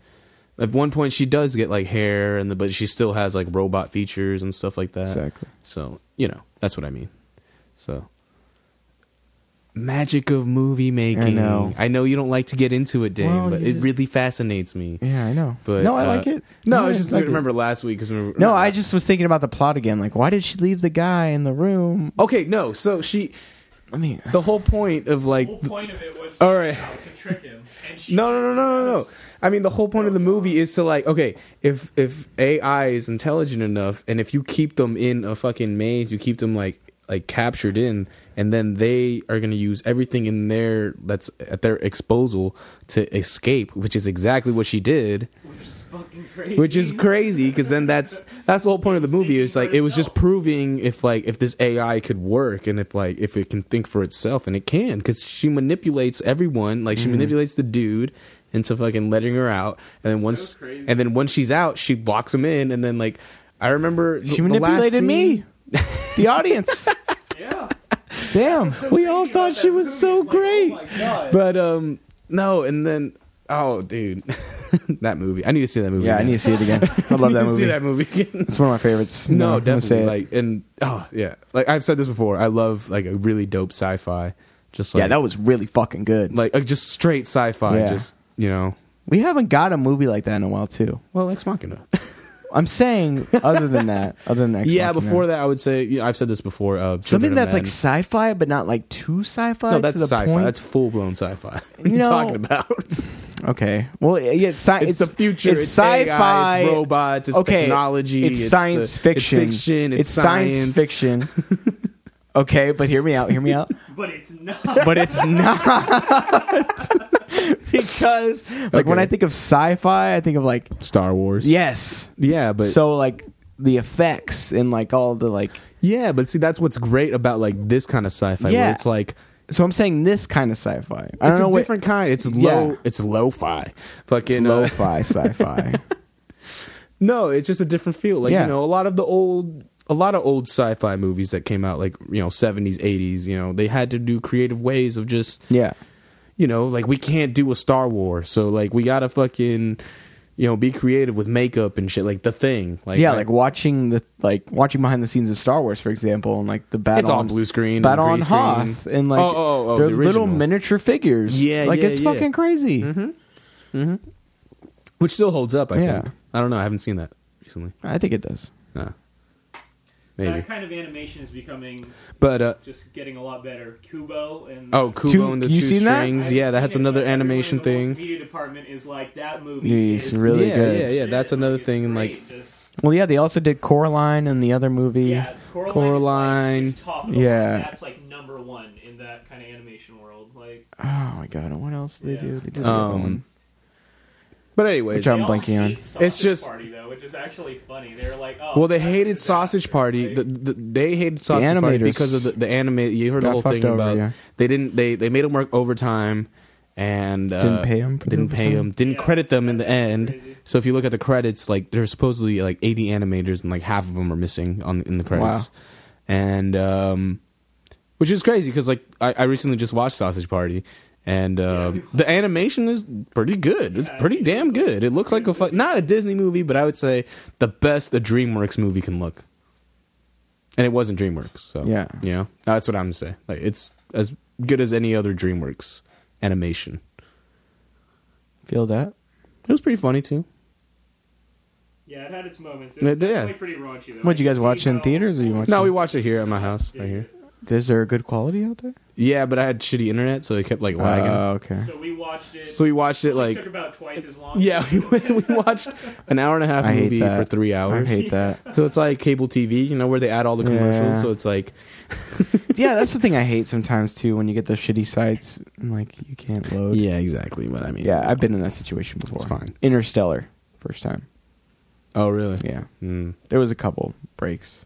Speaker 1: at one point she does get like hair, and the, but she still has like robot features and stuff like that.
Speaker 2: Exactly.
Speaker 1: So you know that's what I mean. So magic of movie making.
Speaker 2: I know.
Speaker 1: you don't like to get into it, Dave,
Speaker 2: Well,
Speaker 1: but
Speaker 2: you
Speaker 1: it
Speaker 2: just-
Speaker 1: really fascinates me.
Speaker 2: Yeah, I know.
Speaker 1: But,
Speaker 2: no, I
Speaker 1: uh,
Speaker 2: like it.
Speaker 1: No,
Speaker 2: Yeah,
Speaker 1: I just
Speaker 2: like it.
Speaker 1: remember last week because we
Speaker 2: No, I just was thinking about the plot again. Like, why did she leave the guy in the room?
Speaker 1: okay. No, so she
Speaker 2: I mean,
Speaker 1: the whole point of
Speaker 3: The
Speaker 1: like
Speaker 3: whole point of it was
Speaker 1: All right.
Speaker 3: to trick him. And she
Speaker 1: No, no, no, no, no, no. I mean, the whole point of the movie is to like, okay, if if AI is intelligent enough, and if you keep them in a fucking maze, you keep them like like captured in, and then they are gonna use everything in their that's at their disposal to escape, which is exactly what she did,
Speaker 3: Which is fucking crazy.
Speaker 1: which is crazy because then that's that's the whole point of the movie. It's like it was just proving if like if this AI could work and if like if it can think for itself, and it can because she manipulates everyone. Like she
Speaker 2: Mm-hmm.
Speaker 1: manipulates the dude into fucking letting her out, and then once
Speaker 3: crazy.
Speaker 1: and then once she's out, she locks him in, and then like I remember
Speaker 2: she manipulated me, the audience.
Speaker 3: Yeah.
Speaker 2: Damn.
Speaker 3: So
Speaker 1: We all
Speaker 3: thinking about
Speaker 1: thought she
Speaker 3: that
Speaker 1: was
Speaker 3: movie,
Speaker 1: so
Speaker 3: it's like,
Speaker 1: great.
Speaker 3: Oh my god.
Speaker 1: But um no, and then oh dude, that movie. I need to see that movie.
Speaker 2: Yeah, I need to see it again. I
Speaker 1: I
Speaker 2: love
Speaker 1: need
Speaker 2: that
Speaker 1: to see
Speaker 2: movie.
Speaker 1: that movie again.
Speaker 2: It's one of my favorites.
Speaker 1: No,
Speaker 2: I'm gonna say
Speaker 1: definitely.
Speaker 2: it.
Speaker 1: Like and oh yeah, like I've said this before. I love like a really dope sci-fi. Just like
Speaker 2: yeah, that was really fucking good.
Speaker 1: like uh, just straight sci-fi.
Speaker 2: Yeah.
Speaker 1: Just you know,
Speaker 2: we haven't got a movie like that in a while, too.
Speaker 1: well, Ex Machina.
Speaker 2: I'm saying, other than that, other than Ex
Speaker 1: yeah,
Speaker 2: Machina.
Speaker 1: before that, I would say yeah, I've said this before. Uh,
Speaker 2: something
Speaker 1: Children of
Speaker 2: that's
Speaker 1: Men.
Speaker 2: like sci-fi, but not like too sci-fi.
Speaker 1: no,
Speaker 2: to
Speaker 1: that's
Speaker 2: the
Speaker 1: sci-fi.
Speaker 2: point-
Speaker 1: That's full-blown sci-fi. What are
Speaker 2: You
Speaker 1: you
Speaker 2: know,
Speaker 1: talking about? It's,
Speaker 2: okay. Well, yeah, it's, sci-
Speaker 1: the future. It's, AI, it's robots. It's
Speaker 2: okay,
Speaker 1: technology.
Speaker 2: It's,
Speaker 1: the-
Speaker 2: science fiction.
Speaker 1: It's fiction. It's, science.
Speaker 2: science, fiction. okay, but hear me out. Hear me out.
Speaker 3: But it's not.
Speaker 2: But it's not because, like, when
Speaker 1: Okay.
Speaker 2: I think of sci-fi, I think of like
Speaker 1: Star Wars.
Speaker 2: yes.
Speaker 1: yeah, but
Speaker 2: so like the effects and like all the like.
Speaker 1: yeah, but see, that's what's great about like this kind of sci-fi.
Speaker 2: Yeah.
Speaker 1: where it's like
Speaker 2: So I'm saying this kind of sci-fi. I
Speaker 1: It's
Speaker 2: don't
Speaker 1: a
Speaker 2: know what
Speaker 1: different kind. It's low.
Speaker 2: Yeah.
Speaker 1: It's lo-fi. Fucking uh,
Speaker 2: lo-fi sci-fi.
Speaker 1: no. It's just a different feel. Like
Speaker 2: Yeah.
Speaker 1: you know, a lot of the old, a lot of old sci-fi movies that came out, like you know, seventies, eighties. You know, they had to do creative ways of just
Speaker 2: yeah.
Speaker 1: you know, like we can't do a Star Wars, so like we gotta fucking you know be creative with makeup and shit, like the thing. Like
Speaker 2: yeah,
Speaker 1: I-
Speaker 2: like watching the like watching behind the scenes of Star Wars, for example, and like the battle.
Speaker 1: it's all
Speaker 2: on,
Speaker 1: blue screen,
Speaker 2: battle
Speaker 1: and
Speaker 2: on
Speaker 1: green screen.
Speaker 2: Hoth, and like
Speaker 1: oh, oh, oh,
Speaker 2: they're
Speaker 1: the
Speaker 2: little
Speaker 1: original.
Speaker 2: miniature figures.
Speaker 1: Yeah,
Speaker 2: like
Speaker 1: yeah,
Speaker 2: it's
Speaker 1: yeah. Mm-hmm.
Speaker 2: fucking crazy.
Speaker 1: which still holds up. I
Speaker 2: Yeah.
Speaker 1: think. I don't know. I haven't seen that recently.
Speaker 2: I think it does.
Speaker 1: Nah. Maybe,
Speaker 3: That kind of animation is becoming
Speaker 1: but uh,
Speaker 3: just getting a lot better. Kubo and
Speaker 1: Oh,
Speaker 2: Two-
Speaker 1: Kubo and the
Speaker 2: you
Speaker 1: Two
Speaker 2: seen that?
Speaker 1: Strings.
Speaker 3: I've
Speaker 1: Yeah,
Speaker 3: seen
Speaker 1: that's
Speaker 3: it,
Speaker 1: another
Speaker 3: and everyone in
Speaker 1: animation
Speaker 3: the
Speaker 1: thing.
Speaker 3: Walt's Media department is like that movie.
Speaker 2: He's
Speaker 3: is
Speaker 2: really
Speaker 1: yeah,
Speaker 2: good.
Speaker 1: yeah, yeah. That's
Speaker 3: shit,
Speaker 1: another
Speaker 3: like,
Speaker 1: thing.
Speaker 3: it's
Speaker 1: Like,
Speaker 3: great, just-
Speaker 2: Well, yeah, they also did Coraline in the other movie.
Speaker 3: yeah, Coraline.
Speaker 1: Coraline.
Speaker 3: Is like, is top of the
Speaker 2: Yeah.
Speaker 3: line. that's like number one in that kind of animation world. Like,
Speaker 2: Oh my god, and what else did they do?
Speaker 3: Yeah.
Speaker 2: They did the other
Speaker 1: Um,
Speaker 2: one.
Speaker 1: but anyways,
Speaker 2: Which I'm
Speaker 3: they all
Speaker 2: blanking
Speaker 3: hate
Speaker 2: on.
Speaker 3: Sausage
Speaker 1: It's just-
Speaker 3: party though, which is actually funny. They're like, oh,
Speaker 1: well, they
Speaker 3: that's a
Speaker 1: hated
Speaker 3: disaster,
Speaker 1: Sausage Party.
Speaker 3: right?
Speaker 1: The, the, they hated Sausage Party
Speaker 2: animators
Speaker 1: because of the, the anime. You heard the
Speaker 2: got
Speaker 1: whole
Speaker 2: fucked
Speaker 1: thing
Speaker 2: over,
Speaker 1: about
Speaker 2: yeah.
Speaker 1: they didn't they they made them work overtime and uh,
Speaker 2: Didn't pay 'em for
Speaker 1: didn't
Speaker 2: the
Speaker 1: pay
Speaker 2: overtime?
Speaker 1: them didn't
Speaker 3: Yeah,
Speaker 1: credit them in the
Speaker 3: that's
Speaker 1: end.
Speaker 3: crazy.
Speaker 1: So if you look at the credits, like there's supposedly like 80 animators and like half of them are missing on in the credits, and um, which is crazy because like I, I recently just watched Sausage Party. And um, the animation is pretty good. It's
Speaker 3: Yeah,
Speaker 1: pretty
Speaker 3: it
Speaker 1: damn
Speaker 3: looks like
Speaker 1: good. It looks like a fu- not a Disney movie, but I would say the best a DreamWorks movie can look. And it wasn't DreamWorks, so
Speaker 2: Yeah.
Speaker 1: you know that's what I'm gonna say. Like it's as good as any other DreamWorks animation.
Speaker 2: Feel that?
Speaker 1: It was pretty funny too.
Speaker 3: yeah, it had its moments. It
Speaker 1: Yeah,
Speaker 3: was
Speaker 1: yeah.
Speaker 3: definitely pretty raunchy though.
Speaker 2: What'd you
Speaker 3: I
Speaker 2: guys
Speaker 3: can
Speaker 2: watch
Speaker 3: see
Speaker 2: in
Speaker 3: how-
Speaker 2: theaters, or you watch-
Speaker 1: No, we watched it here at my house, right here.
Speaker 2: Is there a good quality out there?
Speaker 1: Yeah, but I had shitty internet, so it kept like lagging.
Speaker 2: Oh, okay.
Speaker 3: So we watched it.
Speaker 1: so we watched it
Speaker 3: took
Speaker 1: like
Speaker 3: about twice as long.
Speaker 1: yeah, we, we watched an hour and a half
Speaker 2: I hate
Speaker 1: movie
Speaker 2: that.
Speaker 1: for three
Speaker 2: I
Speaker 1: hours.
Speaker 2: hate that.
Speaker 1: So it's like cable TV, you know, where they add all the commercials.
Speaker 2: Yeah.
Speaker 1: So it's like
Speaker 2: yeah, that's the thing I hate sometimes too. When you get those shitty sites, and like you can't load.
Speaker 1: yeah, exactly. But I mean,
Speaker 2: Yeah, I've been in that situation before.
Speaker 1: It's fine.
Speaker 2: Interstellar, first time.
Speaker 1: Oh really?
Speaker 2: Yeah,
Speaker 1: Mm.
Speaker 2: there was a couple breaks,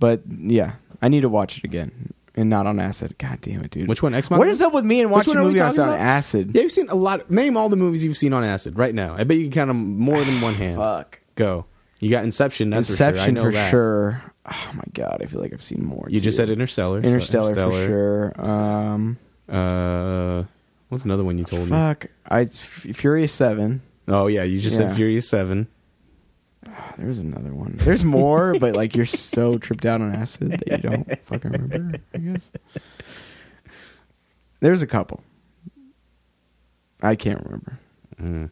Speaker 2: but yeah, I need to watch it again and not on acid. God damn it, dude!
Speaker 1: Which one? X Men.
Speaker 2: what is up with me and
Speaker 1: Which
Speaker 2: watching
Speaker 1: one are we
Speaker 2: movies on
Speaker 1: talking about?
Speaker 2: acid?
Speaker 1: Yeah, you've seen a lot. Name all the movies you've seen on acid right now. I bet you can count them more than one hand.
Speaker 2: Fuck.
Speaker 1: Go. You got Inception. That's
Speaker 2: Inception
Speaker 1: for sure. I know that.
Speaker 2: sure. Oh my god, I feel like I've seen more.
Speaker 1: You just
Speaker 2: too.
Speaker 1: said Interstellar. so
Speaker 2: Interstellar, for sure. Um,
Speaker 1: Uh, what's another one you told me?
Speaker 2: fuck, I it's F- Furious Seven.
Speaker 1: Oh yeah, you just
Speaker 2: Yeah.
Speaker 1: said Furious Seven.
Speaker 2: Ah, There was another one. There's more, but like you're so tripped out on acid that you don't fucking remember. I guess. There's a couple. I can't remember.
Speaker 1: Mm.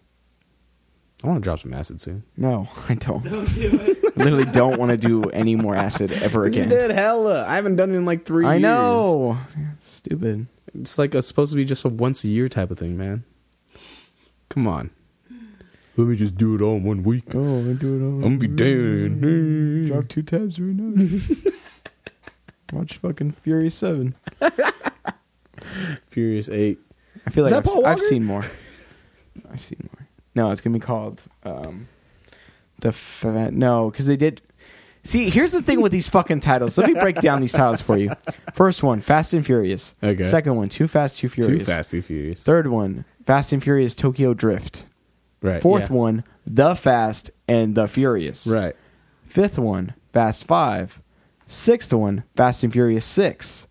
Speaker 1: I want to drop some acid soon.
Speaker 2: No, I don't.
Speaker 3: Don't do it.
Speaker 2: I literally don't want to do any more acid ever
Speaker 1: You
Speaker 2: again.
Speaker 1: did hella. I haven't done it in like three.
Speaker 2: I
Speaker 1: years.
Speaker 2: know. Stupid.
Speaker 1: It's like a, supposed to be just a once a year type of thing, man. Come on. Let me just do it all in one week.
Speaker 2: Oh, I do it all.
Speaker 1: I'm gonna be damned.
Speaker 2: Drop two tabs right now. Watch fucking Fury Seven.
Speaker 1: Furious Eight.
Speaker 2: I feel
Speaker 1: Is
Speaker 2: like
Speaker 1: that
Speaker 2: I've,
Speaker 1: Paul
Speaker 2: I've
Speaker 1: Walker?
Speaker 2: seen more. I've seen more. No, it's gonna be called um, the fa- no, because they did. See, here's the thing with these fucking titles. Let me break down these titles for you. First one, Fast and Furious.
Speaker 1: Okay.
Speaker 2: Second one, Too Fast, Too Furious.
Speaker 1: Too fast, too furious.
Speaker 2: Third one, Fast and Furious Tokyo Drift.
Speaker 1: right.
Speaker 2: Fourth
Speaker 1: yeah.
Speaker 2: one, The Fast and the Furious.
Speaker 1: Right.
Speaker 2: Fifth one, Fast Five. Sixth one, Fast and Furious Six.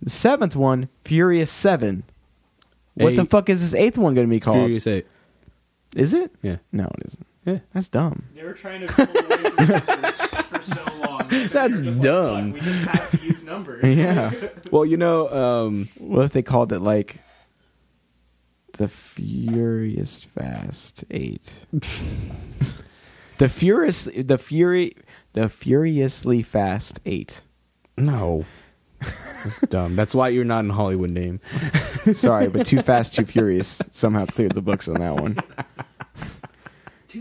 Speaker 2: The seventh one, Furious Seven. What the
Speaker 1: Eight.
Speaker 2: fuck is this eighth one going to be
Speaker 1: It's
Speaker 2: called?
Speaker 1: Furious Eight.
Speaker 2: Is it?
Speaker 1: Yeah.
Speaker 2: No, it isn't.
Speaker 1: Yeah.
Speaker 2: That's dumb.
Speaker 3: They were trying to pull away from numbers for so long. They're
Speaker 1: That's
Speaker 3: just like,
Speaker 1: dumb.
Speaker 3: "Fuck, we just have to use numbers.
Speaker 2: Yeah.
Speaker 1: Well, you know, um,
Speaker 2: what if they called it like the Furious Fast Eight? the Furious, the Fury, the Furiously Fast Eight.
Speaker 1: no. That's dumb. That's why you're not in Hollywood name.
Speaker 2: Sorry, but Too Fast, Too Furious somehow cleared the books on that one.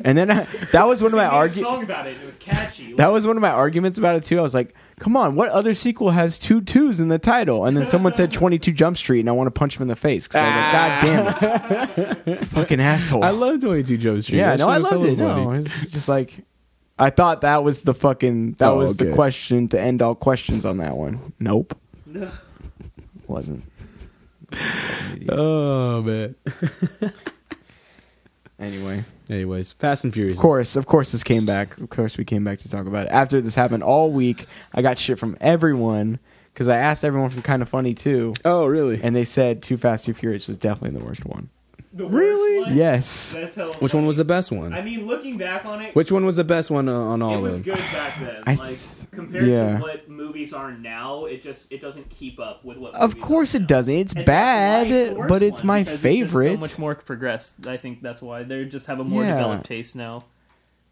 Speaker 2: And then I, that was one of
Speaker 3: They
Speaker 2: my
Speaker 3: made a
Speaker 2: arguments.
Speaker 3: song about it. and It was catchy.
Speaker 2: That was one of my arguments about it too. I was like, "Come on, what other sequel has two twos in the title?" And then someone said "Twenty Two Jump Street," and I want to punch him in the face 'cause I was like, "God damn it, fucking asshole!"
Speaker 1: I love 22 Jump Street.
Speaker 2: yeah,
Speaker 1: That
Speaker 2: no,
Speaker 1: shit
Speaker 2: I
Speaker 1: was
Speaker 2: loved
Speaker 1: hella
Speaker 2: it. No,
Speaker 1: funny.
Speaker 2: it's just like I thought that was the fucking that
Speaker 1: Oh,
Speaker 2: was the
Speaker 1: okay.
Speaker 2: question to end all questions on that one. Nope,
Speaker 3: No.
Speaker 2: wasn't.
Speaker 1: Oh man.
Speaker 2: Anyway,
Speaker 1: Anyways, Fast and Furious.
Speaker 2: of course, of course, this came back. Of course, we came back to talk about it. After this happened all week, I got shit from everyone because I asked everyone from Kind of Funny too.
Speaker 1: Oh really?
Speaker 2: and they said Too Fast Too Furious was definitely the worst one.
Speaker 3: The
Speaker 1: Really?
Speaker 3: Worst one?
Speaker 2: Yes,
Speaker 3: That's hella
Speaker 1: Which one
Speaker 3: funny.
Speaker 1: was the best one?
Speaker 3: I mean, looking back on it,
Speaker 1: Which one was the best one uh, on
Speaker 3: it
Speaker 1: all
Speaker 3: was
Speaker 1: of them?
Speaker 3: good back then.
Speaker 2: I-
Speaker 3: like compared
Speaker 2: yeah.
Speaker 3: to what movies are now, it just it doesn't keep up with what.
Speaker 2: of
Speaker 3: movies are
Speaker 2: course
Speaker 3: now.
Speaker 2: it doesn't. It's
Speaker 3: And that's
Speaker 2: bad,
Speaker 3: why the worst
Speaker 2: but it's
Speaker 3: one,
Speaker 2: my
Speaker 3: because it's just
Speaker 2: favorite.
Speaker 3: so much more progressed. I think that's why they just have a more
Speaker 2: Yeah.
Speaker 3: developed taste now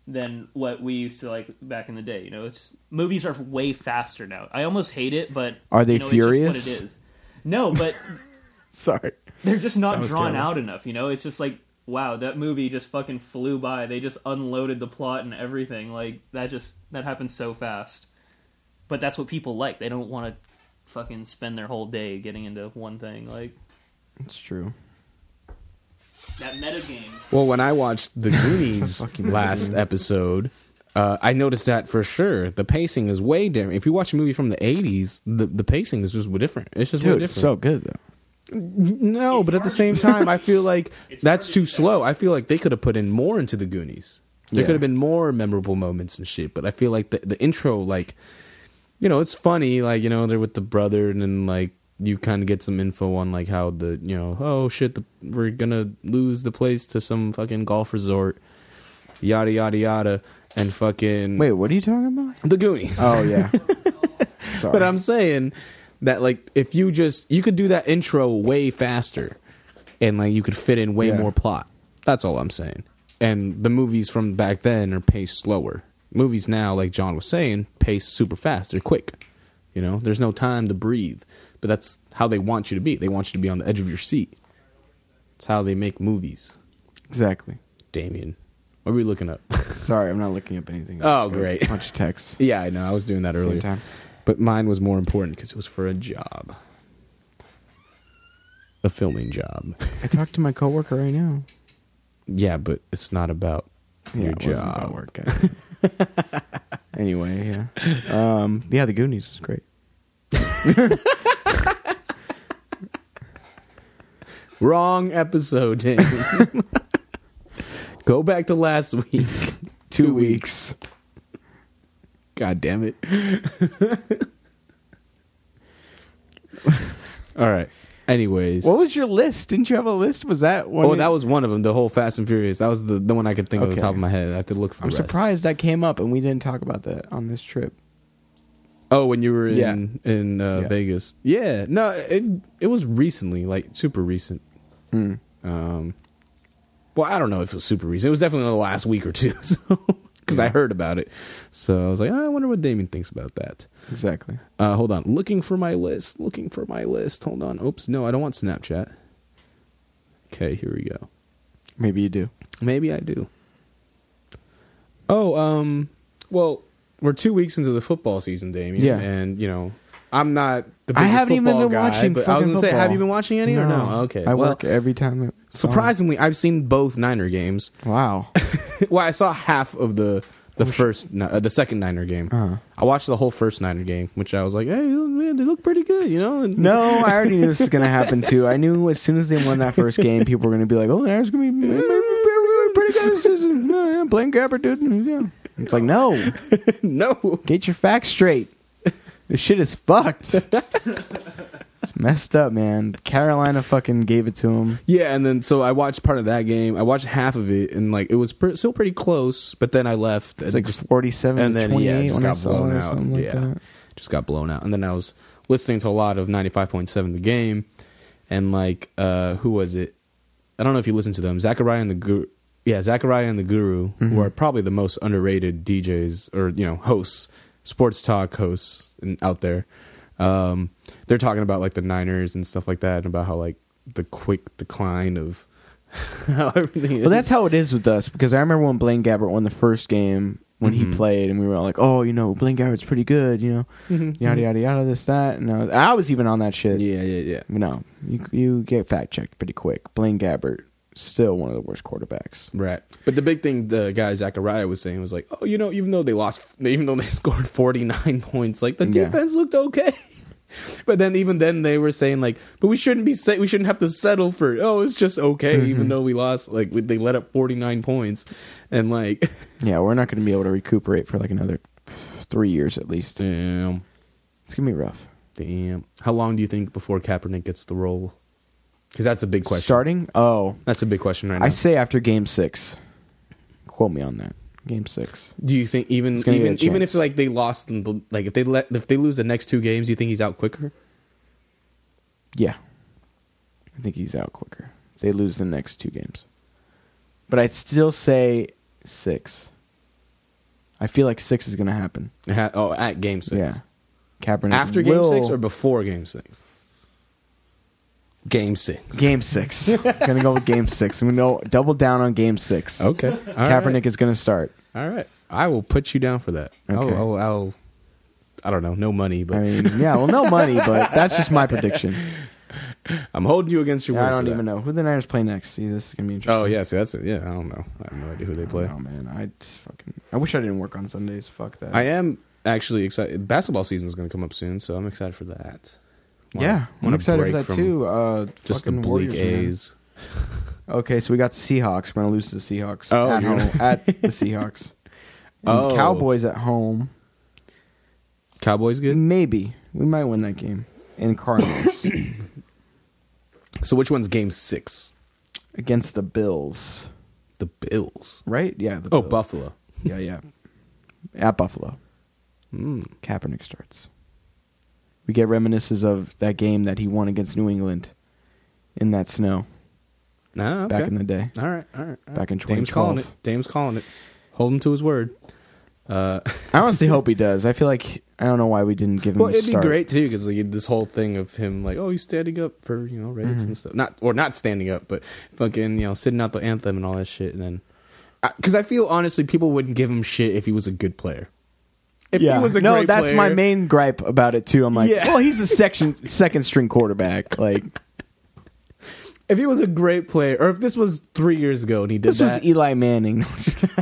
Speaker 3: than what we used to like back in the day. You know, it's movies are way faster now. I almost hate it, but
Speaker 2: Are they
Speaker 3: you know, it's just
Speaker 2: furious?
Speaker 3: what it is. No, but
Speaker 2: Sorry,
Speaker 3: they're just not
Speaker 2: was
Speaker 3: drawn
Speaker 2: terrible.
Speaker 3: out enough. You know, it's just like wow, that movie just fucking flew by. They just unloaded the plot and everything. Like that just that happens so fast. But that's what people like. They don't want to fucking spend their whole day getting into one thing. Like
Speaker 2: it's true.
Speaker 3: that meta game.
Speaker 1: Well, when I watched The Goonies
Speaker 2: Fucking
Speaker 1: last episode, uh, I noticed that for sure. The pacing is way different. If you watch a movie from the '80s, the, the pacing is just way different. It's just way
Speaker 2: Dude, it's
Speaker 1: different.
Speaker 2: so good though.
Speaker 1: no,
Speaker 3: It's
Speaker 1: but at
Speaker 3: hard
Speaker 1: the
Speaker 3: to
Speaker 1: same
Speaker 3: do.
Speaker 1: time, I feel like
Speaker 3: It's
Speaker 1: that's
Speaker 3: hard to
Speaker 1: too
Speaker 3: do that.
Speaker 1: slow. I feel like they could have put in more into The Goonies. There
Speaker 2: Yeah.
Speaker 1: could have been more memorable moments and shit. But I feel like the the intro, like, you know, it's funny. Like, you know, they're with the brother, and then like you kind of get some info on like how the you know, oh shit, the, we're gonna lose the place to some fucking golf resort yada yada yada, and fucking
Speaker 2: Wait, what are you talking about?
Speaker 1: the Goonies.
Speaker 2: Oh yeah. Sorry.
Speaker 1: But uh, I'm saying that like if you just you could do that intro way faster, and like you could fit in way
Speaker 2: Yeah.
Speaker 1: more plot. That's all I'm saying. And the movies from back then are paced slower. Movies now, like John was saying, pace super fast. They're quick. You know, there's no time to breathe. But that's how they want you to be. They want you to be on the edge of your seat. It's how they make movies.
Speaker 2: exactly.
Speaker 1: Damien, what are we looking up?
Speaker 2: Sorry, I'm not looking up anything.
Speaker 1: Oh,
Speaker 2: I just got
Speaker 1: great.
Speaker 2: A bunch of texts.
Speaker 1: yeah, I know. I was doing that
Speaker 2: Same
Speaker 1: earlier.
Speaker 2: time.
Speaker 1: But mine was more important because it was for a job. A filming job.
Speaker 2: I talked to my coworker right now.
Speaker 1: yeah, but it's not about
Speaker 2: Yeah,
Speaker 1: your
Speaker 2: it wasn't
Speaker 1: job.
Speaker 2: about work. I- anyway, yeah. Um, yeah, the Goonies was great.
Speaker 1: Wrong episode. Dan. Go back to last week. Two,
Speaker 2: Two
Speaker 1: weeks. God damn it. All right. Anyways.
Speaker 2: What was your list? Didn't you have a list? Was that one?
Speaker 1: Oh,
Speaker 2: of-
Speaker 1: that was one of them. The whole Fast and Furious. That was the, the one I could think of off the
Speaker 2: Okay.
Speaker 1: top of my head. I have to look for
Speaker 2: I'm
Speaker 1: the rest.
Speaker 2: surprised that came up and we didn't talk about that on this trip.
Speaker 1: Oh, when you were in
Speaker 2: Yeah.
Speaker 1: in uh,
Speaker 2: Yeah.
Speaker 1: Vegas. Yeah. No, it it was recently, like super recent.
Speaker 2: Mm.
Speaker 1: Um, well, I don't know if it was super recent. It was definitely in the last week or two, so because I heard about it, so I was like, "Oh, I wonder what Damien thinks about that.
Speaker 2: Exactly.
Speaker 1: Uh, hold on, looking for my list. Looking for my list. Hold on. Oops, no, I don't want Snapchat. Okay, here we go.
Speaker 2: Maybe you do.
Speaker 1: Maybe I do. Oh, um, well, we're two weeks into the football season, Damien.
Speaker 2: Yeah.
Speaker 1: And, you football guy, but I'm not the
Speaker 2: I
Speaker 1: biggest
Speaker 2: haven't even
Speaker 1: football
Speaker 2: been
Speaker 1: guy,
Speaker 2: watching
Speaker 1: but I was
Speaker 2: fucking
Speaker 1: gonna say, have
Speaker 2: football.
Speaker 1: you been watching any or no? Okay.
Speaker 2: I
Speaker 1: well,
Speaker 2: work every time. It,
Speaker 1: surprisingly, I've seen both Niner games.
Speaker 2: Oh, wow.
Speaker 1: well, I saw half of the the first, Ni- uh, the second Niner game.
Speaker 2: Oh, Uh-huh.
Speaker 1: I watched the whole first Niner game, which I was like, hey, man, they look pretty good, you know? And,
Speaker 2: No, I already knew this was gonna happen too. I knew as soon as they won that first game, people were gonna be like, "Oh, there's gonna be pretty good season." No, yeah, Blaine Gabbert, dude. Yeah. It's like, no,
Speaker 1: no.
Speaker 2: get your facts straight. This shit is fucked. it's messed up, man. Carolina fucking gave it to him.
Speaker 1: Yeah, and then so I watched part of that game. I watched half of it, and like it was pre- still pretty close. But then I left. and
Speaker 2: It's like
Speaker 1: just
Speaker 2: forty-seven
Speaker 1: and
Speaker 2: to
Speaker 1: then,
Speaker 2: twenty-eight
Speaker 1: yeah, it just
Speaker 2: when I
Speaker 1: got
Speaker 2: saw
Speaker 1: blown
Speaker 2: it or
Speaker 1: out.
Speaker 2: something like
Speaker 1: Yeah.
Speaker 2: that.
Speaker 1: just got blown out. And then I was listening to a lot of ninety five point seven, the game, and like uh who was it? I don't know if you listened to them. Zachariah and the Guru. Yeah, Zachariah and the Guru,
Speaker 2: Mm-hmm.
Speaker 1: who are probably the most underrated DJs or you know hosts, sports talk hosts in, out there. Um, they're talking about like the Niners and stuff like that, and about how like the quick decline of how everything.
Speaker 2: Well,
Speaker 1: is.
Speaker 2: that's how it is with us because I remember when Blaine Gabbert won the first game when
Speaker 1: Mhm.
Speaker 2: he played, and we were all like, "Oh, you know, Blaine Gabbert's pretty good," you know, yada yada yada, this that, and I was, I was even on that shit.
Speaker 1: Yeah, yeah, yeah.
Speaker 2: No, you you get fact checked pretty quick. Blaine Gabbert still one of the worst quarterbacks.
Speaker 1: Right. But the big thing the guy Zachariah was saying was like, oh, you know, even though they lost, even though they scored 49 points, like the
Speaker 2: Yeah.
Speaker 1: defense looked okay. But then even then they were saying like, but we shouldn't be set. We shouldn't have to settle for oh it's just okay
Speaker 2: Mm-hmm.
Speaker 1: even though we lost like we, they let up 49 points and like
Speaker 2: Yeah, we're not going to be able to recuperate for like another three years at least.
Speaker 1: damn
Speaker 2: It's gonna be rough.
Speaker 1: damn how long do you think before Kaepernick gets the role? Because that's a big question.
Speaker 2: Starting? Oh,
Speaker 1: That's a big question right now.
Speaker 2: I say after game six. Quote me on that. Game six.
Speaker 1: Do you think even
Speaker 2: It's gonna get
Speaker 1: even
Speaker 2: a
Speaker 1: even
Speaker 2: chance.
Speaker 1: if like they lost in the, like if they let if they lose the next two games, you think he's out quicker?
Speaker 2: Yeah, I think he's out quicker. They lose the next two games, but I'd still say six. I feel like six is gonna happen.
Speaker 1: Ha- Oh, at game six.
Speaker 2: Yeah, Kaepernick
Speaker 1: After game
Speaker 2: will-
Speaker 1: six or before game six? Game six.
Speaker 2: Game six. gonna go with game six. We know double down on game six.
Speaker 1: Okay. All right.
Speaker 2: Kaepernick is gonna start.
Speaker 1: All right. I will put you down for that.
Speaker 2: Okay.
Speaker 1: I'll, I'll, I'll, I don't know. No money, but
Speaker 2: I mean, yeah, well, no money, but that's just my prediction.
Speaker 1: I'm holding you against your will.
Speaker 2: I
Speaker 1: for
Speaker 2: don't
Speaker 1: that.
Speaker 2: even know who the Niners play next. See, this is gonna be interesting.
Speaker 1: Oh, yeah. See, that's it. Yeah. I don't know. I have no idea who they play.
Speaker 2: Oh man, I t- fucking. I wish I didn't work on Sundays. Fuck that.
Speaker 1: I am actually excited. Basketball season is going to come up soon, so I'm excited for that. Wanna-
Speaker 2: yeah, I'm
Speaker 1: wanna
Speaker 2: excited for
Speaker 1: break
Speaker 2: that
Speaker 1: from
Speaker 2: too. Uh,
Speaker 1: Just the
Speaker 2: fucking
Speaker 1: bleak
Speaker 2: Warriors, man.
Speaker 1: A's.
Speaker 2: Okay, so we got the Seahawks. We're gonna lose to the Seahawks.
Speaker 1: Oh,
Speaker 2: at,
Speaker 1: you're-
Speaker 2: home, at the Seahawks. And
Speaker 1: Oh.
Speaker 2: Cowboys at home.
Speaker 1: Cowboys good.
Speaker 2: Maybe we might win that game. And Cardinals
Speaker 1: So which one's game six?
Speaker 2: against the Bills.
Speaker 1: The Bills.
Speaker 2: Right? Yeah. The
Speaker 1: Oh,
Speaker 2: Bills.
Speaker 1: Buffalo.
Speaker 2: Yeah, yeah. At Buffalo,
Speaker 1: Mm.
Speaker 2: Kaepernick starts. We get reminiscences of that game that he won against New England in that snow
Speaker 1: Ah, okay.
Speaker 2: back in the day.
Speaker 1: All right, all right. all
Speaker 2: Back in
Speaker 1: right. Dame's calling it.
Speaker 2: 2012.
Speaker 1: Dame's calling it. Hold him to his word. Uh,
Speaker 2: I honestly hope he does. I feel like I don't know why we didn't give him.
Speaker 1: well,
Speaker 2: a
Speaker 1: it'd be
Speaker 2: start.
Speaker 1: great too because like, this whole thing of him like, oh, he's standing up for you know rights
Speaker 2: Mm-hmm.
Speaker 1: and stuff. Not or not standing up, but fucking you know sitting out the anthem and all that shit. And then because I, feel honestly, people wouldn't give him shit if he was a good player. If
Speaker 2: yeah.
Speaker 1: he was a
Speaker 2: no,
Speaker 1: great
Speaker 2: that's my
Speaker 1: player-
Speaker 2: main gripe about it too. I'm like,
Speaker 1: Yeah.
Speaker 2: well, he's a section second string quarterback. Like
Speaker 1: If he was a great player, or if this was three years ago and he did
Speaker 2: this was e-
Speaker 1: that-
Speaker 2: Eli Manning.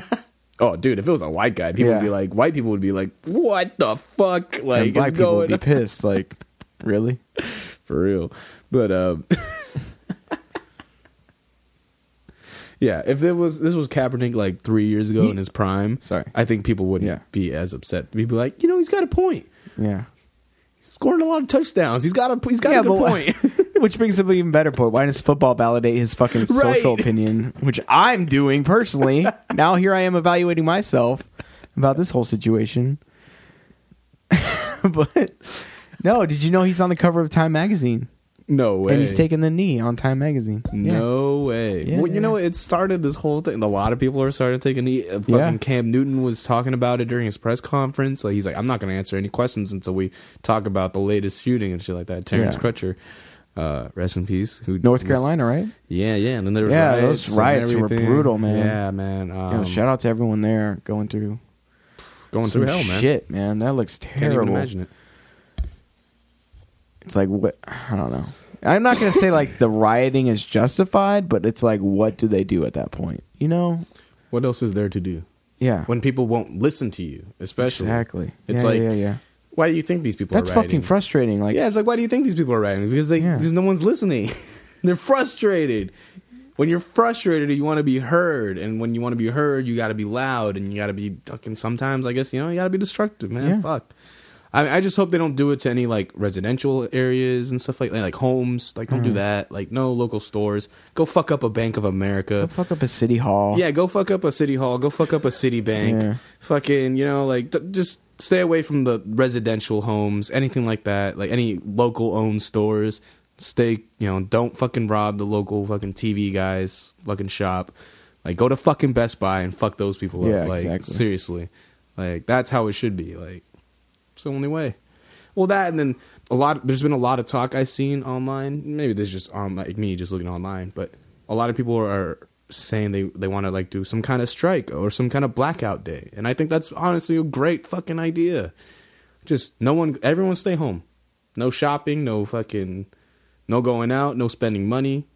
Speaker 1: oh, dude, if it was a white guy, people would
Speaker 2: Yeah.
Speaker 1: be like, white people would be like, what the fuck? Like,
Speaker 2: and
Speaker 1: it's
Speaker 2: black people would
Speaker 1: going
Speaker 2: be pissed. Like, really?
Speaker 1: for real. But um, yeah, if it was this was Kaepernick like three years ago in his prime,
Speaker 2: Sorry.
Speaker 1: I think people wouldn't
Speaker 2: Yeah.
Speaker 1: be as upset. People like, you know, he's got a point.
Speaker 2: Yeah.
Speaker 1: He's scoring a lot of touchdowns. He's got a he's got
Speaker 2: Yeah,
Speaker 1: a good
Speaker 2: but-
Speaker 1: point.
Speaker 2: Which brings up an even better point. Why does football validate his fucking social
Speaker 1: Right.
Speaker 2: opinion, which I'm doing personally? now here I am evaluating myself about this whole situation. but no, did you know he's on the cover of Time magazine
Speaker 1: No way.
Speaker 2: and he's taking the knee on Time magazine? Yeah.
Speaker 1: No way.
Speaker 2: Yeah,
Speaker 1: well,
Speaker 2: yeah.
Speaker 1: you know, it started this whole thing. A lot of people are started taking the uh, fucking
Speaker 2: Yeah.
Speaker 1: Cam Newton was talking about it during his press conference. Like he's like, I'm not going to answer any questions until we talk about the latest shooting and shit like that. Terrence
Speaker 2: Yeah.
Speaker 1: Crutcher, uh, rest in peace. Who
Speaker 2: North
Speaker 1: was-
Speaker 2: Carolina, right?
Speaker 1: Yeah, yeah. And then there was
Speaker 2: Yeah,
Speaker 1: riots
Speaker 2: those
Speaker 1: and
Speaker 2: riots were
Speaker 1: everything.
Speaker 2: brutal, man.
Speaker 1: Yeah, man. Um,
Speaker 2: Yo, shout out to everyone there going through
Speaker 1: going
Speaker 2: some
Speaker 1: through hell, man.
Speaker 2: Shit, man, that looks
Speaker 1: Can't
Speaker 2: terrible.
Speaker 1: even imagine it.
Speaker 2: It's like what I don't know. I'm not gonna say like the rioting is justified, but it's like what do they do at that point? You know?
Speaker 1: What else is there to do
Speaker 2: Yeah.
Speaker 1: when people won't listen to you? Especially,
Speaker 2: exactly.
Speaker 1: It's
Speaker 2: yeah,
Speaker 1: like-
Speaker 2: yeah, yeah.
Speaker 1: why do you think these people?
Speaker 2: That's
Speaker 1: are
Speaker 2: fucking
Speaker 1: rioting?
Speaker 2: frustrating. Like
Speaker 1: yeah, it's like why do you think these people are writing? Because they
Speaker 2: Yeah.
Speaker 1: because no one's listening. They're frustrated. When you're frustrated, you want to be heard, and when you want to be heard, you got to be loud, and you got to be fucking. Sometimes, I guess you know, you got to be destructive, man.
Speaker 2: Yeah.
Speaker 1: Fuck. I, I just hope they don't do it to any like residential areas and stuff like that, like homes. Like, don't do
Speaker 2: Mm.
Speaker 1: that. Like, no local stores. Go fuck up a Bank of America.
Speaker 2: fuck up a city hall.
Speaker 1: Yeah, go fuck up a city hall. Go fuck up a city bank.
Speaker 2: Yeah.
Speaker 1: Fucking, you know, like th- just stay away from the residential homes, anything like that. Like any local owned stores. Stay, you know, don't fucking rob the local fucking TV guys fucking shop. Like go to fucking Best Buy and fuck those people
Speaker 2: Yeah,
Speaker 1: up. Like
Speaker 2: exactly.
Speaker 1: seriously, like that's how it should be. Like it's the only way. Well, that and then a lot. There's been a lot of talk I've seen online. Maybe this is just on like me just looking online, but a lot of people are saying they they want to like do some kind of strike or some kind of blackout day, and I think that's honestly a great fucking idea. Just no one, everyone stay home. No shopping, no fucking, no going out, no spending money,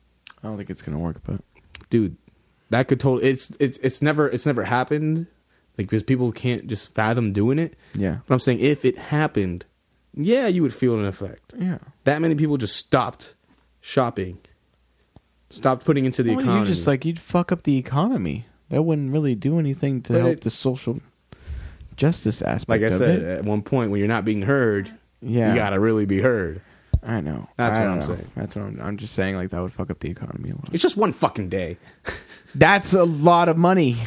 Speaker 2: I don't think it's gonna work, but
Speaker 1: dude. That could totally. It's it's it's never it's never happened, like because people can't just fathom doing it.
Speaker 2: yeah.
Speaker 1: But I'm saying if it happened, yeah, you would feel an effect.
Speaker 2: Yeah.
Speaker 1: That many people just stopped shopping, stopped putting into the
Speaker 2: Well,
Speaker 1: economy.
Speaker 2: You just like you'd fuck up the economy. That wouldn't really do anything to
Speaker 1: But
Speaker 2: help
Speaker 1: it-
Speaker 2: the social justice aspect.
Speaker 1: like I
Speaker 2: of
Speaker 1: said,
Speaker 2: it.
Speaker 1: at one point when you're not being heard,
Speaker 2: yeah,
Speaker 1: you gotta really be heard.
Speaker 2: I know.
Speaker 1: That's
Speaker 2: I
Speaker 1: what
Speaker 2: don't
Speaker 1: I'm
Speaker 2: know.
Speaker 1: saying.
Speaker 2: That's what I'm. I'm just saying. Like that would fuck up the economy a lot.
Speaker 1: It's just one fucking day.
Speaker 2: That's a lot of money.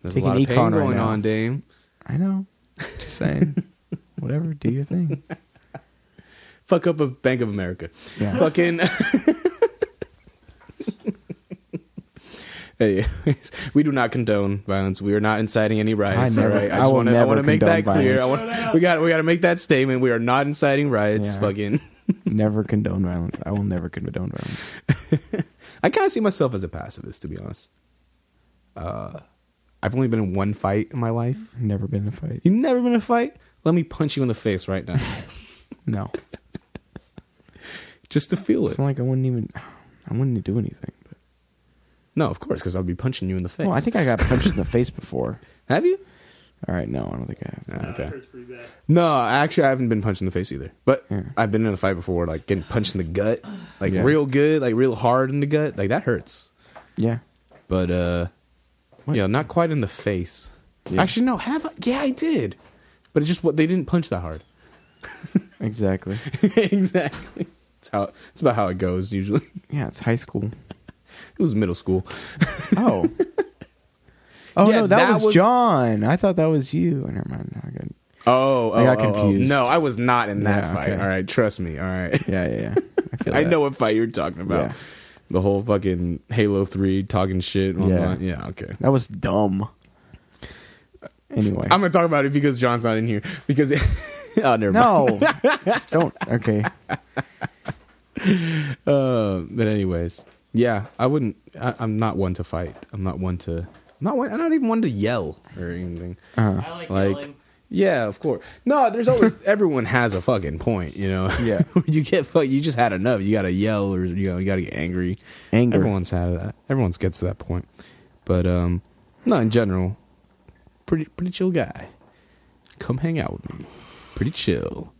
Speaker 1: There's
Speaker 2: Taking
Speaker 1: a lot of
Speaker 2: econ
Speaker 1: pain
Speaker 2: right
Speaker 1: going
Speaker 2: now.
Speaker 1: on, Dame.
Speaker 2: I know. Just saying. Whatever. Do your thing.
Speaker 1: Fuck up a Bank of America.
Speaker 2: Yeah.
Speaker 1: Fucking. Hey, we do not condone violence. We are not inciting any riots.
Speaker 2: I never-
Speaker 1: all right, I
Speaker 2: I
Speaker 1: just
Speaker 2: will
Speaker 1: want to I
Speaker 2: never
Speaker 1: want to make that
Speaker 2: condone
Speaker 1: clear. I
Speaker 2: violence.
Speaker 1: want we got we got to make that statement. We are not inciting riots.
Speaker 2: Yeah.
Speaker 1: Fucking.
Speaker 2: never condone violence. I will never condone violence.
Speaker 1: I kind of see myself as a pacifist, to be honest. Uh, I've only been in one fight in my life.
Speaker 2: I've never been in a fight.
Speaker 1: You never been in a fight? Let me punch you in the face right now,
Speaker 2: No.
Speaker 1: just to feel
Speaker 2: It's
Speaker 1: it.
Speaker 2: not like I wouldn't even. I wouldn't do anything. But
Speaker 1: No, of course, because I'll be punching you in the face.
Speaker 2: well, I think I got punched in the face before.
Speaker 1: Have you?
Speaker 2: All right. No, I don't think I have.
Speaker 1: Ah,
Speaker 4: That
Speaker 1: okay.
Speaker 4: hurts pretty bad.
Speaker 1: No, actually, I haven't been punched in the face either. But
Speaker 2: Yeah.
Speaker 1: I've been in a fight before, like getting punched in the gut, like
Speaker 2: Hmm. Yeah.
Speaker 1: real good, like real hard in the gut. Like that hurts.
Speaker 2: Yeah.
Speaker 1: But uh,
Speaker 2: What?
Speaker 1: yeah, not quite in the face.
Speaker 2: Yeah.
Speaker 1: Actually, no. Have I? Yeah, I did. But it just what they didn't punch that hard.
Speaker 2: Exactly.
Speaker 1: exactly. It's how it's about how it goes usually.
Speaker 2: Yeah. It's high school.
Speaker 1: It was middle school.
Speaker 2: Oh. Oh
Speaker 1: Yeah,
Speaker 2: no, that,
Speaker 1: that
Speaker 2: was,
Speaker 1: was-
Speaker 2: John. I thought that was you. Never mind. No, I got-
Speaker 1: Oh,
Speaker 2: I got
Speaker 1: oh, oh, oh.
Speaker 2: confused.
Speaker 1: No, I was not in that
Speaker 2: Yeah,
Speaker 1: fight.
Speaker 2: okay.
Speaker 1: All right, trust me. All right,
Speaker 2: Yeah, yeah, yeah. feel
Speaker 1: I
Speaker 2: that.
Speaker 1: know what fight you're talking about.
Speaker 2: Yeah.
Speaker 1: The whole fucking Halo Three talking shit.
Speaker 2: Yeah.
Speaker 1: Online. Yeah. Okay.
Speaker 2: That was dumb. Anyway,
Speaker 1: I'm gonna talk about it because John's not in here. Because oh, never mind.
Speaker 2: no, just don't. Okay,
Speaker 1: Uh, but anyways, yeah, I wouldn't. I, I'm not one to fight. I'm not one to. I'm not one. I'm not even one to yell or anything.
Speaker 2: uh,
Speaker 3: I like,
Speaker 1: Like-
Speaker 3: yelling.
Speaker 1: Yeah, of course. No, there's always everyone has a fucking point, you know.
Speaker 2: Yeah.
Speaker 1: you get fuck. You just had enough. You gotta yell or you know you gotta get angry.
Speaker 2: anger.
Speaker 1: Everyone's had that. Everyone's gets to that point. But um, no, in general, pretty pretty chill guy. Come hang out with me. Pretty chill.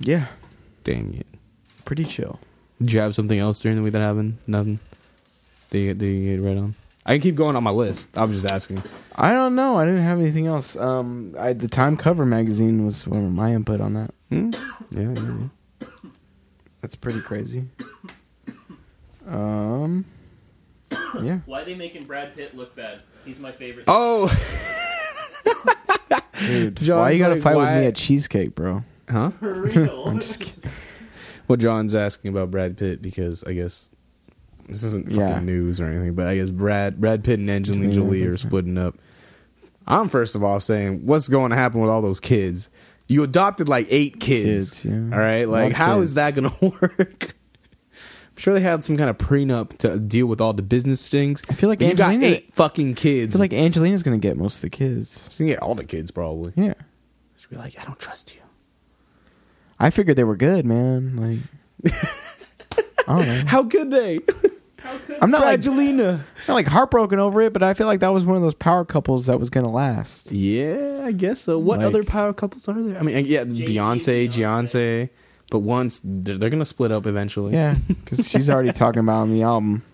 Speaker 2: Yeah,
Speaker 1: Dang it.
Speaker 2: pretty chill.
Speaker 1: Did you have something else during the week that happened? Nothing. Did you, did you get right on? I can keep going on my list. I was just asking.
Speaker 2: I don't know. I didn't have anything else. Um, I, the Time Cover magazine was one of my input on that.
Speaker 1: Hmm? Yeah, yeah, yeah.
Speaker 2: That's pretty crazy. Um, yeah. Oh!
Speaker 3: Why are they making Brad Pitt look bad? He's my favorite.
Speaker 1: Oh.
Speaker 2: Dude, why
Speaker 1: John's
Speaker 2: you gotta
Speaker 1: like,
Speaker 2: fight
Speaker 1: why-
Speaker 2: with me at cheesecake, bro?
Speaker 1: Huh?
Speaker 3: For real.
Speaker 2: I'm just kidding.
Speaker 1: Well, John's asking about Brad Pitt because I guess this isn't fucking
Speaker 2: Yeah.
Speaker 1: news or anything, but I guess Brad Brad Pitt and Angelina
Speaker 2: Angelina
Speaker 1: Jolie
Speaker 2: Jolie.
Speaker 1: are splitting up. I'm first of all saying, what's going to happen with all those kids? You adopted like eight kids.
Speaker 2: Kids, yeah.
Speaker 1: All right, like
Speaker 2: Lot of
Speaker 1: how
Speaker 2: kids.
Speaker 1: is that going to work? I'm sure they had some kind of prenup to deal with all the business things. I
Speaker 2: feel like
Speaker 1: you got
Speaker 2: Angelina-
Speaker 1: eight fucking
Speaker 2: I
Speaker 1: kids.
Speaker 2: feel like Angelina's gonna get most of the kids.
Speaker 1: She can get all the kids probably.
Speaker 2: Yeah,
Speaker 1: Just be like, I don't trust you.
Speaker 2: I figured they were good, man. Like, I don't know.
Speaker 1: How could they?
Speaker 3: How could
Speaker 2: I'm not like,
Speaker 1: Angelina.
Speaker 2: not like heartbroken over it, but I feel like that was one of those power couples that was gonna last.
Speaker 1: Yeah, I guess so. What
Speaker 2: Like-
Speaker 1: other power couples are there? I mean, yeah,
Speaker 3: Jay-Z,
Speaker 1: Beyonce,
Speaker 3: Beyonce.
Speaker 1: Beyonce. But once they're, they're gonna split up eventually.
Speaker 2: Yeah, because she's already talking about on the album.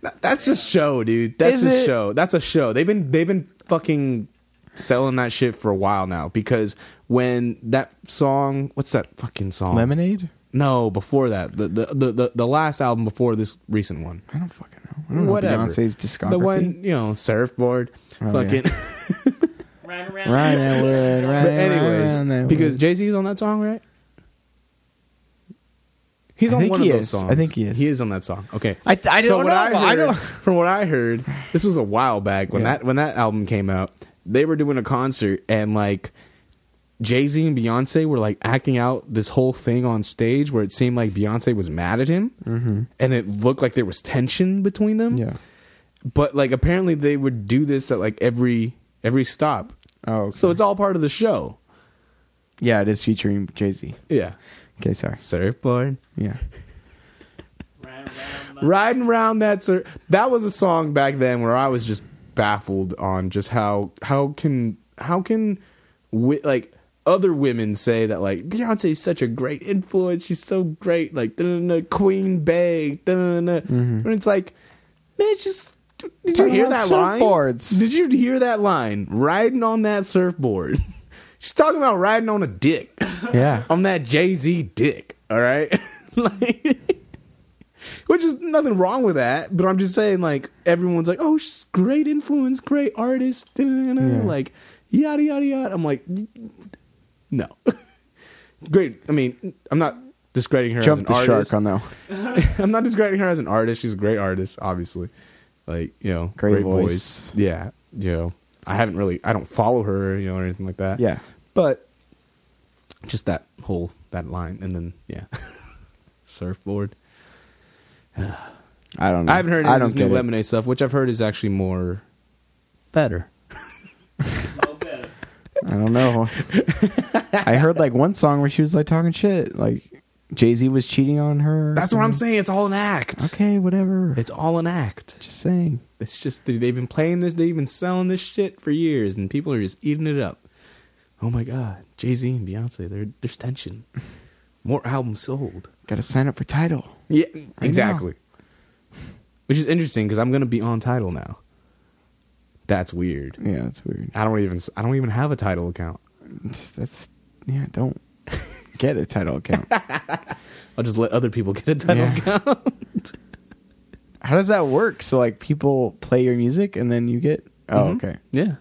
Speaker 1: Th- that's just show, dude. That's
Speaker 2: Is
Speaker 1: just
Speaker 2: it?
Speaker 1: show. That's a show. They've been they've been fucking selling that shit for a while now because when that song, what's that fucking song?
Speaker 2: Lemonade?
Speaker 1: No, before that, the the the, the, the last album before this recent one.
Speaker 2: I don't fucking know. I don't
Speaker 1: Whatever.
Speaker 2: know Beyonce's discography.
Speaker 1: The one you know, surfboard,
Speaker 2: Oh,
Speaker 1: fucking.
Speaker 3: Ryan,
Speaker 2: Ryan Atwood, Ryan-
Speaker 1: But
Speaker 2: Ryan,
Speaker 1: anyways,
Speaker 2: that
Speaker 1: because
Speaker 2: was-
Speaker 1: Jay Z is on that song, right? He's
Speaker 2: I
Speaker 1: on
Speaker 2: think
Speaker 1: one
Speaker 2: he
Speaker 1: of those
Speaker 2: is.
Speaker 1: songs.
Speaker 2: I think he is.
Speaker 1: He is on that song. Okay.
Speaker 2: I, I don't
Speaker 1: so what
Speaker 2: know.
Speaker 1: I heard,
Speaker 2: I don't.
Speaker 1: from what I heard, this was a while back when
Speaker 2: Yeah.
Speaker 1: that when that album came out. They were doing a concert and like Jay Z and Beyonce were like acting out this whole thing on stage where it seemed like Beyonce was mad at him, and it looked like there was tension between them.
Speaker 2: Mm-hmm. Yeah.
Speaker 1: But like apparently they would do this at like every every stop,
Speaker 2: Oh. okay.
Speaker 1: so it's all part of the show.
Speaker 2: yeah, it is featuring Jay Z.
Speaker 1: Yeah.
Speaker 2: Okay, sorry.
Speaker 1: Surfboard.
Speaker 2: Yeah.
Speaker 1: Riding around that sur- that was a song back then where I was just baffled on just how how can how can wi- like other women say that like Beyonce's such a great influence, she's so great, like da da Queen Bey, da da and it's like man, just did you
Speaker 2: Talking
Speaker 1: hear
Speaker 2: about
Speaker 1: that line?
Speaker 2: surfboards.
Speaker 1: Did you hear that line? Riding on that surfboard. she's talking about riding on a dick
Speaker 2: Yeah.
Speaker 1: on that Jay Z dick. All right, like, which is nothing wrong with that. But I'm just saying, like, everyone's like, "Oh, she's great influence, great artist," da-da-da-da,"
Speaker 2: Yeah.
Speaker 1: like yada yada yada. I'm like, no, great. I mean, I'm not discrediting her
Speaker 2: Jump
Speaker 1: as
Speaker 2: the
Speaker 1: an artist.
Speaker 2: shark on that. one.
Speaker 1: I'm not discrediting her as an artist. She's a great artist, obviously. Like you know,
Speaker 2: Great
Speaker 1: voice.
Speaker 2: voice.
Speaker 1: Yeah, you know, I haven't really, I don't follow her, you know, or anything like that.
Speaker 2: Yeah.
Speaker 1: but just that whole that line, and then yeah, surfboard.
Speaker 2: I don't know.
Speaker 1: I haven't heard
Speaker 2: I
Speaker 1: any
Speaker 2: don't
Speaker 1: of this new
Speaker 2: get it.
Speaker 1: lemonade stuff, which I've heard is actually more better.
Speaker 2: I don't know. I heard like one song where she was like talking shit. Like Jay Z was cheating on her. or
Speaker 1: That's what I'm
Speaker 2: something.
Speaker 1: saying. It's all an act.
Speaker 2: Okay, whatever.
Speaker 1: It's all an act.
Speaker 2: Just saying.
Speaker 1: It's just they- they've been playing this, they've been selling this shit for years, and people are just eating it up. Oh my god, Jay Z and Beyonce, there- there's tension. More albums sold.
Speaker 2: Got to sign up for title.
Speaker 1: Yeah,
Speaker 2: know.
Speaker 1: exactly. Which is interesting because I'm gonna be on title now. That's weird.
Speaker 2: Yeah, that's weird.
Speaker 1: I don't even I don't even have a title account.
Speaker 2: That's yeah. Don't get a title account.
Speaker 1: I'll just let other people get a title
Speaker 2: Yeah.
Speaker 1: account.
Speaker 2: How does that work? So like people play your music and then you get. Oh,
Speaker 1: Mhm.
Speaker 2: okay.
Speaker 1: Yeah.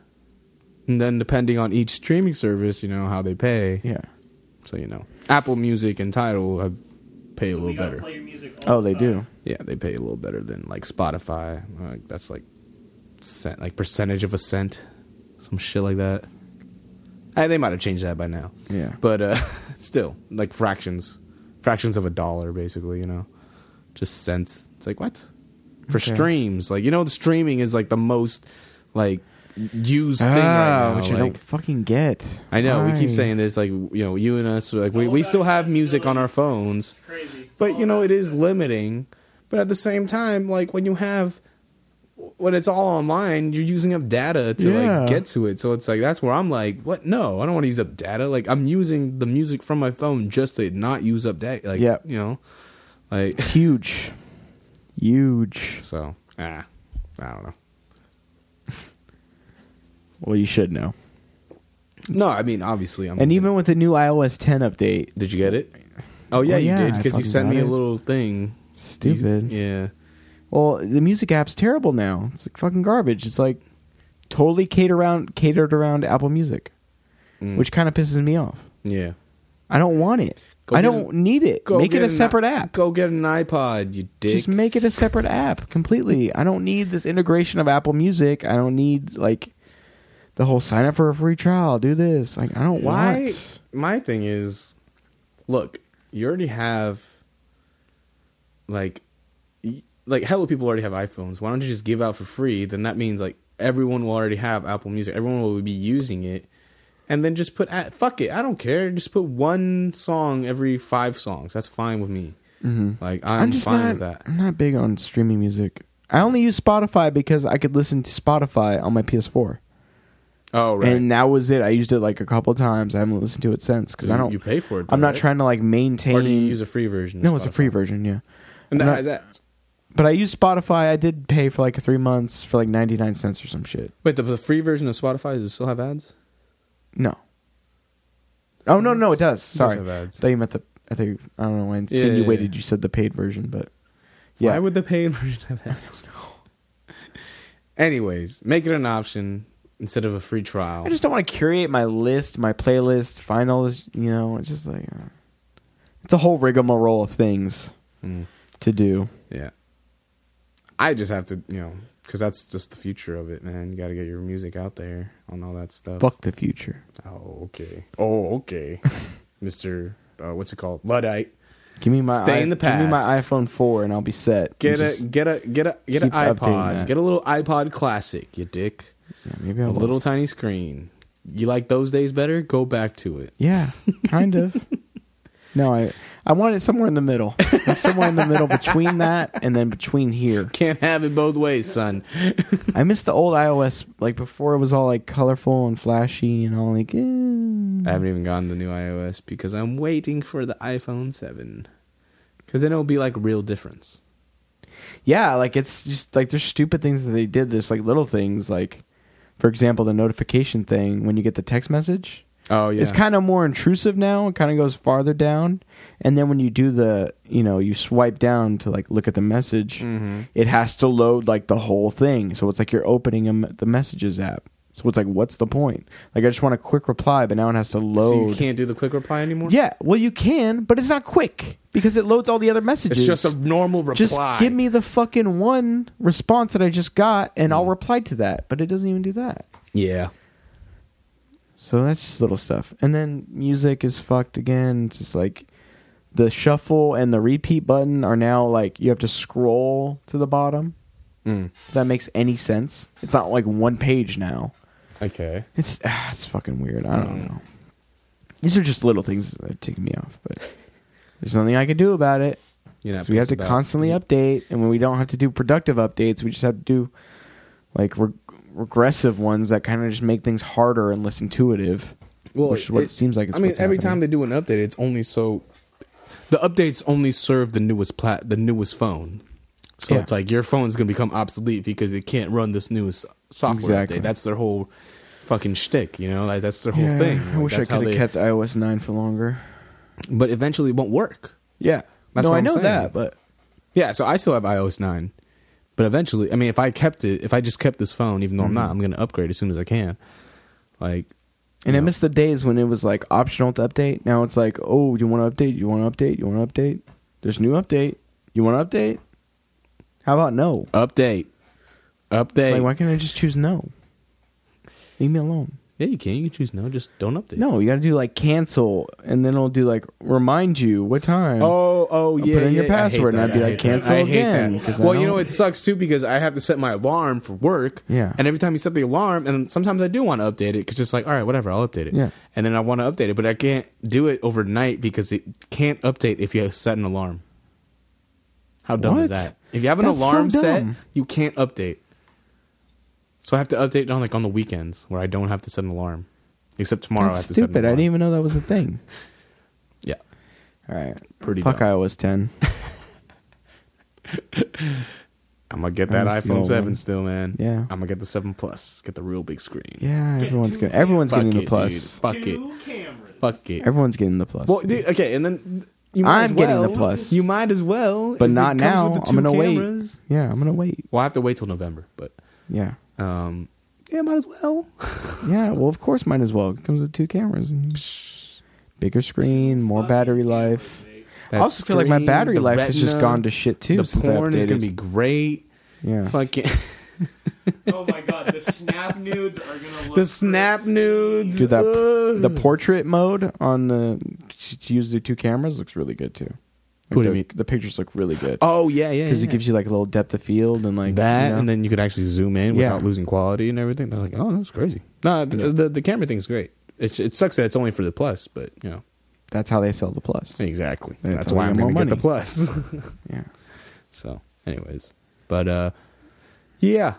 Speaker 1: And then depending on each streaming service, you know how they pay.
Speaker 2: Yeah.
Speaker 1: So you know, Apple Music and Title uh, pay a little better.
Speaker 2: Oh, they do.
Speaker 1: Yeah, they pay a little better than like Spotify. Like that's like cent, like percentage of a cent, some shit like that. I, they might have changed that by now,
Speaker 2: Yeah.
Speaker 1: but uh, still, like fractions, fractions of a dollar, basically. You know, just cents. It's like what for
Speaker 2: Okay.
Speaker 1: streams? Like you know, the streaming is like the most like used thing right now.
Speaker 2: Ah, which I
Speaker 1: like-
Speaker 2: don't fucking get.
Speaker 1: I know we keep
Speaker 2: Why?
Speaker 1: saying this, like you know, you and us, like we,
Speaker 3: all
Speaker 1: we
Speaker 3: about
Speaker 1: still have
Speaker 3: accessibility.
Speaker 1: music on our phones,
Speaker 3: Crazy. It's
Speaker 1: but
Speaker 3: all
Speaker 1: you know
Speaker 3: about
Speaker 1: it is limiting. But at the same time, like when you have when it's all online, you're using up data to
Speaker 2: Yeah.
Speaker 1: like get to it. So it's like that's where I'm like, what? No, I don't want to use up data. Like I'm using the music from my phone just to not use up data. Like
Speaker 2: Yep.
Speaker 1: you know, like
Speaker 2: huge, huge.
Speaker 1: so. Ah, I don't know.
Speaker 2: Well, you should know.
Speaker 1: No, I mean obviously I'm
Speaker 2: And even with the new iOS 10 update,
Speaker 1: Did you get it? Oh yeah,
Speaker 2: Well, yeah,
Speaker 1: you did
Speaker 2: I
Speaker 1: because you
Speaker 2: fucking
Speaker 1: sent
Speaker 2: got
Speaker 1: me a
Speaker 2: it.
Speaker 1: little thing.
Speaker 2: stupid.
Speaker 1: Yeah.
Speaker 2: Well, the music app's terrible now. It's like fucking garbage. It's like totally catered around catered around Apple Music.
Speaker 1: Mm.
Speaker 2: which kind of pisses me off.
Speaker 1: yeah.
Speaker 2: I don't want it.
Speaker 1: Go
Speaker 2: I
Speaker 1: get
Speaker 2: don't need it.
Speaker 1: Go
Speaker 2: Make
Speaker 1: get
Speaker 2: it a
Speaker 1: an i-
Speaker 2: separate app.
Speaker 1: Go get an iPod, you dick.
Speaker 2: Just make it a separate app completely. I don't need this integration of Apple Music. I don't need like the whole sign up for a free trial, do this. Like I don't
Speaker 1: Why?
Speaker 2: want.
Speaker 1: My thing is, look, you already have, like, y- like hella people already have iPhones. Why don't you just give out for free? Then that means like everyone will already have Apple Music. Everyone will be using it, and then just put a- fuck it. I don't care. Just put one song every five songs. That's fine with me. Mm-hmm. Like I'm,
Speaker 2: I'm just
Speaker 1: fine
Speaker 2: not.
Speaker 1: with that.
Speaker 2: I'm not big on streaming music. I only use Spotify because I could listen to Spotify on my PS4,
Speaker 1: Oh right.
Speaker 2: and that was it. I used it like a couple times. I haven't listened to it since because I
Speaker 1: You-
Speaker 2: don't.
Speaker 1: You pay for it.
Speaker 2: I'm
Speaker 1: though,
Speaker 2: not
Speaker 1: right?
Speaker 2: trying to like maintain.
Speaker 1: Or do you use a free version? of
Speaker 2: no, it's a
Speaker 1: Spotify?
Speaker 2: free version. Yeah.
Speaker 1: And that
Speaker 2: Not-
Speaker 1: has ads.
Speaker 2: But I use Spotify. I did pay for like three months for like ninety nine cents or some shit.
Speaker 1: Wait, the, the free version of Spotify does it still have ads?
Speaker 2: No. Oh no no it does.
Speaker 1: It does
Speaker 2: Sorry,
Speaker 1: have
Speaker 2: I
Speaker 1: ads.
Speaker 2: thought you meant the. I think I don't know. why I
Speaker 1: Yeah, yeah, yeah.
Speaker 2: insinuated you said the paid version, but yeah.
Speaker 1: Why would the paid version have ads? Anyways, make it an option instead of a free trial.
Speaker 2: I just don't want to curate my list, my playlist, finals. You know, it's just like uh, it's a whole rigmarole of things
Speaker 1: Mm,
Speaker 2: to do.
Speaker 1: yeah, I just have to, you know, because that's just the future of it, man. You got to get your music out there on all that stuff.
Speaker 2: Fuck the future.
Speaker 1: Oh, okay. Oh, okay, Mister. Uh, what's it called? Luddite.
Speaker 2: Give me my
Speaker 1: Stay in the
Speaker 2: Give me my
Speaker 1: past.
Speaker 2: iPhone four, and I'll be set.
Speaker 1: Get
Speaker 2: And just-
Speaker 1: a get a get a get an
Speaker 2: keep updating
Speaker 1: iPod.
Speaker 2: that.
Speaker 1: Get a little iPod Classic, you dick.
Speaker 2: yeah, maybe I'll
Speaker 1: A little tiny screen. You like those days better? Go back to it.
Speaker 2: Yeah, kind of. no, I I want it somewhere in the middle. Like somewhere in the middle between that and then between here.
Speaker 1: Can't have it both ways, son.
Speaker 2: I miss the old iOS like before it was all like colorful and flashy and all like eh.
Speaker 1: I haven't even gotten the new iOS because I'm waiting for the iPhone 7. Because then it'll be like real difference.
Speaker 2: Yeah, like it's just like there's stupid things that they did, there's like little things like for example, the notification thing when you get the text message.
Speaker 1: Oh
Speaker 2: It's kind of more intrusive now. It kind of goes farther down, and then when you do the, you know, you swipe down to like look at the message,
Speaker 1: Mm-hmm.
Speaker 2: it has to load like the whole thing. So it's like you're opening a me- the messages app. So it's like, what's the point? Like I just want a quick reply, but now it has to
Speaker 1: so you
Speaker 2: load.
Speaker 1: can't do the quick reply anymore.
Speaker 2: yeah, well you can, but it's not quick because it loads all the other messages.
Speaker 1: it's just a normal reply.
Speaker 2: Just give me the fucking one response that I just got, and
Speaker 1: Mm.
Speaker 2: I'll reply to that. But it doesn't even do that.
Speaker 1: Yeah,
Speaker 2: So that's just little stuff. And then music is fucked again. It's just like the shuffle and the repeat button are now like you have to scroll to the bottom.
Speaker 1: Mm.
Speaker 2: If that makes any sense. It's not like one page now.
Speaker 1: okay.
Speaker 2: It's ah, it's fucking weird. I don't
Speaker 1: Mm.
Speaker 2: know. These are just little things that take me off, but there's nothing I can do about it.
Speaker 1: You know,
Speaker 2: So we have to constantly update, and when we don't have to do productive updates, we just have to do like reg- regressive ones that kind of just make things harder and less intuitive.
Speaker 1: Well,
Speaker 2: which is what it seems like. It's
Speaker 1: I mean,
Speaker 2: what's
Speaker 1: every time
Speaker 2: happening.
Speaker 1: they do an update, it's only so the updates only serve the newest plat, the newest phone. So
Speaker 2: Yeah.
Speaker 1: it's like your phone's gonna become obsolete because it can't run this newest software
Speaker 2: Exactly.
Speaker 1: update. That's their whole fucking shtick. You know, like that's their whole
Speaker 2: Yeah,
Speaker 1: thing.
Speaker 2: I
Speaker 1: Like,
Speaker 2: wish I
Speaker 1: that's how
Speaker 2: could have
Speaker 1: they-
Speaker 2: kept iOS nine for longer.
Speaker 1: but eventually it won't work.
Speaker 2: Yeah,
Speaker 1: That's
Speaker 2: no,
Speaker 1: what
Speaker 2: I
Speaker 1: I'm
Speaker 2: know
Speaker 1: saying.
Speaker 2: that, but
Speaker 1: Yeah, so I still have iOS 9. But eventually, I mean, if I kept it, if I just kept this phone, even though I'm
Speaker 2: Mm-hmm.
Speaker 1: not, I'm going to upgrade as soon as I can. Like,
Speaker 2: and I
Speaker 1: Yeah.
Speaker 2: miss the days when it was like optional to update. Now it's like, oh, you want to update? You want to update? You want to update? There's new update. You want to update? How about no?
Speaker 1: update.
Speaker 2: Like,
Speaker 1: Update.
Speaker 2: why can't I just choose no? Leave me alone.
Speaker 1: yeah, you can. You can choose no, just don't update.
Speaker 2: No, you got to do like cancel, and then it'll do like remind you what time.
Speaker 1: Oh, oh,
Speaker 2: I'll
Speaker 1: yeah.
Speaker 2: put in your
Speaker 1: yeah, I hate
Speaker 2: password and
Speaker 1: that,
Speaker 2: I'd be
Speaker 1: I
Speaker 2: like,
Speaker 1: hate
Speaker 2: cancel
Speaker 1: that. I hate
Speaker 2: again,
Speaker 1: that.
Speaker 2: 'cause I
Speaker 1: Well, you
Speaker 2: don't-
Speaker 1: know, it sucks too because I have to set my alarm for work.
Speaker 2: Yeah.
Speaker 1: And every time you set the alarm, and sometimes I do want to update it because it's like, all right, whatever, I'll update it.
Speaker 2: Yeah.
Speaker 1: And then I want to update it, but I can't do it overnight because it can't update if you have set an alarm. How dumb is
Speaker 2: What?
Speaker 1: that? If you have an
Speaker 2: That's so
Speaker 1: alarm set,
Speaker 2: dumb.
Speaker 1: you can't update. So I have to update on like on the weekends where I don't have to set an alarm. Except tomorrow I have
Speaker 2: That's
Speaker 1: to
Speaker 2: stupid.
Speaker 1: set an
Speaker 2: I
Speaker 1: alarm.
Speaker 2: didn't even know that was a thing.
Speaker 1: Yeah.
Speaker 2: All right,
Speaker 1: Pretty
Speaker 2: fuck
Speaker 1: dumb.
Speaker 2: iOS ten.
Speaker 1: I'm gonna get
Speaker 2: I
Speaker 1: that
Speaker 2: miss the
Speaker 1: iPhone
Speaker 2: old
Speaker 1: Seven
Speaker 2: one.
Speaker 1: still, man.
Speaker 2: Yeah.
Speaker 1: I'm gonna get the Seven Plus. Get the real big screen.
Speaker 2: Yeah, everyone's getting everyone's
Speaker 1: Fuck
Speaker 2: getting the
Speaker 1: it,
Speaker 2: plus.
Speaker 1: dude. Fuck it.
Speaker 3: Two cameras.
Speaker 1: Fuck it.
Speaker 2: Everyone's getting the plus.
Speaker 1: Well,
Speaker 2: dude.
Speaker 1: dude, okay, and then you might
Speaker 2: I'm
Speaker 1: as well,
Speaker 2: getting the plus.
Speaker 1: You might as well,
Speaker 2: but
Speaker 1: if it
Speaker 2: not
Speaker 1: comes
Speaker 2: now.
Speaker 1: with the
Speaker 2: I'm
Speaker 1: two
Speaker 2: gonna
Speaker 1: cameras.
Speaker 2: wait. Yeah, I'm gonna wait.
Speaker 1: Well, I have to wait till November, but
Speaker 2: Yeah,
Speaker 1: um, Yeah, might as well.
Speaker 2: Yeah, well, of course, might as well. It comes with two cameras, and bigger screen, more battery life. I
Speaker 1: That
Speaker 2: also feel like my
Speaker 1: screen,
Speaker 2: battery
Speaker 1: the
Speaker 2: life has just
Speaker 1: retina,
Speaker 2: gone to shit too.
Speaker 1: The
Speaker 2: since
Speaker 1: porn
Speaker 2: I
Speaker 1: is
Speaker 2: updated.
Speaker 1: gonna be great.
Speaker 2: yeah.
Speaker 1: Fucking
Speaker 3: Oh my god, the snap nudes are gonna look
Speaker 1: the snap
Speaker 3: pristine.
Speaker 1: nudes.
Speaker 2: Dude, that-
Speaker 1: ugh.
Speaker 2: The portrait mode on the to- to use the two cameras looks really good too. Like,
Speaker 1: What do
Speaker 2: the,
Speaker 1: you mean?
Speaker 2: The pictures look really good
Speaker 1: oh yeah, yeah.
Speaker 2: because
Speaker 1: yeah.
Speaker 2: it gives you like a little depth of field and like
Speaker 1: that,
Speaker 2: you know.
Speaker 1: and then you could actually zoom in
Speaker 2: Yeah.
Speaker 1: without losing quality and everything. They're like, oh, that's crazy. No, the,
Speaker 2: Yeah.
Speaker 1: the the camera thing's great. It it sucks that it's only for the plus, but you know
Speaker 2: that's how they sell the plus.
Speaker 1: exactly.
Speaker 2: And
Speaker 1: That's
Speaker 2: it's only
Speaker 1: why I'm
Speaker 2: more
Speaker 1: gonna get
Speaker 2: money.
Speaker 1: the plus.
Speaker 2: Yeah.
Speaker 1: so, anyways, but uh, yeah.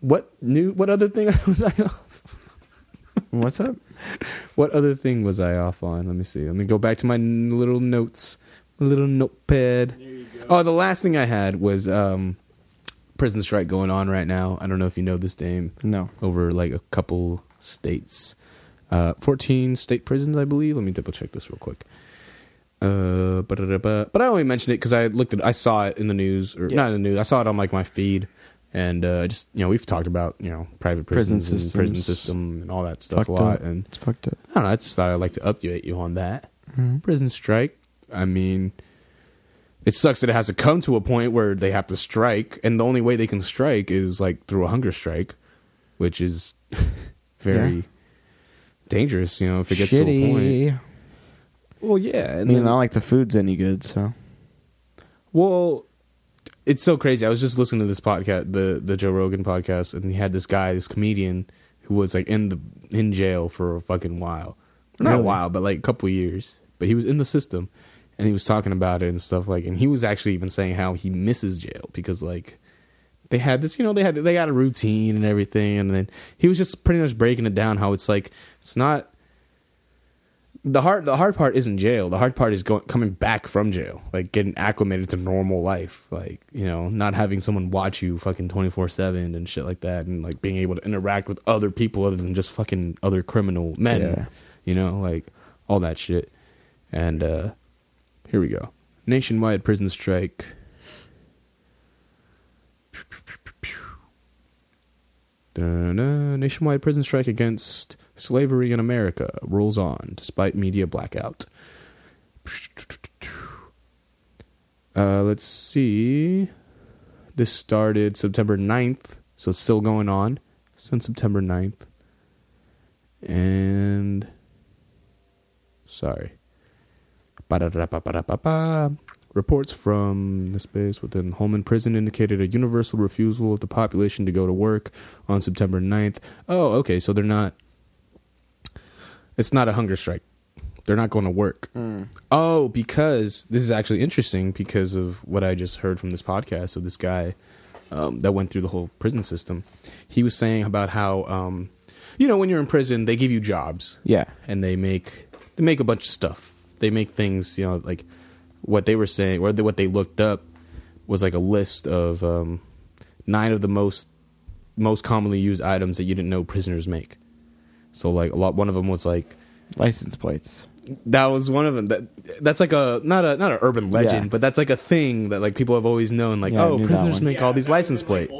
Speaker 1: What new? What other thing was I off?
Speaker 2: What's up?
Speaker 1: What other thing was I off on? Let me see. Let me go back to my n- little notes, my little notepad.
Speaker 3: There you go.
Speaker 1: Oh, the last thing I had was um, prison strike going on right now. I don't know if you know this name
Speaker 2: No.
Speaker 1: over like a couple states. Uh, 14 state prisons, I believe. Let me double check this real quick. Uh, ba-da-da-ba. but I only mentioned it because I looked at, I saw it in the news or
Speaker 2: Yeah.
Speaker 1: not in the news. I saw it on like my feed, and uh, just you know we've talked about you know private
Speaker 2: Prison
Speaker 1: prisons and prison
Speaker 2: systems.
Speaker 1: system and all that stuff
Speaker 2: Fucked
Speaker 1: a lot.
Speaker 2: up.
Speaker 1: And
Speaker 2: It's fucked up.
Speaker 1: I don't know. I just thought I'd like to update you on that
Speaker 2: Mhm.
Speaker 1: prison strike. I mean, it sucks that it has to come to a point where they have to strike, and the only way they can strike is like through a hunger strike, which is very
Speaker 2: Yeah.
Speaker 1: dangerous. You know, if it gets to a point.
Speaker 2: Shitty.
Speaker 1: Well, yeah,
Speaker 2: I
Speaker 1: and
Speaker 2: mean,
Speaker 1: then,
Speaker 2: not like the food's any good, so
Speaker 1: well, it's so crazy. I was just listening to this podcast, the the Joe Rogan podcast, and he had this guy, this comedian, who was like in the in jail for a fucking while, not a
Speaker 2: Really?
Speaker 1: while, but like a couple years. But he was in the system, and he was talking about it and stuff like. And he was actually even saying how he misses jail because like they had this, you know, they had they got a routine and everything, and then he was just pretty much breaking it down how it's like it's not the hard the hard part isn't jail. The hard part is going coming back from jail, like getting acclimated to normal life, like you know, not having someone watch you fucking twenty four seven and shit like that, and like being able to interact with other people other than just fucking other criminal men,
Speaker 2: Yeah.
Speaker 1: you know, like all that shit. And uh here we go, nationwide prison strike. Da-da-da. Nationwide prison strike against slavery in America rolls on despite media blackout. Uh, let's see. This started September 9th, so it's still going on since September 9th. And. Sorry. Ba-da-da-ba-ba-da-ba-ba. Reports from the space within Holman Prison indicated a universal refusal of the population to go to work on September 9th. Oh, okay, so they're not. It's not a hunger strike. They're not going to work. Oh, because this is actually interesting because of what I just heard from this podcast of this guy um, that went through the whole prison system. He was saying about how, um, you know, when you're in prison, they give you jobs
Speaker 2: yeah,
Speaker 1: and they make they make a bunch of stuff. They make things, you know, like what they were saying or the, what they looked up was like a list of um, nine of the most most commonly used items that you didn't know prisoners make. So like a lot, one of them was like
Speaker 2: license plates.
Speaker 1: that was one of them. That that's like a not a not an urban legend,
Speaker 2: Yeah.
Speaker 1: but that's like a thing that like people have always known. Like
Speaker 2: Yeah, I
Speaker 1: oh,
Speaker 2: knew that
Speaker 1: prisoners
Speaker 2: one.
Speaker 1: make all these license plates.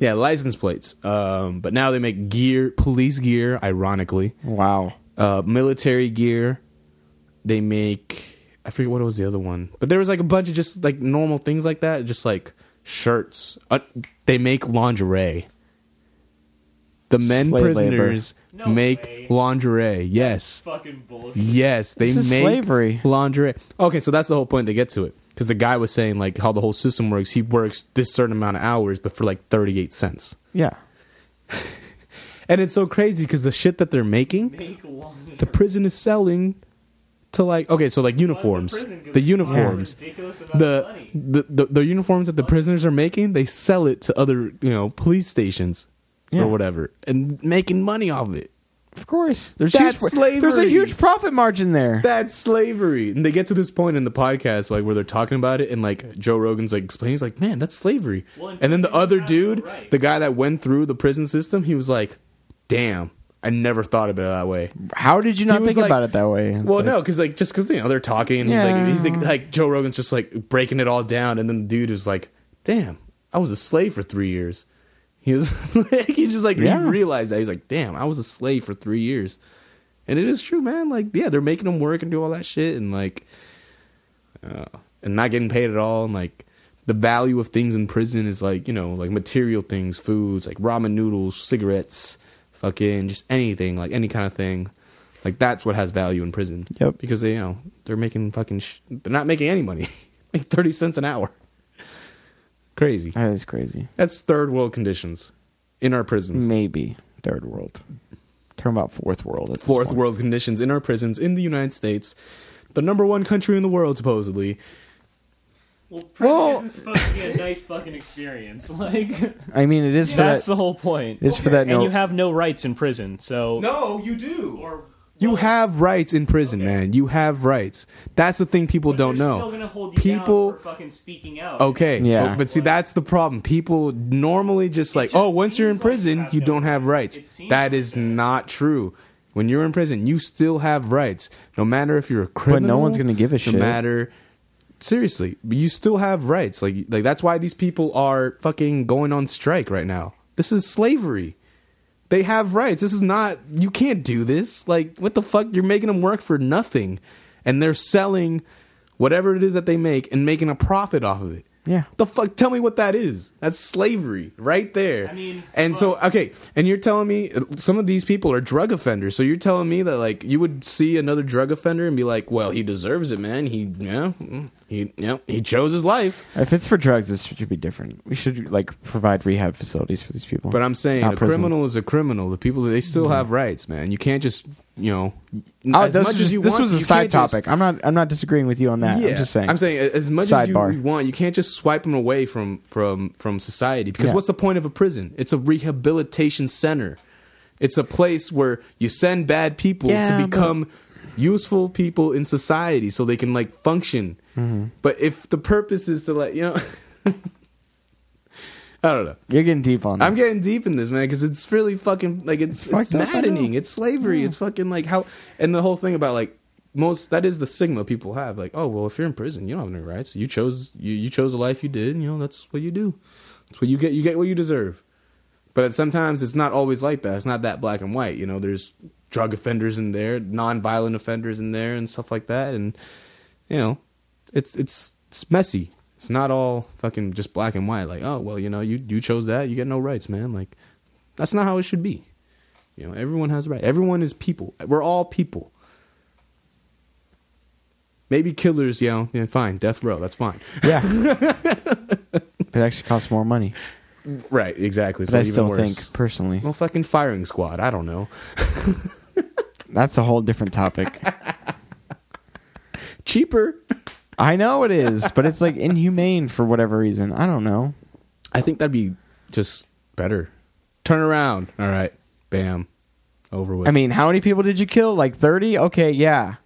Speaker 1: yeah, license plates. Um, but now they make gear, police gear, ironically
Speaker 2: Wow.
Speaker 1: uh, military gear. They make I forget what was the other one, but there was like a bunch of just like normal things like that, just like shirts. Uh, they make lingerie. The men
Speaker 2: Slave labor.
Speaker 1: prisoners
Speaker 3: No
Speaker 1: make
Speaker 3: way.
Speaker 1: lingerie. Yes,
Speaker 3: Fucking bullshit.
Speaker 1: yes, they
Speaker 2: This is
Speaker 1: make
Speaker 2: slavery.
Speaker 1: lingerie. Okay, so that's the whole point. They get to it because the guy was saying like how the whole system works. He works this certain amount of hours, but for like thirty eight cents.
Speaker 2: Yeah.
Speaker 1: And it's so crazy because the shit that they're making
Speaker 3: Make long
Speaker 1: the prison is selling to like okay so like uniforms the uniforms the, the the the uniforms that the prisoners are making they sell it to other you know police stations
Speaker 2: Yeah.
Speaker 1: or whatever and making money off it
Speaker 2: Of course. There's
Speaker 1: That's
Speaker 2: huge, There's a
Speaker 1: slavery.
Speaker 2: huge profit margin there.
Speaker 1: that's slavery and they get to this point in the podcast like where they're talking about it and like joe rogan's like explaining he's like man that's slavery
Speaker 3: Well, and
Speaker 1: and then the
Speaker 3: prisons
Speaker 1: other
Speaker 3: have
Speaker 1: dude
Speaker 3: no rights.
Speaker 1: the guy that went through the prison system he was like damn i never thought of it that way
Speaker 2: How did you
Speaker 1: He
Speaker 2: not
Speaker 1: was
Speaker 2: think
Speaker 1: like-
Speaker 2: about it that way? It's
Speaker 1: Well,
Speaker 2: like-
Speaker 1: no, because like just because you know they're talking, and
Speaker 2: Yeah.
Speaker 1: he's like he's like, like Joe Rogan's just like breaking it all down, and then the dude is like, "Damn, I was a slave for three years." He was like, he just like
Speaker 2: Yeah.
Speaker 1: he realized that he's like, damn, I was a slave for three years, and it is true, man. Like, yeah, they're making him work and do all that shit, and like, uh, and not getting paid at all, and like the value of things in prison is like you know like material things, foods like ramen noodles, cigarettes, fucking just anything like any kind of thing. Like that's what has value in prison.
Speaker 2: Yep.
Speaker 1: Because they you know they're making fucking sh- they're not making any money, make thirty cents an hour. Crazy.
Speaker 2: That is crazy.
Speaker 1: That's third world conditions in our prisons.
Speaker 2: Maybe third world. Talking about fourth world. at this
Speaker 1: Fourth
Speaker 2: point.
Speaker 1: world conditions in our prisons in the United States, the number one country in the world supposedly.
Speaker 3: Well, prison
Speaker 2: Well-
Speaker 3: isn't supposed to be a nice fucking experience. Like
Speaker 2: I mean, it is for
Speaker 3: that's
Speaker 2: that.
Speaker 3: the whole point.
Speaker 2: It's for that
Speaker 3: and you
Speaker 2: note.
Speaker 3: have no rights in prison. So
Speaker 1: No, you do.
Speaker 3: or
Speaker 1: you have rights in prison,
Speaker 3: Okay.
Speaker 1: man. You have rights. That's the thing people don't
Speaker 3: they're
Speaker 1: know.
Speaker 3: Still gonna hold you
Speaker 1: People-
Speaker 3: down for fucking speaking out.
Speaker 1: Okay.
Speaker 2: Yeah.
Speaker 1: Oh, But see, that's the problem. People normally just like,
Speaker 3: just
Speaker 1: oh, once you're in
Speaker 3: seems like
Speaker 1: prison,
Speaker 3: that's
Speaker 1: you
Speaker 3: it.
Speaker 1: don't have
Speaker 3: It
Speaker 1: rights.
Speaker 3: seems
Speaker 1: That
Speaker 3: like
Speaker 1: is
Speaker 3: that.
Speaker 1: not true. When you're in prison, you still have rights, no matter if you're a
Speaker 2: no
Speaker 1: criminal.
Speaker 2: one's gonna give a
Speaker 1: no
Speaker 2: shit.
Speaker 1: matter. Seriously, but you still have rights. Like, like that's why these people are fucking going on strike right now. This is slavery. They have rights. This is not. You can't do this. Like, what the fuck? You're making them work for nothing, and they're selling whatever it is that they make and making a profit off of it.
Speaker 2: Yeah.
Speaker 1: The fuck? Tell me what that is. That's slavery right there.
Speaker 3: I mean,
Speaker 1: and so okay, and you're telling me some of these people are drug offenders. So you're telling me that like you would see another drug offender and be like, "Well, he deserves it, man. He yeah, mm, he yeah, he chose his life."
Speaker 2: If it's for drugs, this should be different. We should like provide rehab facilities for these people.
Speaker 1: But I'm saying
Speaker 2: Not
Speaker 1: a
Speaker 2: prison.
Speaker 1: criminal is a criminal. The people they still have rights, man. You can't just you know
Speaker 2: Oh,
Speaker 1: as
Speaker 2: this
Speaker 1: much
Speaker 2: was,
Speaker 1: as you
Speaker 2: this
Speaker 1: want
Speaker 2: was
Speaker 1: to,
Speaker 2: a
Speaker 1: you
Speaker 2: side
Speaker 1: can't just-
Speaker 2: topic. I'm not. I'm not disagreeing with you on that. I'm just saying.
Speaker 1: I'm saying a- as much as
Speaker 2: Sidebar.
Speaker 1: you want, you can't just swipe them away from from from society because
Speaker 2: Yeah.
Speaker 1: what's the point of a prison? It's a rehabilitation center. It's a place where you send bad people
Speaker 2: Yeah,
Speaker 1: to
Speaker 2: but-
Speaker 1: become useful people in society so they can like function.
Speaker 2: Mm-hmm.
Speaker 1: But if the purpose is to like, you know I don't know.
Speaker 2: You're getting deep on. This.
Speaker 1: I'm getting deep in this, man, because it's really fucking like it's it's,
Speaker 2: It's fucked up, I know.
Speaker 1: maddening. It's slavery. It's fucking like how and the whole thing about like most that is the stigma people have. Like, oh well, if you're in prison, you don't have any rights. You chose you you chose the life you did. And, you know that's what you do. That's what you get. You get what you deserve. But sometimes it's not always like that. It's not that black and white. You know, there's drug offenders in there, non-violent offenders in there, and stuff like that. And you know, it's it's it's messy. It's not all fucking just black and white. Like, oh well, you know, you you chose that. You get no rights, man. Like, that's not how it should be. You know, everyone has rights. Everyone is people. We're all people. Maybe killers, you know, yeah, fine, death row, that's fine.
Speaker 2: Yeah. it actually costs more money.
Speaker 1: Right, exactly.
Speaker 2: But
Speaker 1: So
Speaker 2: I
Speaker 1: even
Speaker 2: still
Speaker 1: worse.
Speaker 2: think, personally,
Speaker 1: well, fucking firing squad. I don't know.
Speaker 2: that's a whole different topic.
Speaker 1: Cheaper.
Speaker 2: I know it is, but it's like inhumane for whatever reason. I don't know.
Speaker 1: I think that'd be just better. Turn around. All right, bam, over with.
Speaker 2: I mean, how many people did you kill? Like 30? Okay, yeah.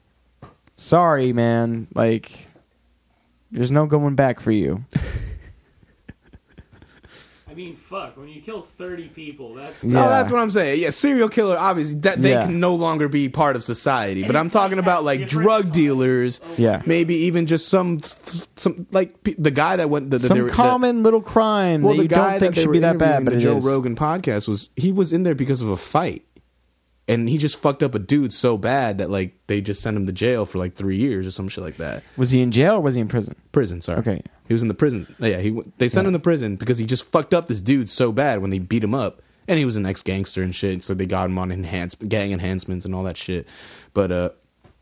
Speaker 2: Sorry, man. Like, there's no going back for you.
Speaker 3: I mean, fuck. When you kill thirty people, that's
Speaker 2: Yeah.
Speaker 1: No, Oh, that's what I'm saying. Yeah, serial killer, obviously, that they
Speaker 2: Yeah.
Speaker 1: can no longer be part of society. But
Speaker 3: And
Speaker 1: I'm
Speaker 3: it's like
Speaker 1: talking about
Speaker 3: at
Speaker 1: like
Speaker 3: different
Speaker 1: drug
Speaker 3: times.
Speaker 1: dealers,
Speaker 2: Yeah.
Speaker 1: maybe even just some, some like pe- the guy that went the, the,
Speaker 2: Some
Speaker 1: they were- the-
Speaker 2: common little crime
Speaker 1: well,
Speaker 2: that
Speaker 1: the
Speaker 2: you
Speaker 1: guy
Speaker 2: don't think
Speaker 1: that they
Speaker 2: should
Speaker 1: were
Speaker 2: be that bad,
Speaker 1: interviewing
Speaker 2: but
Speaker 1: the
Speaker 2: it
Speaker 1: Joe
Speaker 2: is.
Speaker 1: Rogan podcast was he was in there because of a fight, and he just fucked up a dude so bad that like they just sent him to jail for like three years or some shit like that.
Speaker 2: Was he in jail or was he in prison?
Speaker 1: Prison, sorry.
Speaker 2: Okay.
Speaker 1: He was in the prison. Yeah, he w- they sent him to prison because he just fucked up this dude so bad when they beat him up. And he was an ex gangster and shit, so they got him on enhance gang enhancements and all that shit. But uh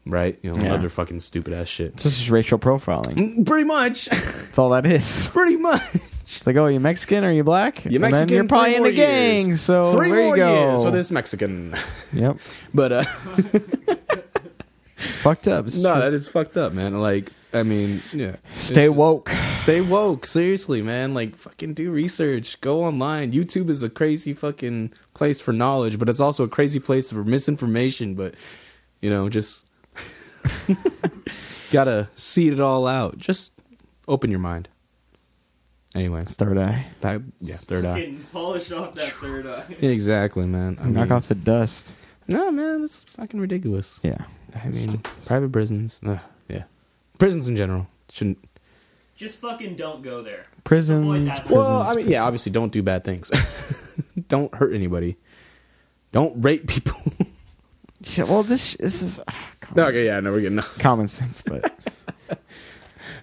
Speaker 1: right, you know,
Speaker 2: Yeah.
Speaker 1: other fucking stupid ass shit.
Speaker 2: So it's just racial profiling.
Speaker 1: Mm, Pretty much.
Speaker 2: That's all that is.
Speaker 1: Pretty much.
Speaker 2: It's like, oh, you Mexican or you
Speaker 1: You
Speaker 2: black? And then
Speaker 1: Mexican
Speaker 2: You're probably
Speaker 1: three
Speaker 2: in
Speaker 1: more
Speaker 2: the gang,
Speaker 1: years.
Speaker 2: so
Speaker 1: three
Speaker 2: there
Speaker 1: more
Speaker 2: you go.
Speaker 1: years for this Mexican.
Speaker 2: Yep.
Speaker 1: But uh
Speaker 2: It's fucked up. It's
Speaker 1: no, that is fucked up, man. Like I mean, yeah.
Speaker 2: Stay woke.
Speaker 1: Stay woke, seriously, man. Like fucking do research. Go online. YouTube is a crazy fucking place for knowledge, but it's also a crazy place for misinformation, but you know, just got to seed it all out. Just open your mind. Anyways,
Speaker 2: Third eye.
Speaker 1: that yeah, third eye.
Speaker 3: fucking polish off that third eye.
Speaker 1: Exactly, man. I
Speaker 2: Knock
Speaker 1: mean-
Speaker 2: off the dust.
Speaker 1: No, man, it's fucking ridiculous.
Speaker 2: Yeah.
Speaker 1: I mean, private prisons. ugh, yeah. Prisons in general shouldn't
Speaker 3: Just fucking don't go there.
Speaker 2: Prisons.
Speaker 3: Avoid that.
Speaker 2: prisons
Speaker 1: Well, I mean, yeah, obviously don't do bad things. don't hurt anybody. Don't rape people.
Speaker 2: Yeah, well, this this is ah, common,
Speaker 1: okay, yeah, no, we're getting off.
Speaker 2: common sense, but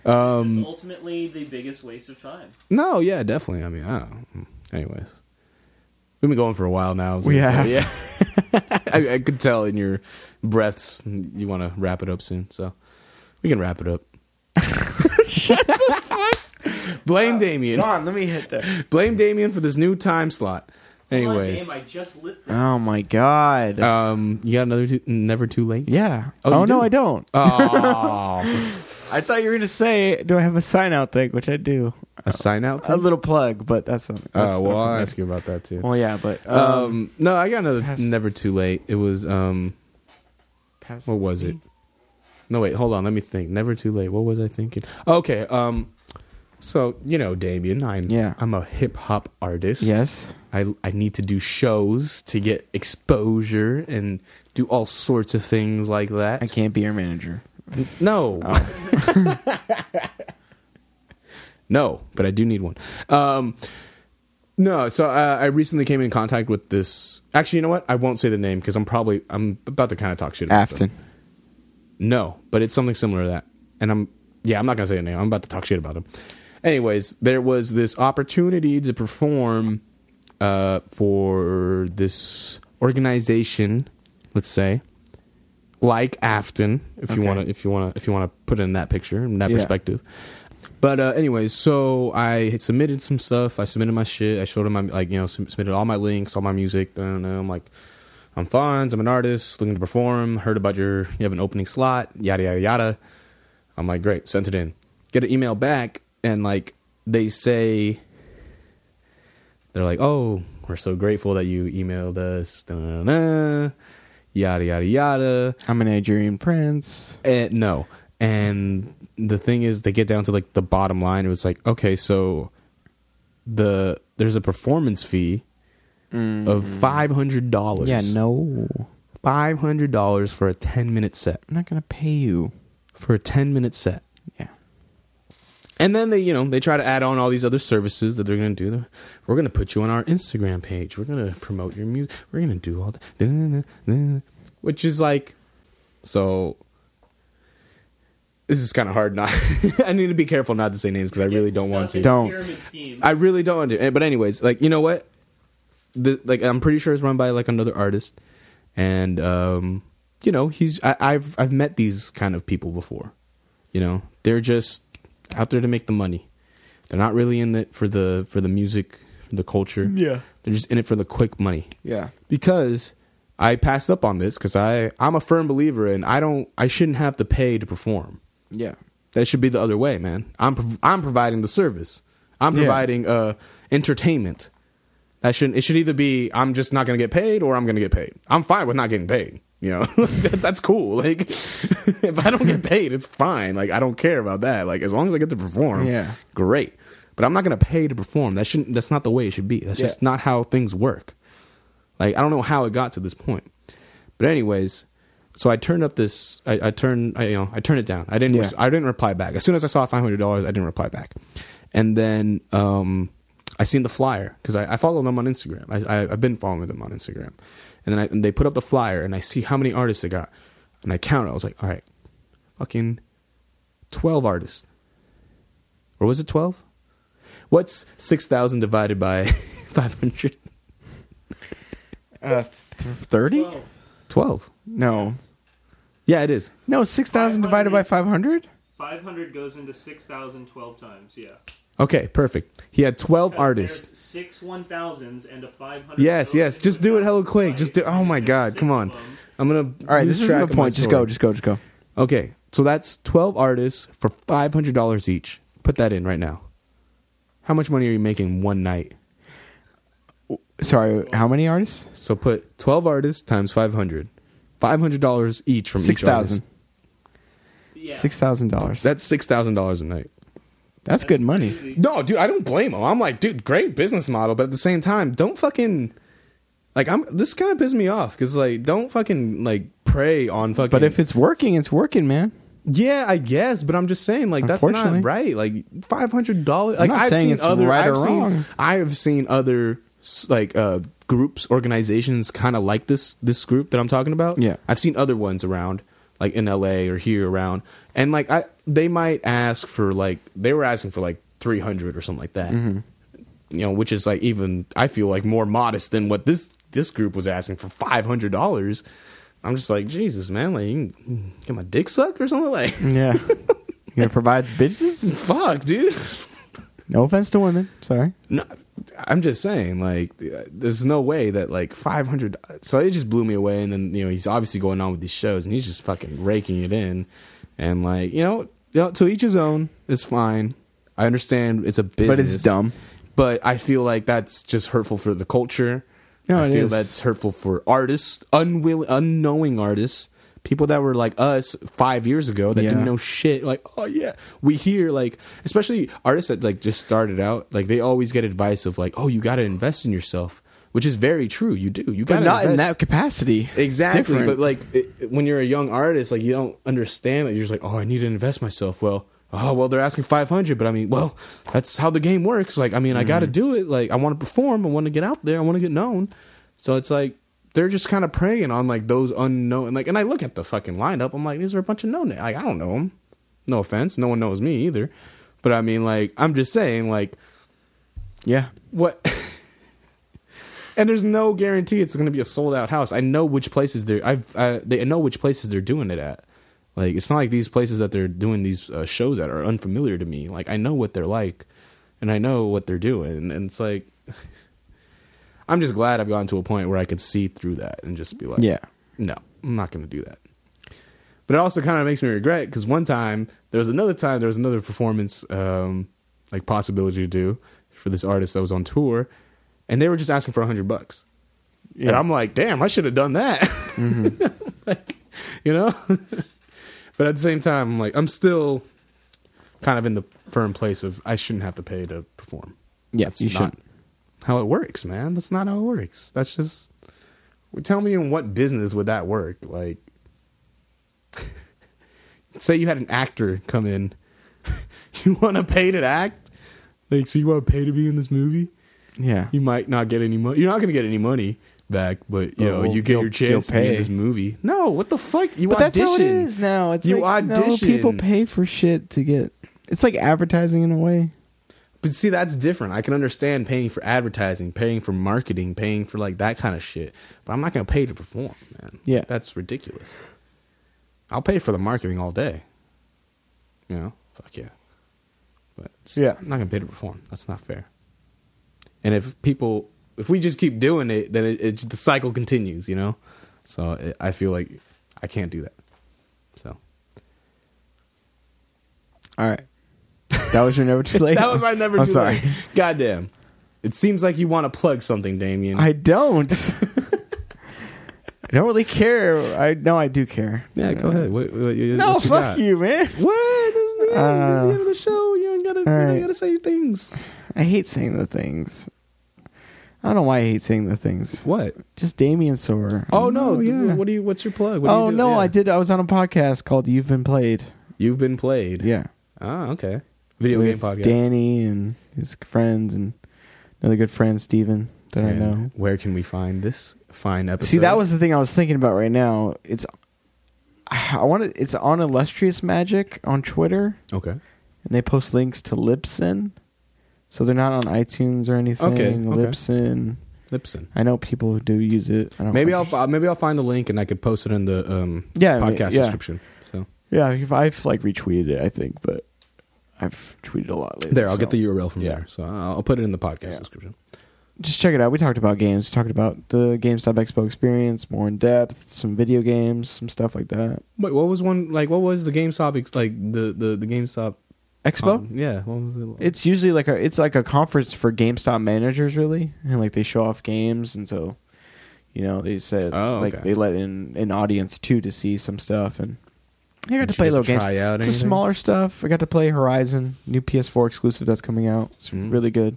Speaker 1: Um,
Speaker 3: it's ultimately the biggest waste of time.
Speaker 1: No, yeah, definitely. I mean, I don't know. Anyways, we've been going for a while now. I was gonna
Speaker 2: We have.
Speaker 1: say, yeah. I, I could tell in your breaths you want to wrap it up soon, so we can wrap it up. Blame Damien.
Speaker 2: on, let me hit that.
Speaker 1: Blame Damien for this new time slot.
Speaker 3: Come on,
Speaker 1: Anyways,
Speaker 3: Dame, I just lit this.
Speaker 2: Oh my god.
Speaker 1: um, you got another too, never too late.
Speaker 2: yeah.
Speaker 1: oh,
Speaker 2: Oh,
Speaker 1: you
Speaker 2: no,
Speaker 1: do?
Speaker 2: I don't.
Speaker 1: Oh,
Speaker 2: I thought you were gonna say, "Do I have a sign out thing?" Which I do.
Speaker 1: a sign out.
Speaker 2: A
Speaker 1: Oh,
Speaker 2: little plug, but that's not. that's
Speaker 1: Uh, well,
Speaker 2: not-
Speaker 1: I'll ask you about that too.
Speaker 2: Well, yeah, but um,
Speaker 1: Um, no, I got another
Speaker 2: pass-
Speaker 1: never too late. It was um,
Speaker 2: pass
Speaker 1: what
Speaker 2: to
Speaker 1: was it?
Speaker 2: me.
Speaker 1: No, wait, hold on. Let me think. Never too late. What was I thinking? Okay, um, so you know, Damien, I'm
Speaker 2: Yeah.
Speaker 1: I'm a hip hop artist.
Speaker 2: Yes.
Speaker 1: I I need to do shows to get exposure and do all sorts of things like that.
Speaker 2: I can't be your manager.
Speaker 1: No. no, but I do need one. Um, no, so uh, I recently came in contact with this. Actually, you know what? I won't say the name because I'm probably I'm about to kind of talk shit. About them.
Speaker 2: Afton.
Speaker 1: No, but it's something similar to that. And I'm yeah, I'm not gonna say the name. I'm about to talk shit about him. Anyways, there was this opportunity to perform uh, for this organization, let's say, like Afton, if you
Speaker 2: Okay.
Speaker 1: wanna if you wanna if you wanna put it in that picture, in that
Speaker 2: Yeah.
Speaker 1: perspective. But uh, anyways, so I had submitted some stuff. I submitted my shit. I showed him my like you know sub- submitted all my links, all my music. I don't know. I'm like, I'm Fonz. I'm an artist looking to perform. Heard about your you have an opening slot. Yada yada yada. I'm like, great. Sent it in. Get an email back and like they say they're like, oh, we're so grateful that you emailed us. Da-na-na-na, Yada yada yada.
Speaker 2: I'm a Nigerian prince.
Speaker 1: And Eh, no. And the thing is, they get down to like the bottom line. It was like, okay, so the there's a performance fee of five hundred dollars.
Speaker 2: Yeah, no. I'm
Speaker 1: five hundred dollars for a ten minute set.
Speaker 2: not gonna pay you.
Speaker 1: For a ten minute set.
Speaker 2: Yeah.
Speaker 1: And then they, you know, they try to add on all these other services that they're going to do. We're going to put you on our Instagram page. We're going to promote your music. We're going to do all that. Which is like, so this is kind of hard. Not, I need to be careful not to say names because I really
Speaker 3: Get
Speaker 1: don't want
Speaker 3: stuck in
Speaker 1: to.
Speaker 2: Don't.
Speaker 3: Pyramid scheme.
Speaker 1: I really don't want to. Eh, But anyways, like you know what? The, like I'm pretty sure it's run by like another artist, and um, you know he's I, I've I've met these kind of people before. You know they're just out there to make the money. They're not really in it for the for the music, for the culture.
Speaker 2: Yeah.
Speaker 1: They're just in it for the quick money
Speaker 2: Yeah.
Speaker 1: because I passed up on this because I I'm a firm believer and I don't I shouldn't have to pay to perform.
Speaker 2: Yeah.
Speaker 1: That should be the other way, man. I'm prov- I'm providing the service. I'm
Speaker 2: Yeah.
Speaker 1: providing uh entertainment. That shouldn't. It should either be I'm just not gonna get paid or I'm gonna get paid. I'm fine with not getting paid. You know, that's, that's cool. Like if I don't get paid, it's fine. Like I don't care about that. Like as long as I get to perform,
Speaker 2: Yeah.
Speaker 1: great. But I'm not gonna pay to perform. That shouldn't. That's not the way it should be. That's
Speaker 2: Yeah.
Speaker 1: just not how things work. Like I don't know how it got to this point, but anyways, so I turned up this. I, I turned. I, you know, I turned it down. I didn't.
Speaker 2: Yeah.
Speaker 1: I didn't reply back. As soon as I saw five hundred dollars, I didn't reply back. And then um, I seen the flyer because I, I follow them on Instagram. I, I, I've been following them on Instagram, and then I, and they put up the flyer, and I see how many artists they got, and I counted. I was like, all right, fucking twelve artists, or was it twelve? What's six thousand divided by five hundred?
Speaker 2: Uh, thirty?
Speaker 3: Twelve.
Speaker 1: Twelve.
Speaker 2: No.
Speaker 1: Yeah, it is.
Speaker 2: No, six thousand divided by five hundred.
Speaker 3: 500 goes into 6,000 12 times, yeah.
Speaker 1: Okay, perfect. He had 12
Speaker 3: Because
Speaker 1: artists.
Speaker 3: There's six 1,000s and a 500.
Speaker 1: Yes,
Speaker 3: goes
Speaker 1: yes.
Speaker 3: into
Speaker 1: Just do it hella
Speaker 3: thousand
Speaker 1: quick. Just do
Speaker 3: twice,
Speaker 1: Oh my
Speaker 3: and
Speaker 1: god,
Speaker 3: six
Speaker 1: come
Speaker 3: of
Speaker 1: on.
Speaker 3: them.
Speaker 1: I'm going to
Speaker 2: All right, this isn't the point. Just go. Just go. Just go.
Speaker 1: Okay. So that's 12 artists for $500 each. Put that in right now. How much money are you making one night?
Speaker 2: Sorry, how many artists?
Speaker 1: So put 12 artists times 500. $500 each from
Speaker 2: Six
Speaker 1: each artist.
Speaker 2: thousand.
Speaker 3: Yeah.
Speaker 2: Six thousand dollars.
Speaker 1: That's $6,000 a night.
Speaker 2: That's good money.
Speaker 3: crazy.
Speaker 1: No, dude, I don't blame him. I'm like, dude, great business model, but at the same time, don't fucking like I'm. This kind of pissed me off because like, don't fucking like prey on fucking.
Speaker 2: But if it's working, it's working, man.
Speaker 1: yeah, I guess, but I'm just saying like that's not
Speaker 2: Unfortunately.
Speaker 1: right. Like five hundred dollars. Like
Speaker 2: not
Speaker 1: I've
Speaker 2: saying
Speaker 1: seen
Speaker 2: it's
Speaker 1: other.
Speaker 2: right or
Speaker 1: I've seen.
Speaker 2: wrong.
Speaker 1: I have seen other s- like uh, groups, organizations, kind of like this this group that I'm talking about.
Speaker 2: Yeah.
Speaker 1: I've seen other ones around, like in L.A. or here around, and like I, they might ask for like they were asking for like 300 or something like that. You know, which is like even I feel like more modest than what this this group was asking for 500 dollars. I'm just like Jesus, man! Like, you can get my dick sucked or something like.
Speaker 2: Yeah. you gonna provide bitches?
Speaker 1: Fuck, dude.
Speaker 2: No offense to women. Sorry.
Speaker 1: No, I'm just saying, like, there's no way that like 500. So it just blew me away, and then you know he's obviously going on with these shows, and he's just fucking raking it in, and like you know, you know, to each his own. It's fine. I understand it's a business,
Speaker 2: But it's dumb.
Speaker 1: But I feel like that's just hurtful for the culture.
Speaker 2: No,
Speaker 1: I
Speaker 2: it
Speaker 1: feel
Speaker 2: is.
Speaker 1: that's hurtful for artists, unwill- unknowing artists, people that were like us five years ago that
Speaker 2: Yeah.
Speaker 1: didn't know shit. Like, oh yeah, we hear like, especially artists that like just started out, like they always get advice of like, oh, you got to invest in yourself, which is very true. You do. You got
Speaker 2: But
Speaker 1: to
Speaker 2: not
Speaker 1: invest.
Speaker 2: in that capacity. It's
Speaker 1: Exactly,
Speaker 2: different.
Speaker 1: but like it, it- when you're a young artist, like you don't understand that you're just like, oh, I need to invest myself. Well, oh, well, they're asking five hundred, but I mean, well, that's how the game works. Like, I mean, I got to do it. Like, I want to perform. I want to get out there. I want to get known. So it's like they're just kind of preying on like those unknown. And like, and I look at the fucking lineup. I'm like, these are a bunch of known. Like, I don't know them. No offense, no one knows me either. But I mean, like, I'm just saying, like,
Speaker 2: yeah.
Speaker 1: what and there's no guarantee it's going to be a sold out house i know which places they're i've I, they know which places they're doing it at like it's not like these places that they're doing these uh, shows at are unfamiliar to me like i know what they're like and i know what they're doing and it's like i'm just glad i've gotten to a point where i could see through that and just be like
Speaker 2: Yeah.
Speaker 1: no i'm not going to do that but it also kind of makes me regret because one time there was another time there was another performance um, like possibility to do for this artist that was on tour and they were just asking for a hundred bucks and
Speaker 2: Yeah. Mm-hmm.
Speaker 1: i'm like damn i should have done that like, you know but at the same time i'm like i'm still kind of in the firm place of i shouldn't have to pay to perform
Speaker 2: Yeah,
Speaker 1: that's
Speaker 2: you
Speaker 1: not
Speaker 2: shouldn't.
Speaker 1: how it works man that's not how it works that's just tell me in what business would that work like say you had an actor come in you want to pay to act like so you want to pay to be in this movie
Speaker 2: Yeah.
Speaker 1: you might not get any money you're not going to get any money back but you
Speaker 2: But
Speaker 1: know
Speaker 2: Oh, we'll-
Speaker 1: you get your
Speaker 2: you'll-
Speaker 1: chance to
Speaker 2: you'll
Speaker 1: be in
Speaker 2: pay.
Speaker 1: this movie no what the fuck you
Speaker 2: But that's
Speaker 1: audition
Speaker 2: how it is now. It's
Speaker 1: You
Speaker 2: like, No,
Speaker 1: audition.
Speaker 2: people pay for shit to get. It's like advertising in a way.
Speaker 1: But see, that's different. I can understand paying for advertising, paying for marketing, paying for like that kind of shit. But I'm not gonna pay to perform, man.
Speaker 2: Yeah.
Speaker 1: that's ridiculous. I'll pay for the marketing all day. You know, fuck yeah. But it's-
Speaker 2: Yeah.
Speaker 1: I'm not gonna pay to perform. That's not fair. And if people, if we just keep doing it, then it, it the cycle continues. You know, so it, I feel like I can't do that. So
Speaker 2: All right. That was your never too late.
Speaker 1: that was my never.
Speaker 2: I'm
Speaker 1: too
Speaker 2: sorry.
Speaker 1: late. Goddamn. It seems like you want to plug something, Damien.
Speaker 2: I don't. I don't really care. I no, I do care.
Speaker 1: Yeah, go ahead. What, what, what,
Speaker 2: No,
Speaker 1: what you
Speaker 2: fuck
Speaker 1: got?
Speaker 2: you, man.
Speaker 1: What? This is the end. this is the end of the show. You don't gotta, you don't
Speaker 2: Alright.
Speaker 1: gotta say your things.
Speaker 2: I hate saying the things. I don't know why I hate saying the things.
Speaker 1: What?
Speaker 2: Just Damien Sower.
Speaker 1: Oh no!
Speaker 2: yeah.
Speaker 1: d- What do you? What's your plug? What do
Speaker 2: oh
Speaker 1: you do?
Speaker 2: no,
Speaker 1: Yeah.
Speaker 2: I did. I was on a podcast called "You've Been Played."
Speaker 1: You've been played.
Speaker 2: Yeah,
Speaker 1: Ah, okay. Video game
Speaker 2: with
Speaker 1: podcast.
Speaker 2: Danny and his friends and another good friend Steven that
Speaker 1: And
Speaker 2: I know.
Speaker 1: Where can we find this fine episode?
Speaker 2: See, that was the thing I was thinking about right now. It's I want to, It's on Illustrious Magic on Twitter,
Speaker 1: okay.
Speaker 2: and they post links to Libsyn, so they're not on iTunes or anything.
Speaker 1: Okay, okay.
Speaker 2: Libsyn.
Speaker 1: Lipson.
Speaker 2: I know people who do use it. I don't
Speaker 1: Maybe I'll fi- maybe I'll find the link and I could post it in the um
Speaker 2: Yeah, I mean,
Speaker 1: podcast
Speaker 2: yeah.
Speaker 1: description. So
Speaker 2: Yeah, I've, I've like retweeted it, I think, but I've tweeted a lot lately.
Speaker 1: there, I'll
Speaker 2: so-
Speaker 1: get the URL from
Speaker 2: Yeah.
Speaker 1: there. So I'll I'll put it in the podcast
Speaker 2: Yeah.
Speaker 1: description.
Speaker 2: Just check it out. We talked about games. We talked about the GameStop Expo experience more in depth, some video games, some stuff like that.
Speaker 1: Wait, what was one like? What was the GameStop ex- like the the the GameStop
Speaker 2: Expo.
Speaker 1: um, yeah, what was it?
Speaker 2: It's usually like a it's like a conference for GameStop managers, really, and like they show off games, and so you know they said
Speaker 1: Oh,
Speaker 2: like
Speaker 1: okay.
Speaker 2: they let in an audience too to see some stuff, and I
Speaker 1: Did
Speaker 2: got to
Speaker 1: you get
Speaker 2: play
Speaker 1: to
Speaker 2: little games.
Speaker 1: try out
Speaker 2: it's a
Speaker 1: anything?
Speaker 2: smaller stuff. I got to play Horizon, new PS4 exclusive that's coming out. It's
Speaker 1: Mm.
Speaker 2: really good.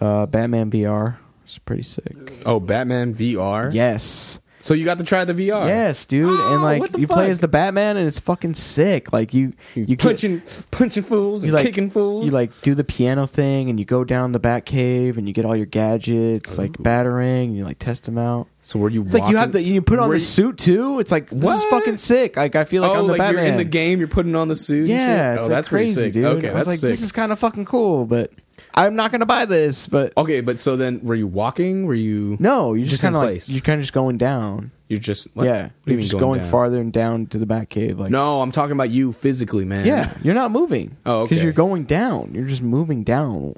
Speaker 2: Uh, Batman VR, it's pretty sick.
Speaker 1: Oh, Batman VR.
Speaker 2: Yes,
Speaker 1: So you got to try the VR.
Speaker 2: Yes, dude, and
Speaker 1: Ah, what
Speaker 2: like
Speaker 1: the
Speaker 2: you play
Speaker 1: fuck?
Speaker 2: as the Batman, and it's fucking sick. Like you, you, get-
Speaker 1: punching punching fools
Speaker 2: you
Speaker 1: and
Speaker 2: like
Speaker 1: kicking fools.
Speaker 2: You like do the piano thing, and you go down the Batcave, and you get all your gadgets, like
Speaker 1: Oh.
Speaker 2: battering, and you like test them out.
Speaker 1: so were you?
Speaker 2: It's like you have the you put on
Speaker 1: were
Speaker 2: the
Speaker 1: you-
Speaker 2: suit too. It's like this is
Speaker 1: What?
Speaker 2: fucking sick. Like I feel like
Speaker 1: oh,
Speaker 2: I'm the
Speaker 1: like
Speaker 2: Batman.
Speaker 1: you're in the game. You're putting on the suit.
Speaker 2: Yeah,
Speaker 1: and shit?
Speaker 2: it's
Speaker 1: oh,
Speaker 2: like
Speaker 1: that's pretty
Speaker 2: crazy,
Speaker 1: sick.
Speaker 2: dude.
Speaker 1: Okay,
Speaker 2: I was
Speaker 1: that's
Speaker 2: like,
Speaker 1: sick.
Speaker 2: this is kind of fucking cool, but I'm not gonna buy this. But
Speaker 1: okay, but so then were you walking? Were you?
Speaker 2: no, you're
Speaker 1: Oh, Just
Speaker 2: just,
Speaker 1: in
Speaker 2: kind of like
Speaker 1: place.
Speaker 2: you're kind of just going down.
Speaker 1: You're just what? What
Speaker 2: Yeah,
Speaker 1: do
Speaker 2: you're
Speaker 1: you mean
Speaker 2: just going,
Speaker 1: down?
Speaker 2: farther and down to the back cave. Like
Speaker 1: No, I'm talking about you physically, man.
Speaker 2: yeah, you're not moving.
Speaker 1: Oh, okay.
Speaker 2: because you're going down. You're just moving down.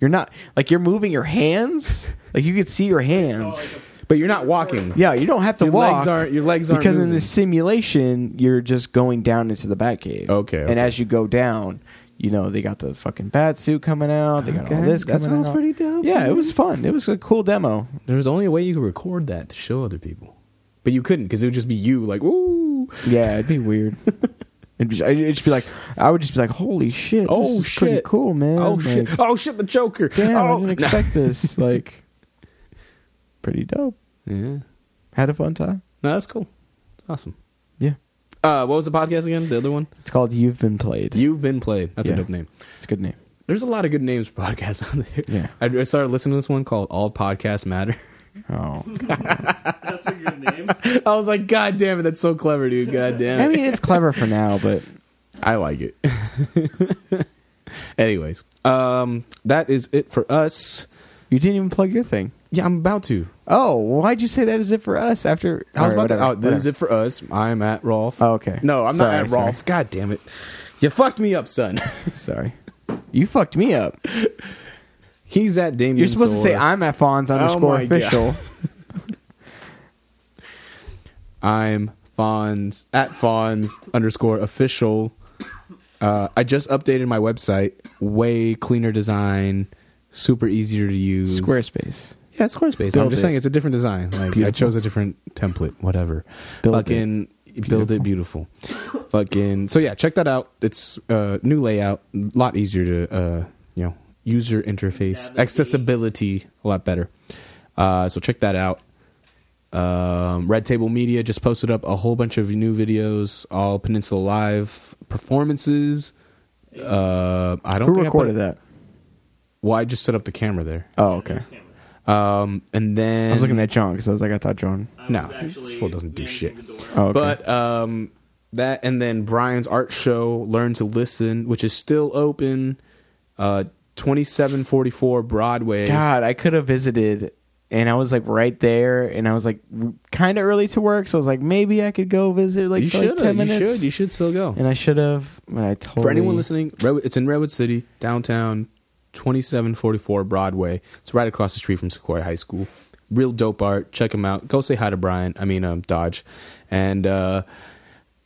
Speaker 2: You're not like you're moving your hands. Like you could see your hands.
Speaker 1: but you're not walking.
Speaker 2: Yeah, you don't have to
Speaker 1: your
Speaker 2: walk.
Speaker 1: legs aren't. Your legs aren't.
Speaker 2: because in
Speaker 1: moving.
Speaker 2: the simulation you're just going down into the bat cave.
Speaker 1: Okay,
Speaker 2: And
Speaker 1: okay.
Speaker 2: as you go down, you know they got the fucking bat suit coming out. They got all
Speaker 1: Okay,
Speaker 2: this.
Speaker 1: that
Speaker 2: coming
Speaker 1: sounds
Speaker 2: out.
Speaker 1: pretty dope,
Speaker 2: Yeah, it
Speaker 1: dude.
Speaker 2: was fun. It was a cool demo.
Speaker 1: There's only a way you could record that to show other people, but you couldn't because it would just be you, like ooh.
Speaker 2: Yeah, it'd be weird. it'd, be, it'd just be like I would just be like, holy shit.
Speaker 1: Oh
Speaker 2: this is
Speaker 1: shit!
Speaker 2: Pretty cool, man.
Speaker 1: Oh
Speaker 2: Like,
Speaker 1: shit! Oh shit! The Joker.
Speaker 2: Damn, I
Speaker 1: oh,
Speaker 2: didn't expect this. Like, pretty dope.
Speaker 1: yeah. No,
Speaker 2: Had a fun time.
Speaker 1: that's cool. It's awesome.
Speaker 2: Yeah.
Speaker 1: Uh, what was the podcast again? The other one.
Speaker 2: It's called You've Been Played.
Speaker 1: You've been played. That's
Speaker 2: Yeah.
Speaker 1: a dope name.
Speaker 2: it's a good name.
Speaker 1: There's a lot of good names for podcasts on there.
Speaker 2: Yeah.
Speaker 1: I I started listening to this one called All Podcasts Matter.
Speaker 2: Oh,
Speaker 3: That's a good name.
Speaker 1: I was like, God damn it, that's so clever, dude. God damn
Speaker 2: I
Speaker 1: it.
Speaker 2: mean it's clever for now, but
Speaker 1: I like it. Anyways, um, that is it for us.
Speaker 2: you didn't even plug your thing.
Speaker 1: Yeah, I'm about to.
Speaker 2: Oh, well, why'd you say that is it for us after?
Speaker 1: I was
Speaker 2: Alright,
Speaker 1: about to. Oh,
Speaker 2: whatever,
Speaker 1: this is it for us. I'm at Rolf.
Speaker 2: Oh, okay.
Speaker 1: No, I'm
Speaker 2: Sorry,
Speaker 1: not at
Speaker 2: sorry.
Speaker 1: Rolf. God damn it. You fucked me up, son.
Speaker 2: whatever. Sorry, you fucked me up.
Speaker 1: He's at Damien.
Speaker 2: You're supposed to say
Speaker 1: Sora.
Speaker 2: I'm at Fawns underscore
Speaker 1: Oh my God.
Speaker 2: official.
Speaker 1: I'm Fawns at Fawns underscore official. Uh, I just updated my website. Way cleaner design, super easier to use.
Speaker 2: Squarespace.
Speaker 1: Yeah, it's Squarespace. but I'm
Speaker 2: Build
Speaker 1: just
Speaker 2: it.
Speaker 1: saying it's a different design. Like I
Speaker 2: Beautiful.
Speaker 1: chose a different template, whatever.
Speaker 2: Build
Speaker 1: Fucking build it beautiful. Fucking so yeah, check that out. It's uh new layout, a lot easier to uh you know, user interface,
Speaker 3: Navigate.
Speaker 1: accessibility a lot better. Uh so check that out. Um, Red Table Media just posted up a whole bunch of new videos, all Peninsula Live performances. Uh, I don't
Speaker 2: Who
Speaker 1: think
Speaker 2: recorded
Speaker 1: I put it-
Speaker 2: that?
Speaker 1: Well, I just set up the camera there.
Speaker 2: Oh, okay.
Speaker 1: Um, and then
Speaker 2: I was looking at John because I was like, I thought John.
Speaker 1: No, this fool doesn't do shit.
Speaker 2: Oh, okay.
Speaker 1: But um, that and then Brian's art show, Learn to Listen, which is still open, uh, twenty seven forty four Broadway.
Speaker 2: God, I could have visited, and I was like right there, and I was like kind of early to work, so I was like maybe I could go visit like
Speaker 1: you
Speaker 2: for
Speaker 1: should,
Speaker 2: like ten
Speaker 1: you
Speaker 2: minutes.
Speaker 1: should, you should still go.
Speaker 2: And I should have. And I totally.
Speaker 1: For anyone listening, Redwood, it's in Redwood City, downtown, twenty seven forty four Broadway. It's right across the street from Sequoia High School. Real dope art. Check him out. Go say hi to Brian. I mean, um, Dodge, and uh,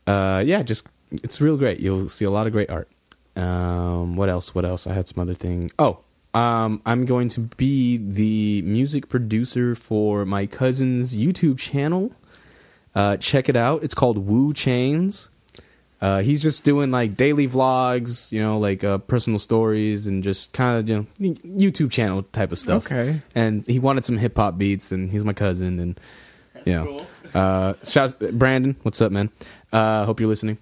Speaker 1: uh, yeah, just it's real great. You'll see a lot of great art. Um, what else? What else? I had some other thing. Oh, um, I'm going to be the music producer for my cousin's YouTube channel. Uh, check it out. It's called Woo Chains. Uh, he's just doing like daily vlogs, you know, like uh, personal stories and just kind of you know YouTube channel type of stuff.
Speaker 2: Okay.
Speaker 1: And he wanted some hip hop beats, and he's my cousin, and you know,
Speaker 3: cool.
Speaker 1: uh, shouts Brandon, what's up, man? Uh, hope you're listening.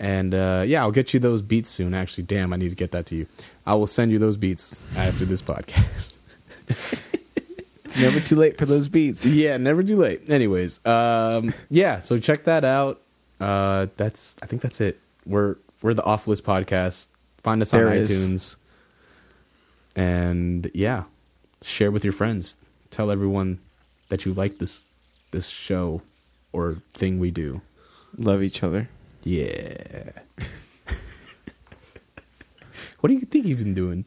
Speaker 1: And uh, yeah, I'll get you those beats soon. Actually, damn, I need to get that to you. I will send you those beats after this podcast.
Speaker 2: It's never too late for those beats.
Speaker 1: yeah, never too late. Anyways, um, yeah, so check that out. Uh, that's I think that's it. We're we're the Off List podcast. Find us
Speaker 2: There
Speaker 1: on
Speaker 2: it is.
Speaker 1: iTunes. And yeah, share with your friends. Tell everyone that you like this this show or thing we do.
Speaker 2: Love each other.
Speaker 1: Yeah. what do you think you've been doing?